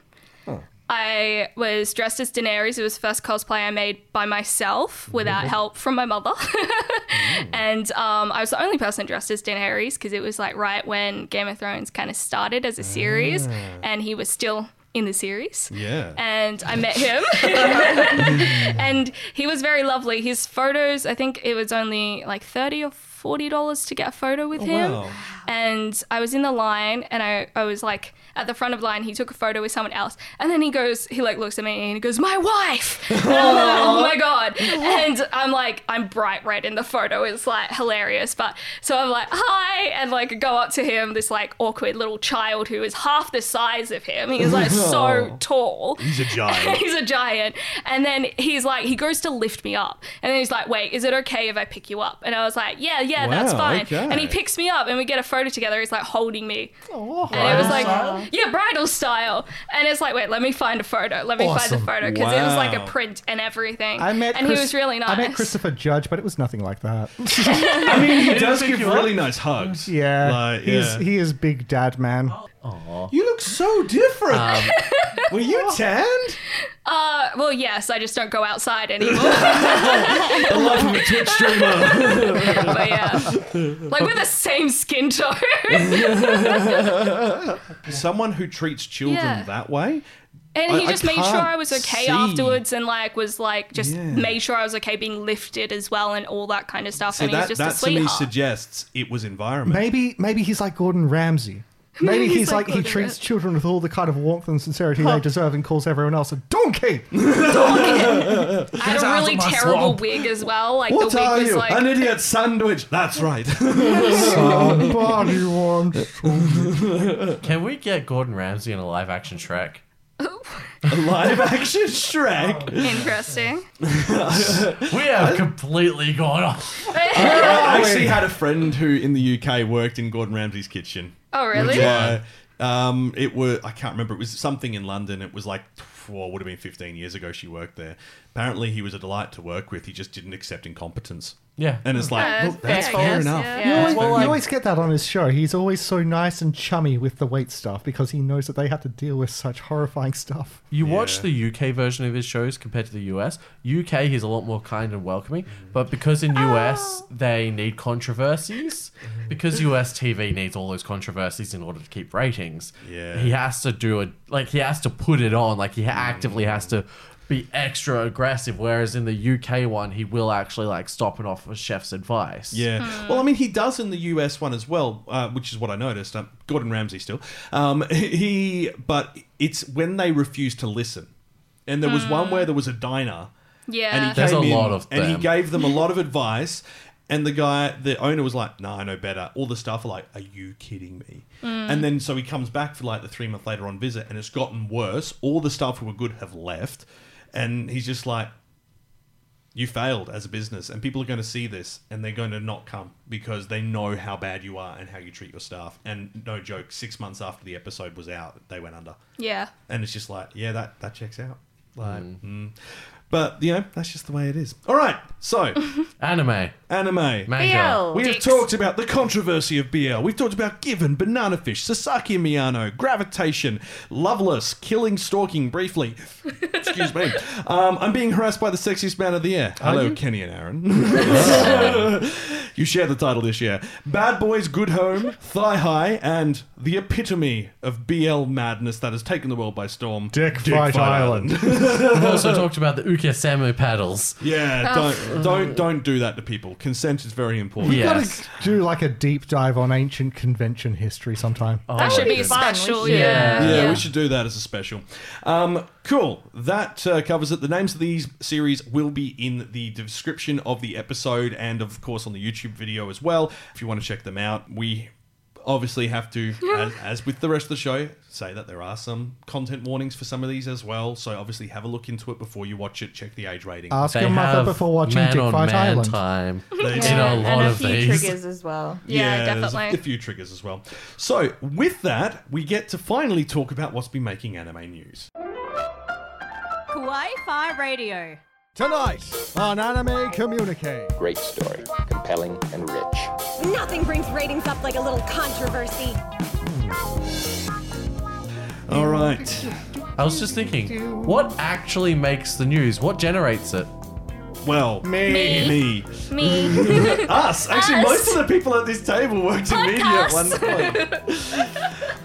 [SPEAKER 2] I was dressed as Daenerys. It was the first cosplay I made by myself without
[SPEAKER 13] Mhm.
[SPEAKER 2] help from my mother. and um, I was the only person dressed as Daenerys because it was like right when Game of Thrones kind of started as a series,
[SPEAKER 13] Ah.
[SPEAKER 2] and he was still in the series
[SPEAKER 13] Yeah.
[SPEAKER 2] and I met him. and he was very lovely. His photos, I think it was only like 30 or 40 dollars to get a photo with
[SPEAKER 13] Oh,
[SPEAKER 2] him.
[SPEAKER 13] wow.
[SPEAKER 2] And I was in the line and I, I was like at the front of the line, he took a photo with someone else. And then he goes, he like looks at me and he goes, My wife! And I'm like, oh my god. And I'm like, I'm bright red in the photo. It's like hilarious. But so I'm like, hi, and like go up to him, this like awkward little child who is half the size of him. He's like so
[SPEAKER 13] Oh.
[SPEAKER 2] tall.
[SPEAKER 13] He's a giant.
[SPEAKER 2] he's a giant. And then he's like, he goes to lift me up. And then he's like, wait, is it okay if I pick you up? And I was like, yeah, yeah, that's
[SPEAKER 13] Wow,
[SPEAKER 2] fine.
[SPEAKER 13] okay.
[SPEAKER 2] And he picks me up and we get a photo together. He's like holding me.
[SPEAKER 5] Oh,
[SPEAKER 2] and it was
[SPEAKER 13] bridal
[SPEAKER 2] like,
[SPEAKER 13] style?
[SPEAKER 2] yeah, bridal style. And it's like, wait, let me find a photo. Let me
[SPEAKER 5] Awesome.
[SPEAKER 2] find the photo because it was like
[SPEAKER 5] Wow.
[SPEAKER 2] a print and everything.
[SPEAKER 5] I met
[SPEAKER 2] and
[SPEAKER 5] Chris-
[SPEAKER 2] he was really nice.
[SPEAKER 5] I met Christopher Judge, but it was nothing like that.
[SPEAKER 3] I mean, he
[SPEAKER 5] Didn't
[SPEAKER 3] does
[SPEAKER 5] pick
[SPEAKER 3] give
[SPEAKER 5] you up?
[SPEAKER 3] really nice hugs.
[SPEAKER 5] Yeah,
[SPEAKER 3] Like,
[SPEAKER 5] he's,
[SPEAKER 3] yeah.
[SPEAKER 5] he is big dad man.
[SPEAKER 3] You look so different. Um, Were you tanned?
[SPEAKER 2] Uh, well, yes, I just don't go outside anymore.
[SPEAKER 3] the love of a Twitch streamer.
[SPEAKER 2] but yeah, like we're the same skin tone.
[SPEAKER 3] Someone who treats children
[SPEAKER 2] Yeah.
[SPEAKER 3] that way.
[SPEAKER 2] And
[SPEAKER 3] I-
[SPEAKER 2] he
[SPEAKER 3] I
[SPEAKER 2] just made sure
[SPEAKER 3] can't
[SPEAKER 2] I was okay
[SPEAKER 3] see.
[SPEAKER 2] afterwards and like was like just
[SPEAKER 3] Yeah.
[SPEAKER 2] made sure I was okay being lifted as well and all that kind of stuff.
[SPEAKER 3] So
[SPEAKER 2] and
[SPEAKER 3] that,
[SPEAKER 2] he was
[SPEAKER 3] that
[SPEAKER 2] just a
[SPEAKER 3] to me
[SPEAKER 2] sweetheart.
[SPEAKER 3] suggests it was environment.
[SPEAKER 5] Maybe maybe he's like Gordon Ramsay. Maybe
[SPEAKER 2] He's
[SPEAKER 5] he's,
[SPEAKER 2] like
[SPEAKER 5] like, he
[SPEAKER 2] Gordon
[SPEAKER 5] treats children with all the kind of warmth and sincerity they deserve and calls everyone else a donkey.
[SPEAKER 2] I had a really terrible wig as well. Like
[SPEAKER 3] what
[SPEAKER 2] the wig
[SPEAKER 3] are
[SPEAKER 2] was
[SPEAKER 3] you?
[SPEAKER 2] like
[SPEAKER 3] An idiot sandwich. That's right.
[SPEAKER 5] Somebody wants
[SPEAKER 4] Can we get Gordon Ramsay in a live action Shrek?
[SPEAKER 3] a live action Shrek?
[SPEAKER 2] interesting.
[SPEAKER 4] we have completely gone off.
[SPEAKER 3] I actually had a friend who in the UK worked in Gordon Ramsay's kitchen.
[SPEAKER 2] Oh, really?
[SPEAKER 3] Which, uh, um, it was I can't remember. It was something in London. It was like well, would have been 15 years ago. She worked there. Apparently, he was a delight to work with. He just didn't accept incompetence.
[SPEAKER 4] Yeah,
[SPEAKER 3] and it's like
[SPEAKER 2] Yeah,
[SPEAKER 3] look, that's
[SPEAKER 2] that's fair, I
[SPEAKER 3] fair
[SPEAKER 2] guess,
[SPEAKER 3] enough.
[SPEAKER 2] yeah.
[SPEAKER 5] You,
[SPEAKER 2] Yeah.
[SPEAKER 5] always,
[SPEAKER 2] Well,
[SPEAKER 5] you
[SPEAKER 2] like-
[SPEAKER 5] always get that on his show. He's always so nice and chummy with the wait staff because he knows that they have to deal with such horrifying stuff.
[SPEAKER 4] You watch the UK version of his shows compared to the US. UK, he's a lot more kind and welcoming,
[SPEAKER 3] Mm.
[SPEAKER 4] but because in US they need controversies,
[SPEAKER 3] Mm-hmm.
[SPEAKER 4] because US TV needs all those controversies in order to keep ratings.
[SPEAKER 3] Yeah. Mm.
[SPEAKER 4] he has to do it. Like he has to put it on. Like he actively has to be extra aggressive. Whereas in the UK one, he will actually like stop and offer chef's advice.
[SPEAKER 3] Yeah.
[SPEAKER 2] Hmm.
[SPEAKER 3] Well, I mean, he does in the US one as well, uh, which is what I noticed. Um, Gordon Ramsay still. Um, he, but it's when they refuse to listen. And there was
[SPEAKER 2] Hmm.
[SPEAKER 3] one where there was a diner.
[SPEAKER 2] Yeah.
[SPEAKER 3] And he
[SPEAKER 4] There's
[SPEAKER 3] came
[SPEAKER 4] a
[SPEAKER 3] in
[SPEAKER 4] lot of
[SPEAKER 3] And
[SPEAKER 4] them.
[SPEAKER 3] he gave them a lot of advice. And the guy, the owner was like, "No, I know better." All the staff are like, "Are you kidding me?"
[SPEAKER 4] Mm.
[SPEAKER 3] And then so he comes back for like the three month later on visit, and it's gotten worse. All the staff who were good have left, and he's just like, you failed as a business and people are going to see this and they're going to not come because they know how bad you are and how you treat your staff and no joke six months after the episode was out they went under
[SPEAKER 2] Yeah.
[SPEAKER 3] and it's just like yeah that that checks out like mm. but you know that's just the way it is all right so
[SPEAKER 4] anime
[SPEAKER 3] anime
[SPEAKER 4] Manga. BL.
[SPEAKER 3] we have
[SPEAKER 4] Dicks.
[SPEAKER 3] talked about the controversy of BL we've talked about Given Banana Fish Sasaki Miyano Gravitation Loveless Killing Stalking briefly Excuse me. Um, I'm being harassed by the sexiest man of the year.
[SPEAKER 1] Are
[SPEAKER 3] Hello,
[SPEAKER 1] you?
[SPEAKER 3] Kenny and Aaron. you share the title this year. Bad Boys, Good Home, Thigh High, and the epitome of BL madness that has taken the world by storm. Dick,
[SPEAKER 5] Fight
[SPEAKER 4] We've also talked about the ukesamo paddles.
[SPEAKER 1] Oh.
[SPEAKER 3] Yeah, don't don't don't do that to people. Consent is very important.
[SPEAKER 5] We've got to do like a deep dive on ancient convention history sometime.
[SPEAKER 4] Oh,
[SPEAKER 2] that should be a
[SPEAKER 12] fun. We
[SPEAKER 2] special.
[SPEAKER 12] should-
[SPEAKER 2] Yeah.
[SPEAKER 3] yeah, we should do that as a special. Um, cool. That uh, covers it. The names of these series will be in the description of the episode and, of course, on the YouTube video as well. If you want to check them out, we obviously have to, as, as with the rest of the show, say that there are some content warnings for some of these as well. So, obviously, have a look into it before you watch it. Check the age rating.
[SPEAKER 5] Ask They your mother have before watching
[SPEAKER 4] man
[SPEAKER 5] Dick
[SPEAKER 4] on
[SPEAKER 5] Fight
[SPEAKER 4] man
[SPEAKER 5] Island.
[SPEAKER 4] time.
[SPEAKER 3] They
[SPEAKER 4] in
[SPEAKER 3] do.
[SPEAKER 4] a lot
[SPEAKER 7] and a
[SPEAKER 4] of
[SPEAKER 7] few
[SPEAKER 4] these.
[SPEAKER 7] triggers as well.
[SPEAKER 3] there's A few triggers as well. So, with that, we get to finally talk about what's been making anime news.
[SPEAKER 11] Kawaii Fi Radio.
[SPEAKER 5] Tonight on Anime Communique.
[SPEAKER 13] Great story, compelling and rich.
[SPEAKER 11] Nothing brings ratings up like a little controversy.
[SPEAKER 3] All right.
[SPEAKER 4] I was just thinking, what actually makes the news? What generates it?
[SPEAKER 3] Well, me.
[SPEAKER 4] Me.
[SPEAKER 2] Me.
[SPEAKER 3] Us. Actually,
[SPEAKER 2] Us.
[SPEAKER 3] most of the people at this table worked in media at one point.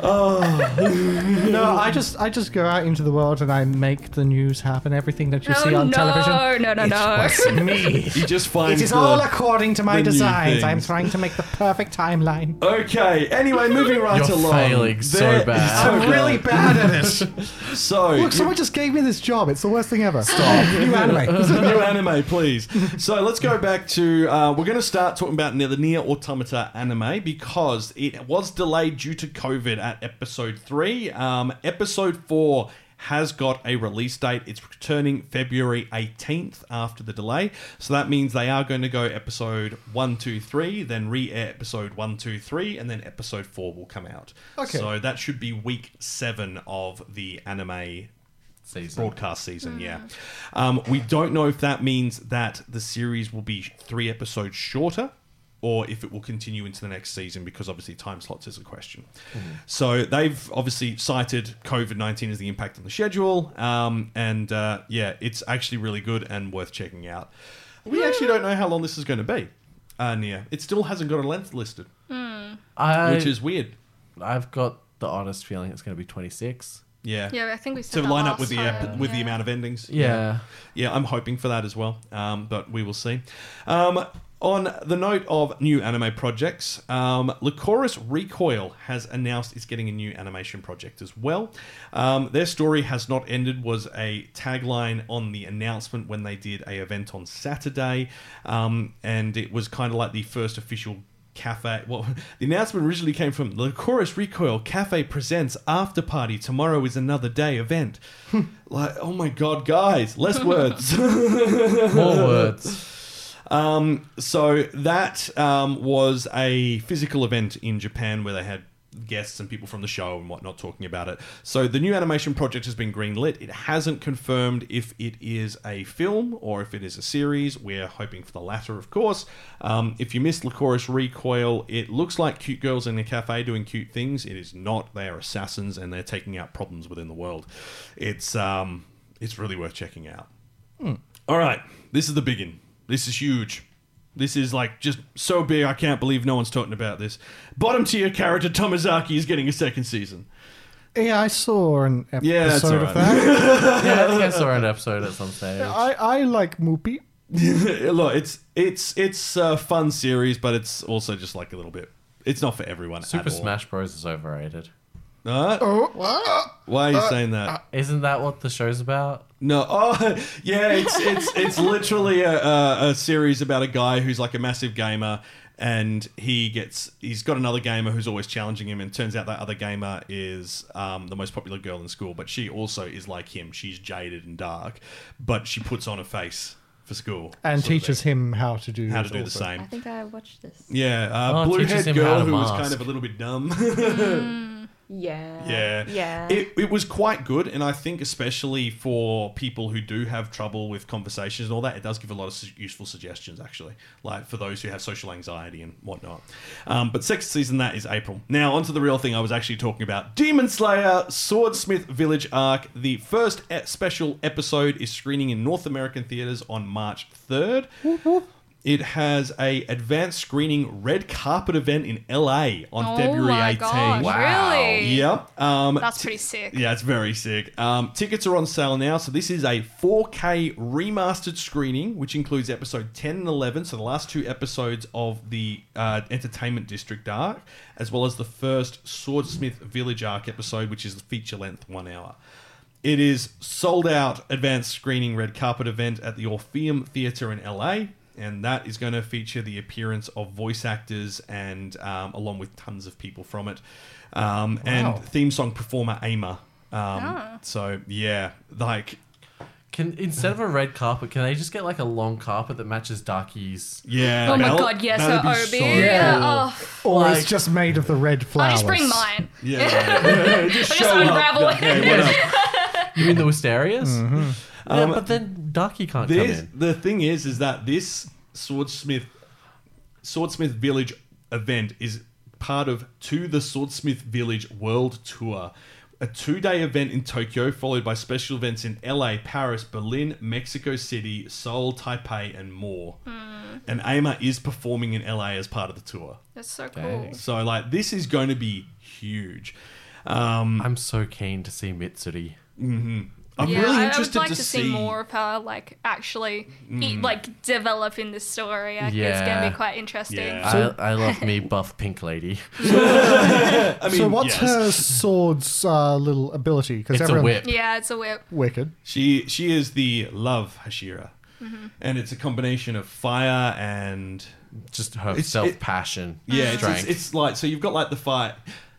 [SPEAKER 3] Oh.
[SPEAKER 5] no, I just I just go out into the world and I make the news happen. Everything that you
[SPEAKER 2] Oh,
[SPEAKER 5] see on
[SPEAKER 2] no,
[SPEAKER 5] television.
[SPEAKER 2] no, no, no.
[SPEAKER 5] It's just me.
[SPEAKER 3] You just find
[SPEAKER 5] it is
[SPEAKER 3] the-
[SPEAKER 5] all according to my
[SPEAKER 3] the new
[SPEAKER 5] designs.
[SPEAKER 3] things.
[SPEAKER 5] I'm trying to make the perfect timeline.
[SPEAKER 3] Okay. Anyway, moving right
[SPEAKER 4] You're
[SPEAKER 3] along.
[SPEAKER 4] failing so bad.
[SPEAKER 5] I'm really bad at
[SPEAKER 3] it. Oh, so
[SPEAKER 5] Look,
[SPEAKER 3] you-
[SPEAKER 5] someone just gave me this job. It's the worst thing ever. Stop. New anime.
[SPEAKER 3] New anime, please. So let's go back to. Uh, we're going to start talking about the Near Automata anime because it was delayed due to COVID at episode three. Um, episode four has got a release date. It's returning February 18th after the delay. So that means they are going to go episode one, two, three, then re air episode one, two, three, and then episode four will come out.
[SPEAKER 5] Okay.
[SPEAKER 3] So that should be week seven of the anime
[SPEAKER 4] season.
[SPEAKER 3] broadcast season. Yeah,
[SPEAKER 2] Mm.
[SPEAKER 3] um, we don't know if that means that the series will be three episodes shorter, or if it will continue into the next season because obviously time slots is a question. So they've obviously cited COVID nineteen as the impact on the schedule, um, and uh, yeah, it's actually really good and worth checking out. We actually don't know how long this is going to be. Uh, Nia, it still hasn't got a length listed,
[SPEAKER 2] Oh.
[SPEAKER 4] I,
[SPEAKER 3] which is weird.
[SPEAKER 4] I've got the honest feeling it's going to be 26.
[SPEAKER 3] Yeah.
[SPEAKER 2] Yeah, I think we
[SPEAKER 3] to
[SPEAKER 2] said that
[SPEAKER 3] line up
[SPEAKER 2] last
[SPEAKER 3] with the
[SPEAKER 2] time,
[SPEAKER 3] ep- with the
[SPEAKER 2] yeah.
[SPEAKER 3] amount of endings.
[SPEAKER 4] Yeah.
[SPEAKER 3] yeah, I'm hoping for that as well. Um, but we will see. Um, on the note of new anime projects, um, Lycoris Recoil has announced it's getting a new animation project as well. Um, their story has not ended was a tagline on the announcement when they did a event on Saturday, um, and it was kind of like the first official Cafe. Well, the announcement originally came from the Chorus Recoil Cafe presents After Party. Tomorrow is another day event. like, oh my god, guys, less words,
[SPEAKER 4] More words.
[SPEAKER 3] Um, so that um, was a physical event in Japan where they had guests and people from the show and whatnot talking about it. So the new animation project has been greenlit. It hasn't confirmed if it is a film or if it is a series. We're hoping for the latter, of course. Um, if you missed Lycoris Recoil, it looks like cute girls in a cafe doing cute things. It is not. They are assassins and they're taking out problems within the world. It's um, it's really worth checking out. All right, this is the big one. This is huge. This is like just so big. I can't believe no one's talking about this. Bottom tier character Tomozaki is getting a second season.
[SPEAKER 5] Yeah, I saw an episode
[SPEAKER 3] Yeah, that's all
[SPEAKER 5] of
[SPEAKER 3] right.
[SPEAKER 5] that.
[SPEAKER 4] yeah, I think I saw an episode at some stage.
[SPEAKER 5] I, I like Moopy.
[SPEAKER 3] Look, it's it's it's a fun series, but it's also just like a little bit. It's not for everyone.
[SPEAKER 4] Super
[SPEAKER 3] at all.
[SPEAKER 4] Smash Bros. is overrated.
[SPEAKER 3] Uh, Why are you saying that?
[SPEAKER 4] Isn't that what the show's about?
[SPEAKER 3] No. Oh, yeah. It's it's it's literally a, a, a series about a guy who's like a massive gamer, and he gets he's got another gamer who's always challenging him, and turns out that other gamer is um, the most popular girl in school, but she also is like him. She's jaded and dark, but she puts on a face for school
[SPEAKER 5] And
[SPEAKER 3] sort of
[SPEAKER 5] teaches
[SPEAKER 3] thing.
[SPEAKER 5] him how to do
[SPEAKER 3] How
[SPEAKER 5] it
[SPEAKER 3] to do the
[SPEAKER 5] also.
[SPEAKER 3] same.
[SPEAKER 7] I think I watched this.
[SPEAKER 3] Yeah,
[SPEAKER 4] Oh,
[SPEAKER 3] uh,
[SPEAKER 4] it
[SPEAKER 3] blue
[SPEAKER 4] teaches
[SPEAKER 3] haired
[SPEAKER 4] him how
[SPEAKER 3] girl
[SPEAKER 4] to
[SPEAKER 3] who was
[SPEAKER 4] mask.
[SPEAKER 3] kind of a little bit dumb.
[SPEAKER 7] Yeah.
[SPEAKER 3] Yeah.
[SPEAKER 7] Yeah.
[SPEAKER 3] It, it was quite good. And I think, especially for people who do have trouble with conversations and all that, it does give a lot of su- useful suggestions, actually, like for those who have social anxiety and whatnot. Um, but sixth season, that is April. Now, onto the real thing I was actually talking about Demon Slayer Swordsmith Village Arc. The first e- special episode is screening in North American theaters on March 3rd. It has a advanced screening red carpet event in LA on
[SPEAKER 2] Oh
[SPEAKER 3] February
[SPEAKER 2] my
[SPEAKER 3] 18th.
[SPEAKER 2] gosh, Wow. really?
[SPEAKER 3] Yep. Um,
[SPEAKER 2] That's pretty sick.
[SPEAKER 3] yeah, it's very sick. Um, tickets are on sale now. So this is a 4K remastered screening, which includes episode 10 and 11, so the last two episodes of the uh, Entertainment District arc, as well as the first Swordsmith Village arc episode, which is the feature length one hour. It is sold out advanced screening red carpet event at the Orpheum Theatre in LA. And that is going to feature the appearance of voice actors and um, along with tons of people from it. Um,
[SPEAKER 4] Wow.
[SPEAKER 3] And theme song performer Aimer. Um,
[SPEAKER 4] Ah.
[SPEAKER 3] So, yeah, like.
[SPEAKER 4] Can instead of a red carpet, can they just get like a long carpet that matches Darky's?
[SPEAKER 3] Yeah.
[SPEAKER 2] Oh my that'll- God, yes, that'd uh, be OB. so Yeah, cool.
[SPEAKER 5] Or
[SPEAKER 4] Like-
[SPEAKER 5] it's just made of the red flowers.
[SPEAKER 2] I'll just bring mine.
[SPEAKER 3] Yeah.
[SPEAKER 2] yeah, just I'll just show up. unravel Yeah, it. yeah,
[SPEAKER 4] you mean the Wisterias?
[SPEAKER 5] Mm-hmm.
[SPEAKER 4] Yeah,
[SPEAKER 3] Um,
[SPEAKER 4] but then Darky can't come
[SPEAKER 3] This,
[SPEAKER 4] in.
[SPEAKER 3] the thing is, is that this swordsmith, swordsmith village event is part of to the swordsmith village world tour, a two-day event in Tokyo followed by special events in LA, Paris, Berlin, Mexico City, Seoul, Taipei, and more.
[SPEAKER 2] Mm.
[SPEAKER 3] And Ama is performing in LA as part of the tour.
[SPEAKER 2] That's so cool.
[SPEAKER 3] So like, this is going to be huge. Um,
[SPEAKER 4] I'm so keen to see Mitsuri.
[SPEAKER 3] hmm I'm
[SPEAKER 2] yeah,
[SPEAKER 3] really
[SPEAKER 2] I-
[SPEAKER 3] interested
[SPEAKER 2] I would like
[SPEAKER 3] to,
[SPEAKER 2] to,
[SPEAKER 3] see
[SPEAKER 2] see more of her, like actually, e-
[SPEAKER 4] Mm.
[SPEAKER 2] like develop in this story. I think it's gonna be quite interesting.
[SPEAKER 4] I, I love me buff pink lady.
[SPEAKER 5] so what's her sword's uh, little ability? Because
[SPEAKER 2] Yeah, it's a whip.
[SPEAKER 5] Wicked.
[SPEAKER 3] She she is the love Hashira,
[SPEAKER 2] Mhm.
[SPEAKER 3] and it's a combination of fire and
[SPEAKER 4] just her self passion.
[SPEAKER 3] Yeah, it's- it's,
[SPEAKER 4] strength.
[SPEAKER 3] it's like so you've got like the fire.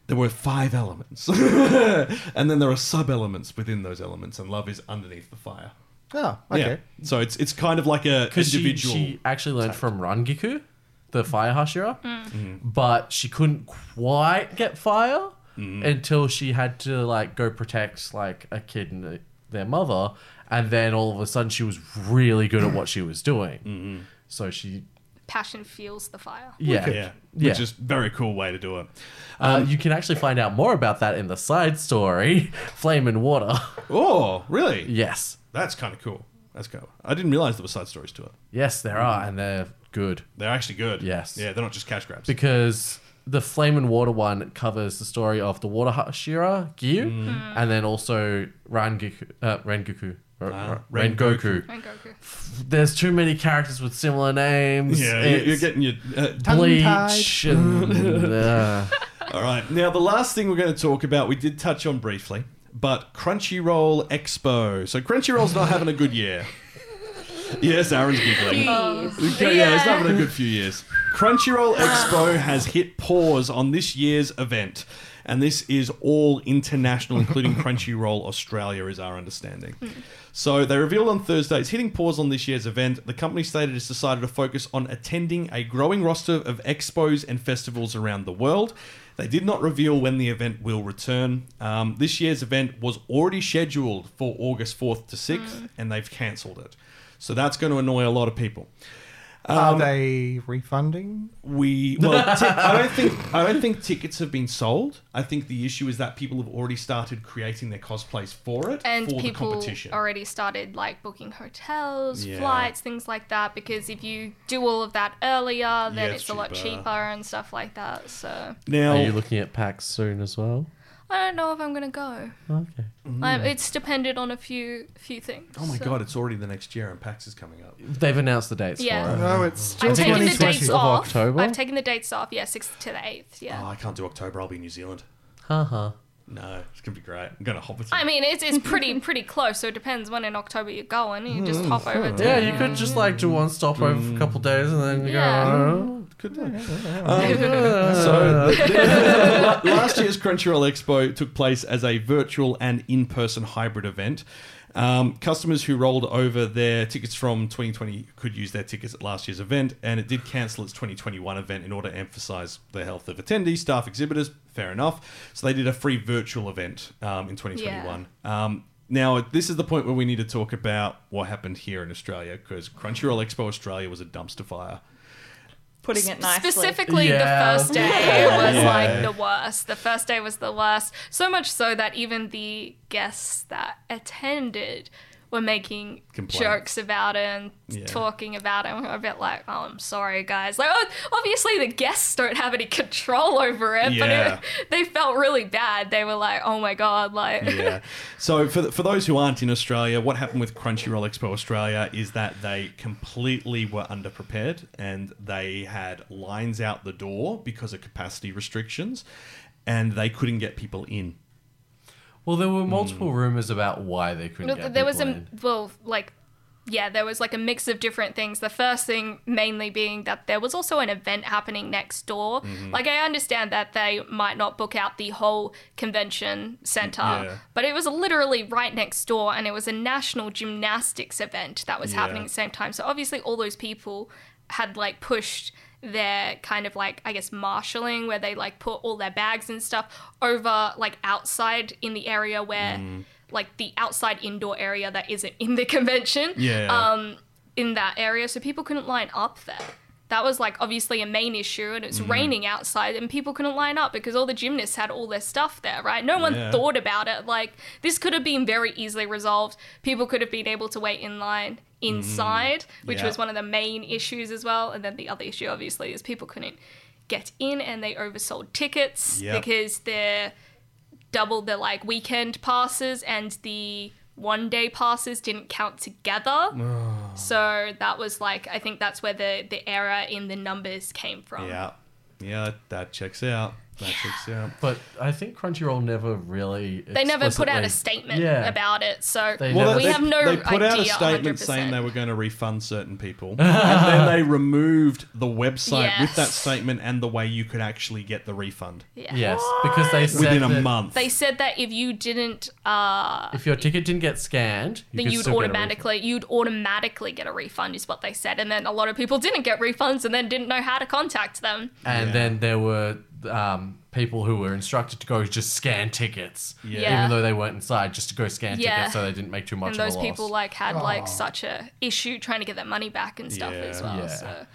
[SPEAKER 3] There were five elements, and then there are sub elements within those elements, and love is underneath the fire.
[SPEAKER 5] Oh, okay.
[SPEAKER 3] Yeah. So it's it's kind of like a
[SPEAKER 4] Because she,
[SPEAKER 3] individual.
[SPEAKER 4] she actually learned from Rangiku, the fire Hashira,
[SPEAKER 2] Mm.
[SPEAKER 3] Mm-hmm.
[SPEAKER 4] but she couldn't quite get fire
[SPEAKER 3] Mm-hmm.
[SPEAKER 4] until she had to like go protect like a kid and the- their mother, and then all of a sudden she was really good at what she was doing.
[SPEAKER 3] Mm-hmm.
[SPEAKER 4] So she,
[SPEAKER 2] Passion fuels the fire.
[SPEAKER 4] yeah,
[SPEAKER 3] Yeah. Which is um, very cool way to do it.
[SPEAKER 4] uh, you can actually find out more about that in the side story, Flame and Water.
[SPEAKER 3] Oh, really?
[SPEAKER 4] Yes.
[SPEAKER 3] That's kind of cool. That's cool. I didn't realize there were side stories to it.
[SPEAKER 4] Yes, there are, and they're good.
[SPEAKER 3] They're actually good.
[SPEAKER 4] Yes.
[SPEAKER 3] Yeah, they're not just cash grabs.
[SPEAKER 4] Because the Flame and Water one covers the story of the Water Hashira, Gyu,
[SPEAKER 2] Hmm.
[SPEAKER 3] Mm.
[SPEAKER 4] and then also Rangiku. Uh, Rengoku. R- R-
[SPEAKER 3] Ah, Rengoku.
[SPEAKER 4] Rengoku. There's too many characters with similar names.
[SPEAKER 3] Yeah, you- you're
[SPEAKER 4] It's
[SPEAKER 3] getting your uh,
[SPEAKER 4] bleach. And, uh,
[SPEAKER 3] All right. Now, the last thing we're going to talk about, we did touch on briefly, but Crunchyroll Expo. So, Crunchyroll's not having a good year. Yes, Aaron's giggling.
[SPEAKER 2] Um,
[SPEAKER 3] Okay, yeah, it's not been a good few years. Crunchyroll Expo has hit pause on this year's event, and this is all international, including Crunchyroll Australia, is our understanding. So they revealed on Thursday it's hitting pause on this year's event. The company stated it's decided to focus on attending a growing roster of expos and festivals around the world. They did not reveal when the event will return. Um, this year's event was already scheduled for August 4th to 6th, and they've cancelled it. So that's going to annoy a lot of people.
[SPEAKER 5] Are
[SPEAKER 3] Um,
[SPEAKER 5] they refunding?
[SPEAKER 3] we well, ti- I don't think I don't think tickets have been sold. I think the issue is that people have already started creating their cosplays for it
[SPEAKER 2] And
[SPEAKER 3] for the
[SPEAKER 2] people
[SPEAKER 3] competition.
[SPEAKER 2] already started like booking hotels,
[SPEAKER 3] Yeah.
[SPEAKER 2] flights, things like that. Because if you do all of that earlier, then
[SPEAKER 4] Yeah,
[SPEAKER 2] it's,
[SPEAKER 4] it's
[SPEAKER 2] a lot
[SPEAKER 4] cheaper.
[SPEAKER 2] cheaper and stuff like that. So
[SPEAKER 3] Now-
[SPEAKER 4] are you looking at packs soon as well?
[SPEAKER 2] I don't know if I'm gonna go.
[SPEAKER 4] Okay.
[SPEAKER 2] Um, it's dependent on a few few things.
[SPEAKER 3] Mm. Oh my
[SPEAKER 2] so-
[SPEAKER 3] god! It's already the next year, and PAX is coming up.
[SPEAKER 4] They've announced the dates
[SPEAKER 2] Yeah.
[SPEAKER 4] for it.
[SPEAKER 2] No,
[SPEAKER 5] it's
[SPEAKER 2] I've taken the dates off.
[SPEAKER 4] of October.
[SPEAKER 2] I've taken the dates off. Yeah, sixth to the eighth. Yeah.
[SPEAKER 3] Oh, I can't do October. I'll be in New Zealand. Uh-huh.
[SPEAKER 4] Haha.
[SPEAKER 3] No, it's gonna be great. I'm gonna hop it.
[SPEAKER 2] I mean, it's, it's pretty pretty close, so it depends when in October you're going. You just
[SPEAKER 3] Hmm,
[SPEAKER 4] Mm,
[SPEAKER 2] hop over to
[SPEAKER 3] Mm.
[SPEAKER 4] Yeah, you could just like do one stop over for a couple days and then you
[SPEAKER 2] Yeah.
[SPEAKER 4] go.
[SPEAKER 3] Good day. Um, so, la- last year's Crunchyroll Expo took place as a virtual and in person hybrid event. Um, customers who rolled over their tickets from 2020 could use their tickets at last year's event, and it did cancel its 2021 event in order to emphasize the health of attendees, staff, exhibitors. Fair enough. So, they did a free virtual event um, in 2021. Um, now, this is the point where we need to talk about what happened here in Australia because Crunchyroll Expo Australia was a dumpster fire.
[SPEAKER 7] Putting it nicely.
[SPEAKER 2] Specifically,
[SPEAKER 7] Yeah.
[SPEAKER 2] the first day
[SPEAKER 7] Yeah.
[SPEAKER 2] was
[SPEAKER 3] Yeah.
[SPEAKER 2] like the worst. The first day was the worst. So much so that even the guests that attended were making
[SPEAKER 3] Complaints.
[SPEAKER 2] jokes about it and
[SPEAKER 3] Yeah.
[SPEAKER 2] talking about it. And we were a bit like, oh, I'm sorry, guys. Like, oh, obviously, the guests don't have any control over it,
[SPEAKER 3] Yeah.
[SPEAKER 2] but it, they felt really bad. They were like, oh my God, like.
[SPEAKER 3] yeah. So for for those who aren't in Australia, what happened with Crunchyroll Expo Australia is that they completely were underprepared and they had lines out the door because of capacity restrictions, and they couldn't get people in.
[SPEAKER 4] Well, there
[SPEAKER 3] Mm.
[SPEAKER 4] were multiple rumors about why they couldn't
[SPEAKER 2] No,
[SPEAKER 4] get
[SPEAKER 2] there was
[SPEAKER 4] people
[SPEAKER 2] a
[SPEAKER 4] in.
[SPEAKER 2] well like yeah there was like a mix of different things the first thing mainly being that there was also an event happening next door
[SPEAKER 4] Mm-hmm.
[SPEAKER 8] Mhm.
[SPEAKER 2] like i understand that they might not book out the whole convention center
[SPEAKER 8] Yeah.
[SPEAKER 2] but it was literally right next door and it was a national gymnastics event that was
[SPEAKER 8] Yeah.
[SPEAKER 2] happening at the same time so obviously all those people had like pushed their kind of like I guess marshalling where they like put all their bags and stuff over like outside in the area where like the outside indoor area that isn't in the convention.
[SPEAKER 8] Yeah.
[SPEAKER 2] Um, in that area, so people couldn't line up there. That was like obviously a main issue, and it's
[SPEAKER 8] Mhm.
[SPEAKER 2] raining outside, and people couldn't line up because all the gymnasts had all their stuff there, right? No one
[SPEAKER 8] Yeah.
[SPEAKER 2] thought about it. Like this could have been very easily resolved. People could have been able to wait in line inside, which
[SPEAKER 8] Mm-hmm. Yeah.
[SPEAKER 2] was one of the main issues as well. And then the other issue, obviously, is people couldn't get in, and they oversold tickets
[SPEAKER 8] Yep.
[SPEAKER 2] because they're doubled the like weekend passes and the one day passes didn't count together. so that was like I think that's where the the error in the numbers came from.
[SPEAKER 3] Yeah, yeah, that checks out. That checks out.
[SPEAKER 4] But I think Crunchyroll never really.
[SPEAKER 2] They never put out
[SPEAKER 4] explicitly-
[SPEAKER 2] a statement
[SPEAKER 4] Yeah.
[SPEAKER 2] about it, so
[SPEAKER 4] They
[SPEAKER 3] Well,
[SPEAKER 4] never-
[SPEAKER 2] we
[SPEAKER 3] they,
[SPEAKER 2] have no
[SPEAKER 3] they put
[SPEAKER 2] idea.
[SPEAKER 3] out a statement
[SPEAKER 2] 100%.
[SPEAKER 3] saying they were going to refund certain people, and then they removed the website with that
[SPEAKER 2] Yes.
[SPEAKER 3] statement and the way you could actually get the refund.
[SPEAKER 2] Yeah.
[SPEAKER 4] Yes, because they said
[SPEAKER 3] within a
[SPEAKER 4] that-
[SPEAKER 3] month.
[SPEAKER 2] They said that if you didn't, uh,
[SPEAKER 4] If your ticket didn't get scanned, you
[SPEAKER 2] then
[SPEAKER 4] could
[SPEAKER 2] you'd
[SPEAKER 4] still get a refund.
[SPEAKER 2] automatically you'd automatically get a refund, is what they said. And then a lot of people didn't get refunds, and then didn't know how to contact them.
[SPEAKER 4] And then there were um, people who were instructed to go just scan tickets,
[SPEAKER 2] Yeah. Yeah.
[SPEAKER 4] even though they weren't inside, just to go scan
[SPEAKER 2] Yeah.
[SPEAKER 4] tickets so they didn't make too much
[SPEAKER 2] and those
[SPEAKER 4] of a loss.
[SPEAKER 2] people like had
[SPEAKER 4] Aw.
[SPEAKER 2] like such a issue trying to get their money back and stuff as well. So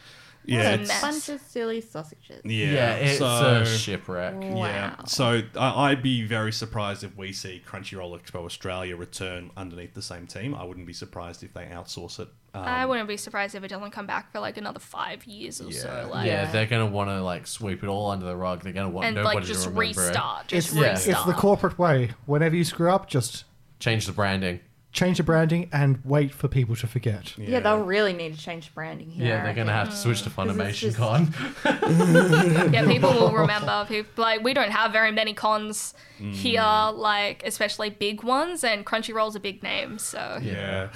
[SPEAKER 3] yeah,
[SPEAKER 7] What a
[SPEAKER 3] it's-
[SPEAKER 7] bunch of silly sausages.
[SPEAKER 3] Yeah,
[SPEAKER 4] Yeah, it's
[SPEAKER 3] so,
[SPEAKER 4] a shipwreck.
[SPEAKER 3] Yeah. So I, I'd be very surprised if we see Crunchyroll Expo Australia return underneath the same team. I wouldn't be surprised if they outsource it. Um,
[SPEAKER 2] I wouldn't be surprised if it doesn't come back for like another five years or so. Like,
[SPEAKER 4] yeah, they're gonna want to like sweep it all under the rug. They're gonna want
[SPEAKER 2] And, like,
[SPEAKER 4] nobody
[SPEAKER 2] just
[SPEAKER 4] to remember
[SPEAKER 3] eh?
[SPEAKER 2] restart,
[SPEAKER 4] it.
[SPEAKER 2] just
[SPEAKER 4] Yeah.
[SPEAKER 5] It's the corporate way. Whenever you screw up, just
[SPEAKER 4] change the branding.
[SPEAKER 5] change the branding and wait for people to forget.
[SPEAKER 7] Yeah. they'll really need to change branding here.
[SPEAKER 4] Yeah, they're gonna have to switch to
[SPEAKER 7] 'Cause it's
[SPEAKER 4] Funimation
[SPEAKER 7] just-
[SPEAKER 4] Con.
[SPEAKER 2] yeah, people will remember. People, like, we don't have very many cons
[SPEAKER 3] Mm.
[SPEAKER 2] here, like especially big ones, and Crunchyroll's a big name, so
[SPEAKER 3] Yeah.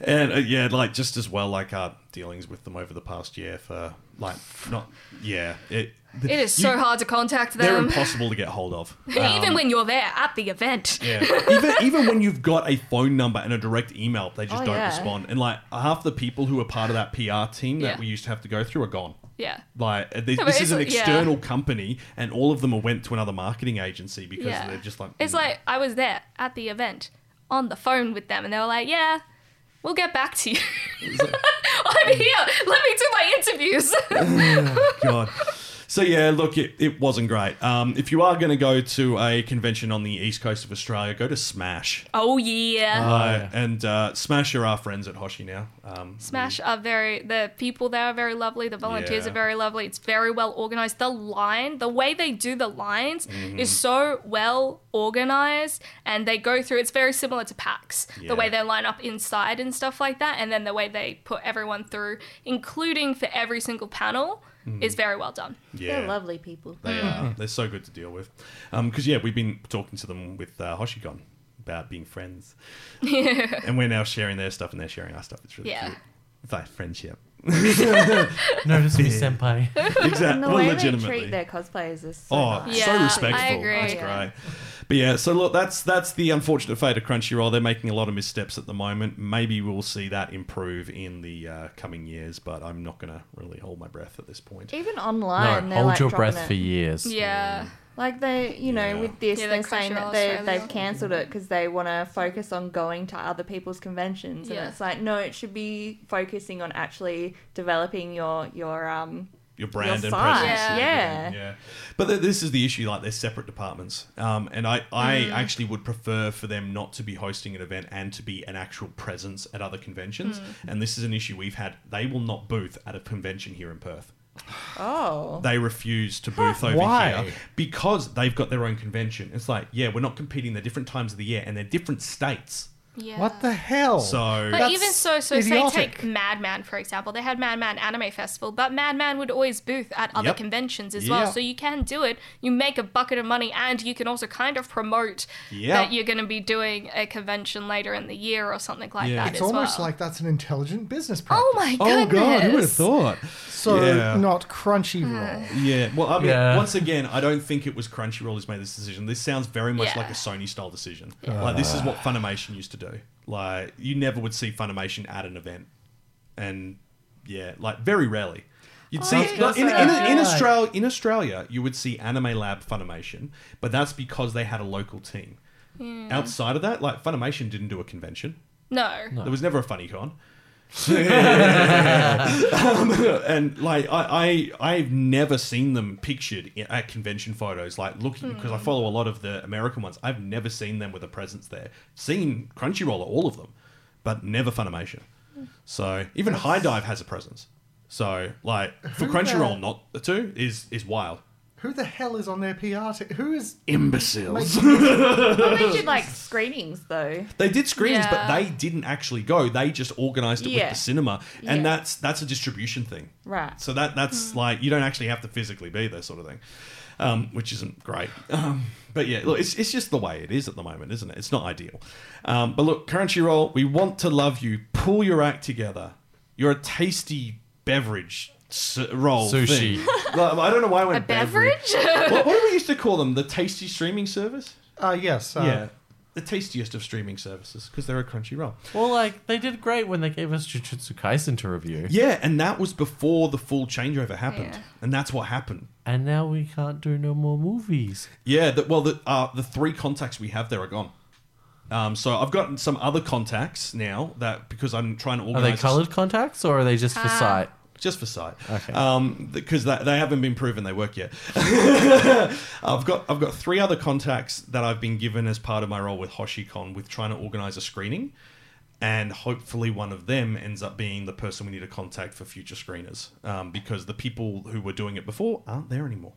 [SPEAKER 3] And uh, yeah, like just as well, like our dealings with them over the past year for like not yeah it.
[SPEAKER 2] it is
[SPEAKER 3] you-
[SPEAKER 2] so hard to contact
[SPEAKER 3] They're
[SPEAKER 2] them.
[SPEAKER 3] impossible to get hold of.
[SPEAKER 2] Even
[SPEAKER 3] Um,
[SPEAKER 2] when you're there at the event.
[SPEAKER 3] Yeah. even even when you've got a phone number and a direct email, they just
[SPEAKER 2] Oh,
[SPEAKER 3] don't
[SPEAKER 2] yeah.
[SPEAKER 3] respond. And like half the people who were part of that PR team that
[SPEAKER 2] Yeah.
[SPEAKER 3] we used to have to go through are gone.
[SPEAKER 2] Yeah.
[SPEAKER 3] Like th- this,
[SPEAKER 2] but
[SPEAKER 3] is an
[SPEAKER 2] it's- yeah.
[SPEAKER 3] external company, and all of them went to another marketing agency because
[SPEAKER 2] Yeah.
[SPEAKER 3] they're just like "Mm."
[SPEAKER 2] It's like I was there at the event on the phone with them, and they were like, "Yeah, we'll get back to you. I'm here. Let me do my interviews."
[SPEAKER 3] Oh, God. So yeah, look, it, it wasn't great. Um, if you are going to go to a convention on the east coast of Australia, go to Smash.
[SPEAKER 2] oh yeah.
[SPEAKER 3] Uh, and uh, Smash are our friends at Hoshi now. Um,
[SPEAKER 2] Smash are very the people there are very lovely. The volunteers
[SPEAKER 3] Yeah.
[SPEAKER 2] are very lovely. It's very well organized. The line, the way they do the lines,
[SPEAKER 8] Mhm.
[SPEAKER 2] is so well organized, and they go through. It's very similar to PAX,
[SPEAKER 8] Yeah.
[SPEAKER 2] the way they line up inside and stuff like that, and then the way they put everyone through, including for every single panel,
[SPEAKER 3] Mhm.
[SPEAKER 2] is very well done.
[SPEAKER 3] Yeah.
[SPEAKER 7] They're lovely people.
[SPEAKER 3] They
[SPEAKER 2] Hmm.
[SPEAKER 3] are. They're so good to deal with. Because, yeah, we've been talking to them with uh, Hoshigon about being friends.
[SPEAKER 2] Yeah.
[SPEAKER 3] and we're now sharing their stuff and they're sharing our stuff. It's really
[SPEAKER 2] Yeah.
[SPEAKER 3] cute. It's like friendship.
[SPEAKER 4] Notice me, senpai.
[SPEAKER 7] And
[SPEAKER 3] Exactly.
[SPEAKER 7] the
[SPEAKER 3] Well,
[SPEAKER 7] way
[SPEAKER 3] legitimately.
[SPEAKER 7] they treat their cosplayers is so
[SPEAKER 3] Oh,
[SPEAKER 7] nice.
[SPEAKER 3] so respectful.
[SPEAKER 2] I agree.
[SPEAKER 3] That's
[SPEAKER 2] Yeah.
[SPEAKER 3] great. But yeah, so look, that's that's the unfortunate fate of Crunchyroll. They're making a lot of missteps at the moment. Maybe we'll see that improve in the uh, coming years, but I'm not going to really hold my breath at this point.
[SPEAKER 7] Even online,
[SPEAKER 4] No,
[SPEAKER 7] they're
[SPEAKER 4] hold
[SPEAKER 7] like
[SPEAKER 4] your
[SPEAKER 7] dropping
[SPEAKER 4] breath
[SPEAKER 7] it.
[SPEAKER 4] for years.
[SPEAKER 2] Yeah.
[SPEAKER 7] Like they, you know, with this,
[SPEAKER 2] Yeah,
[SPEAKER 7] they're
[SPEAKER 2] they
[SPEAKER 7] saying
[SPEAKER 2] censure
[SPEAKER 7] that they,
[SPEAKER 2] Australia.
[SPEAKER 7] they've cancelled it because they want to focus on going to other people's conventions,
[SPEAKER 2] Yeah.
[SPEAKER 7] and it's like, no, it should be focusing on actually developing your your um
[SPEAKER 3] Your brand and
[SPEAKER 7] site.
[SPEAKER 3] presence. and
[SPEAKER 7] Yeah.
[SPEAKER 3] everything, yeah. But th- this is the issue. Like they're separate departments, um, and I, I
[SPEAKER 7] Mm.
[SPEAKER 3] actually would prefer for them not to be hosting an event and to be an actual presence at other conventions.
[SPEAKER 7] Mm.
[SPEAKER 3] And this is an issue we've had. They will not booth at a convention here in Perth.
[SPEAKER 7] Oh.
[SPEAKER 3] They refuse to booth over
[SPEAKER 7] Why?
[SPEAKER 3] here because they've got their own convention. It's like, yeah, we're not competing. They're different times of the year and they're different states.
[SPEAKER 2] Yeah.
[SPEAKER 5] What the hell?
[SPEAKER 3] So,
[SPEAKER 2] Oh. But even so, so say take Madman for example. They had Madman Anime Festival, but Madman would always booth at other
[SPEAKER 3] Yep.
[SPEAKER 2] conventions as
[SPEAKER 3] Yeah.
[SPEAKER 2] well. So you can do it. You make a bucket of money, and you can also kind of promote
[SPEAKER 5] Yeah.
[SPEAKER 2] that you're going to be doing a convention later in the year or something like that.
[SPEAKER 5] it's
[SPEAKER 2] as
[SPEAKER 5] almost
[SPEAKER 2] well.
[SPEAKER 5] like that's an intelligent business practice.
[SPEAKER 2] Oh my
[SPEAKER 5] Oh,
[SPEAKER 2] goodness!
[SPEAKER 5] God,
[SPEAKER 3] who would have thought?
[SPEAKER 5] So
[SPEAKER 3] Yeah.
[SPEAKER 5] not
[SPEAKER 2] Hmm.
[SPEAKER 5] Crunchyroll.
[SPEAKER 3] Yeah. Well, I mean,
[SPEAKER 5] Yeah.
[SPEAKER 3] once again, I don't think it was Crunchyroll who's made this decision. This sounds very much
[SPEAKER 2] Yeah.
[SPEAKER 3] like a Sony style decision.
[SPEAKER 5] Yeah.
[SPEAKER 3] Like this is what Funimation used to do. Like you never would see Funimation at an event, and yeah, like very rarely. You'd
[SPEAKER 5] Oh,
[SPEAKER 3] see
[SPEAKER 5] yeah.
[SPEAKER 3] like, in, in,
[SPEAKER 5] That's
[SPEAKER 3] in
[SPEAKER 5] right.
[SPEAKER 3] Australia. In Australia, you would see Anime Lab Funimation, but that's because they had a local team.
[SPEAKER 2] Yeah.
[SPEAKER 3] Outside of that, like Funimation didn't do a convention.
[SPEAKER 2] No. No.
[SPEAKER 3] There was never a FunnyCon. Um, and like I, I I've never seen them pictured i- at convention photos like looking because I
[SPEAKER 2] Hmm.
[SPEAKER 3] follow a lot of the American ones I've never seen them with a presence there seen Crunchyroll at all of them but never Funimation so even High Dive has a presence so like for
[SPEAKER 5] Who
[SPEAKER 3] Crunchyroll
[SPEAKER 5] the-
[SPEAKER 3] not the two is is wild
[SPEAKER 5] Who the hell is on their PR team? Who is
[SPEAKER 3] imbeciles
[SPEAKER 7] well, they did like screenings though.
[SPEAKER 3] They did screenings, but
[SPEAKER 7] Yeah.
[SPEAKER 3] they didn't actually go. They just organised it
[SPEAKER 7] Yeah.
[SPEAKER 3] with the cinema, and
[SPEAKER 7] Yeah.
[SPEAKER 3] that's that's a distribution thing.
[SPEAKER 7] Right. Hmm.
[SPEAKER 3] So that that's like you don't actually have to physically be there, sort of thing, um, which isn't great. Um, but yeah, look, it's, it's just the way it is at the moment, isn't it? It's not ideal. Um, but look, Crunchyroll, we want to love you. Pull your act together. You're a tasty beverage s- roll
[SPEAKER 4] Sushi.
[SPEAKER 3] thing. Like, I don't know why I went
[SPEAKER 2] A beverage?
[SPEAKER 3] what, what do we used to call them? The tasty streaming service.
[SPEAKER 5] Uh, yes. Uh,
[SPEAKER 3] yeah. The tastiest of streaming services because they're a Crunchyroll.
[SPEAKER 4] Well, like they did great when they gave us Jujutsu Kaisen to review.
[SPEAKER 3] Yeah, and that was before the full changeover happened,
[SPEAKER 4] Yeah.
[SPEAKER 3] and that's what happened.
[SPEAKER 4] And now we can't do no more movies.
[SPEAKER 3] Yeah, the, well, the uh, the three contacts we have there are gone. Um, so I've gotten some other contacts now that because I'm trying to
[SPEAKER 4] Are
[SPEAKER 3] organize.
[SPEAKER 4] they coloured contacts or are they just for
[SPEAKER 3] Ah.
[SPEAKER 4] sight?
[SPEAKER 3] Just for sight.
[SPEAKER 4] Okay.
[SPEAKER 3] because that they haven't been proven they work yet. I've got I've got three other contacts that I've been given as part of my role with HoshiCon with trying to organize a screening, and hopefully one of them ends up being the person we need to contact for future screeners um, because the people who were doing it before aren't there anymore.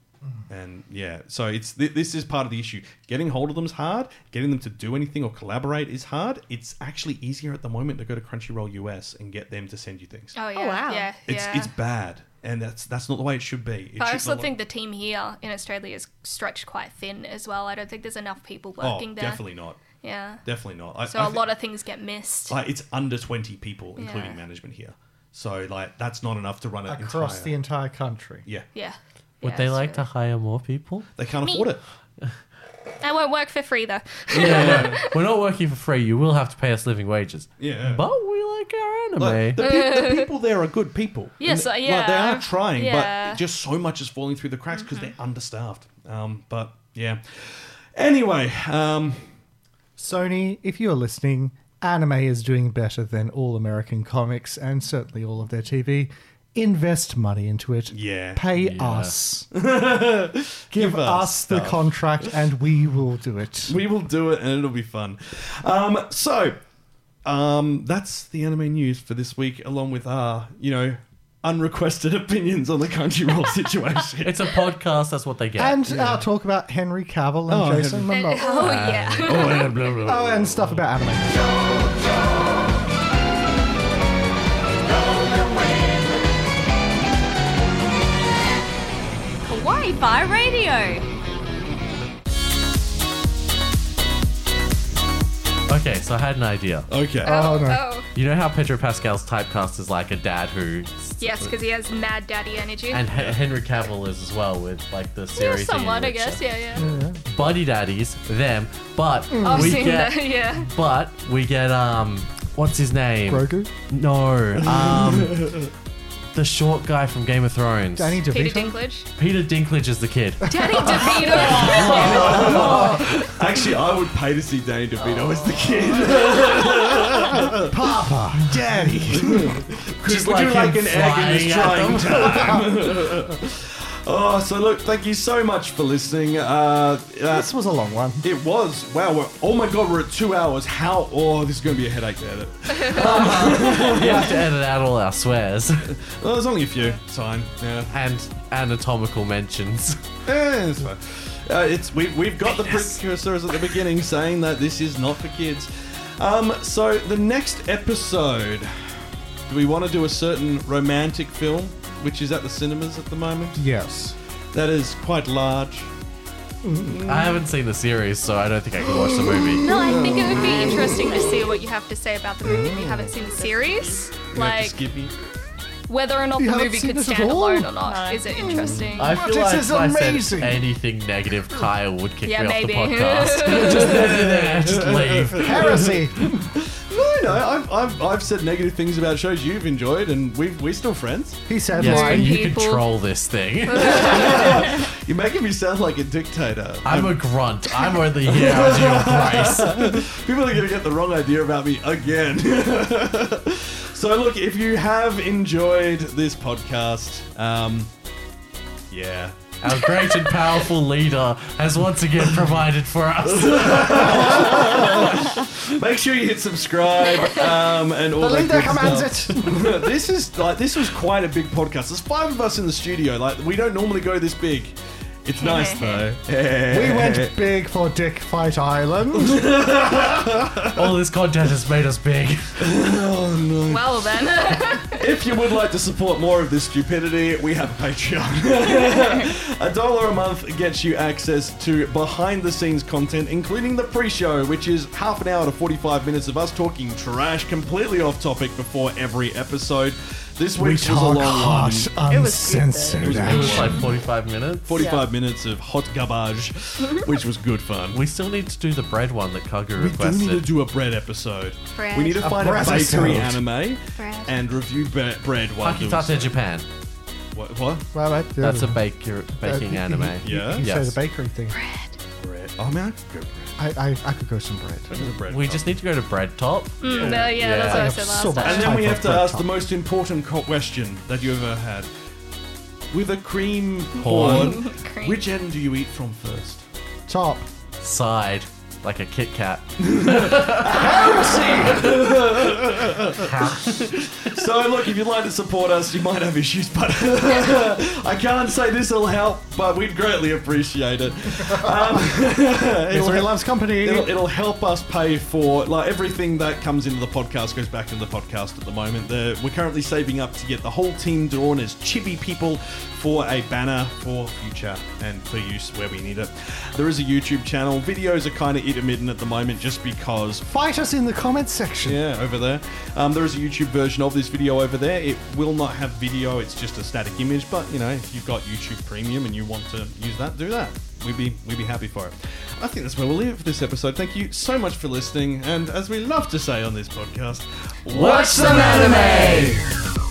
[SPEAKER 3] And yeah, so it's th- this is part of the issue. Getting hold of them is hard. Getting them to do anything or collaborate is hard. It's actually easier at the moment to go to Crunchyroll US and get them to send you things.
[SPEAKER 2] Oh yeah.
[SPEAKER 7] wow.
[SPEAKER 2] Yeah.
[SPEAKER 3] It's
[SPEAKER 2] yeah.
[SPEAKER 3] it's bad, and that's that's not the way it should be. It
[SPEAKER 2] But I
[SPEAKER 3] should
[SPEAKER 2] also
[SPEAKER 3] not-
[SPEAKER 2] think the team here in Australia is stretched quite thin as well. I don't think there's enough people
[SPEAKER 3] oh,
[SPEAKER 2] working there.
[SPEAKER 3] definitely not.
[SPEAKER 2] Yeah.
[SPEAKER 3] Definitely not. I,
[SPEAKER 2] so
[SPEAKER 3] I
[SPEAKER 2] a
[SPEAKER 3] thi-
[SPEAKER 2] lot of things get missed.
[SPEAKER 3] like, it's under twenty people, including
[SPEAKER 2] Yeah.
[SPEAKER 3] management here. So like that's not enough to run an
[SPEAKER 5] across
[SPEAKER 3] entire.
[SPEAKER 5] the entire country.
[SPEAKER 3] yeah,
[SPEAKER 2] yeah.
[SPEAKER 4] Would
[SPEAKER 2] Yeah,
[SPEAKER 4] they
[SPEAKER 2] it's
[SPEAKER 4] like
[SPEAKER 2] true.
[SPEAKER 4] to hire more people?
[SPEAKER 3] They can't
[SPEAKER 2] Me. afford it. I won't work for free though.
[SPEAKER 4] yeah, no, we're not working for free. You will have to pay us living wages.
[SPEAKER 3] Yeah.
[SPEAKER 4] But we like our anime.
[SPEAKER 3] Like, the, peop the people there are good people.
[SPEAKER 2] Yes,
[SPEAKER 3] And
[SPEAKER 2] uh,
[SPEAKER 3] they-
[SPEAKER 2] yeah,
[SPEAKER 3] Like, they are
[SPEAKER 2] I've-
[SPEAKER 3] trying,
[SPEAKER 2] yeah. Mm-hmm.
[SPEAKER 3] but just so much is falling through the cracks because they're understaffed. Um, but yeah. Anyway, um,
[SPEAKER 5] Sony, if you are listening, anime is doing better than all American comics and certainly all of their TV. Invest money into it.
[SPEAKER 3] Yeah.
[SPEAKER 5] Pay
[SPEAKER 3] Yeah.
[SPEAKER 5] us.
[SPEAKER 3] Give,
[SPEAKER 5] Give us, the
[SPEAKER 3] stuff.
[SPEAKER 5] contract and we will do it.
[SPEAKER 3] We will do it, and it'll be fun. Um, so, um, that's the anime news for this week, along with our, you know, unrequested opinions on the Crunchyroll situation.
[SPEAKER 4] It's a podcast. That's what they get.
[SPEAKER 5] And our talk about Henry Cavill
[SPEAKER 4] Oh,
[SPEAKER 5] and Jason
[SPEAKER 4] Henry-
[SPEAKER 5] Momoa.
[SPEAKER 4] Oh, yeah. Oh, yeah, blah, blah, blah.
[SPEAKER 5] Oh, and stuff about anime.
[SPEAKER 11] Kawaii Fi Radio.
[SPEAKER 4] Okay, so I had an idea.
[SPEAKER 3] Okay.
[SPEAKER 2] Oh, Oh, no. oh.
[SPEAKER 4] You know how Pedro Pascal's typecast is like a dad who.
[SPEAKER 2] Yes, because he has mad daddy energy.
[SPEAKER 4] And H- Henry Cavill is as well with like the
[SPEAKER 2] yeah,
[SPEAKER 4] series.
[SPEAKER 2] somewhat, I guess. Yeah, yeah.
[SPEAKER 12] Mm.
[SPEAKER 4] Buddy daddies, them, but
[SPEAKER 2] Mm. I've
[SPEAKER 4] we
[SPEAKER 2] seen
[SPEAKER 4] get,
[SPEAKER 2] that. Yeah.
[SPEAKER 4] but we get um, what's his name?
[SPEAKER 5] Grogu.
[SPEAKER 4] No, um, the short guy from Game of Thrones.
[SPEAKER 2] Peter Dinklage.
[SPEAKER 4] Peter Dinklage is the kid.
[SPEAKER 2] Danny DeVito.
[SPEAKER 3] Actually, I would pay to see Danny DeVito as the kid.
[SPEAKER 5] Papa,
[SPEAKER 3] Daddy.
[SPEAKER 4] Just
[SPEAKER 3] would you like
[SPEAKER 4] like
[SPEAKER 3] an
[SPEAKER 4] him
[SPEAKER 3] egg in
[SPEAKER 4] flying
[SPEAKER 3] this trying
[SPEAKER 4] at
[SPEAKER 3] time? oh, so look, thank you so much for listening. Uh,
[SPEAKER 5] this was a long one.
[SPEAKER 3] It was. Wow. We're, oh my God, we're at two hours. How? Oh, this is going to be a headache to edit.
[SPEAKER 4] you have to edit out all our swears.
[SPEAKER 3] Well, there's only a few. It's fine. Yeah.
[SPEAKER 4] And anatomical mentions.
[SPEAKER 3] Eh, it's fine. Uh, it's we, we've got the precursors at the beginning saying that this is not for kids. Um, so the next episode, do we want to do a certain romantic film, which is at the cinemas at the moment?
[SPEAKER 5] Yes.
[SPEAKER 3] That is quite large.
[SPEAKER 4] I haven't seen the series, so I don't think I can watch the movie.
[SPEAKER 2] No, I think it would be interesting to see what you have to say about the movie if you haven't seen the series. Like whether or not
[SPEAKER 12] You
[SPEAKER 2] the
[SPEAKER 12] haven't
[SPEAKER 2] movie
[SPEAKER 12] seen
[SPEAKER 2] could
[SPEAKER 12] this at
[SPEAKER 2] stand
[SPEAKER 12] all?
[SPEAKER 2] alone or not. Is it interesting?
[SPEAKER 4] I feel like if I said anything negative, Kyle would kick
[SPEAKER 2] Yeah,
[SPEAKER 4] me
[SPEAKER 2] maybe.
[SPEAKER 4] off the podcast. just leave it there, just leave.
[SPEAKER 5] Heresy.
[SPEAKER 3] No, no, I've, I've, I've said negative things about shows you've enjoyed, and we've, we're still friends.
[SPEAKER 5] He said,
[SPEAKER 4] Yes, but you control this thing.
[SPEAKER 3] You're making me sound like a dictator.
[SPEAKER 4] I'm a grunt. I'm only here as your price.
[SPEAKER 3] People are going to get the wrong idea about me again. so, look, if you have enjoyed this podcast, um, yeah.
[SPEAKER 4] Our great and powerful leader has once again provided for us.
[SPEAKER 3] Make sure you hit subscribe um, and all
[SPEAKER 5] The
[SPEAKER 3] that
[SPEAKER 5] leader
[SPEAKER 3] good
[SPEAKER 5] commands
[SPEAKER 3] stuff. this is like this was quite a big podcast. There's five of us in the studio. Like we don't normally go this big. It's nice though.
[SPEAKER 5] We went big for Dick Fight Island.
[SPEAKER 4] All this content has made us big.
[SPEAKER 3] Oh no.
[SPEAKER 2] Well then.
[SPEAKER 3] If you would like to support more of this stupidity, we have a Patreon. a dollar a month gets you access to behind the scenes content, including the pre show, which is half an hour to 45 minutes of us talking trash completely off topic before every episode. This
[SPEAKER 5] We
[SPEAKER 3] week's was a
[SPEAKER 5] talk
[SPEAKER 3] long
[SPEAKER 5] hot,
[SPEAKER 3] one.
[SPEAKER 5] uncensored
[SPEAKER 3] It was
[SPEAKER 4] It was
[SPEAKER 3] good.
[SPEAKER 4] like 45 minutes.
[SPEAKER 3] 45 minutes of hot garbage, which was good fun.
[SPEAKER 4] We still need to do the bread one that Kagu
[SPEAKER 3] We do need to
[SPEAKER 4] requested.
[SPEAKER 3] do a bread episode.
[SPEAKER 2] Bread.
[SPEAKER 3] We need to
[SPEAKER 2] A
[SPEAKER 3] find a,
[SPEAKER 4] bread
[SPEAKER 3] bakery
[SPEAKER 4] episode.
[SPEAKER 3] anime
[SPEAKER 2] Bread.
[SPEAKER 3] and review bre- bread while doing
[SPEAKER 4] Pakitata Japan.
[SPEAKER 3] so. What? what?
[SPEAKER 5] Well, that-
[SPEAKER 4] That's a baker, baking
[SPEAKER 5] he-
[SPEAKER 4] anime.
[SPEAKER 5] he-
[SPEAKER 3] Yeah?
[SPEAKER 5] You
[SPEAKER 4] Yes.
[SPEAKER 5] say the bakery thing.
[SPEAKER 3] Bread. Oh man, I could go bread.
[SPEAKER 5] I, I, I could go some bread.
[SPEAKER 4] We just need to go to Bread Top.
[SPEAKER 2] Mm, no, yeah, that's what I said last
[SPEAKER 5] So much
[SPEAKER 2] time.
[SPEAKER 3] And then
[SPEAKER 5] type
[SPEAKER 3] we
[SPEAKER 5] of
[SPEAKER 3] have to
[SPEAKER 5] bread
[SPEAKER 3] ask
[SPEAKER 5] type.
[SPEAKER 3] the most important co- question that you ever had. With a cream
[SPEAKER 4] Horn.
[SPEAKER 3] horn, which end do you eat from first?
[SPEAKER 5] Top.
[SPEAKER 4] Side, like a Kit Kat.
[SPEAKER 3] so look, if you'd like to support us, you might have issues, but I can't say this'll help, but we'd greatly appreciate it. Um, it'll,
[SPEAKER 5] Misery loves company.
[SPEAKER 3] it'll- it'll help us pay for like everything that comes into the podcast goes back into the podcast at the moment. The, we're currently saving up to get the whole team drawn as chibi people for a banner for future and for use where we need it. There is a YouTube channel. Videos are kind of intermittent at the moment just because
[SPEAKER 5] Fight us in the comments section.
[SPEAKER 3] yeah, over there. Um, there is a YouTube version of this video over there. It will not have video, it's just a static image, but you know, if you've got YouTube Premium and you want to use that, do that. We'd be we'd be happy for it. I think that's where we'll leave it for this episode. Thank you so much for listening, and as we love to say on this podcast,
[SPEAKER 4] Watch some anime!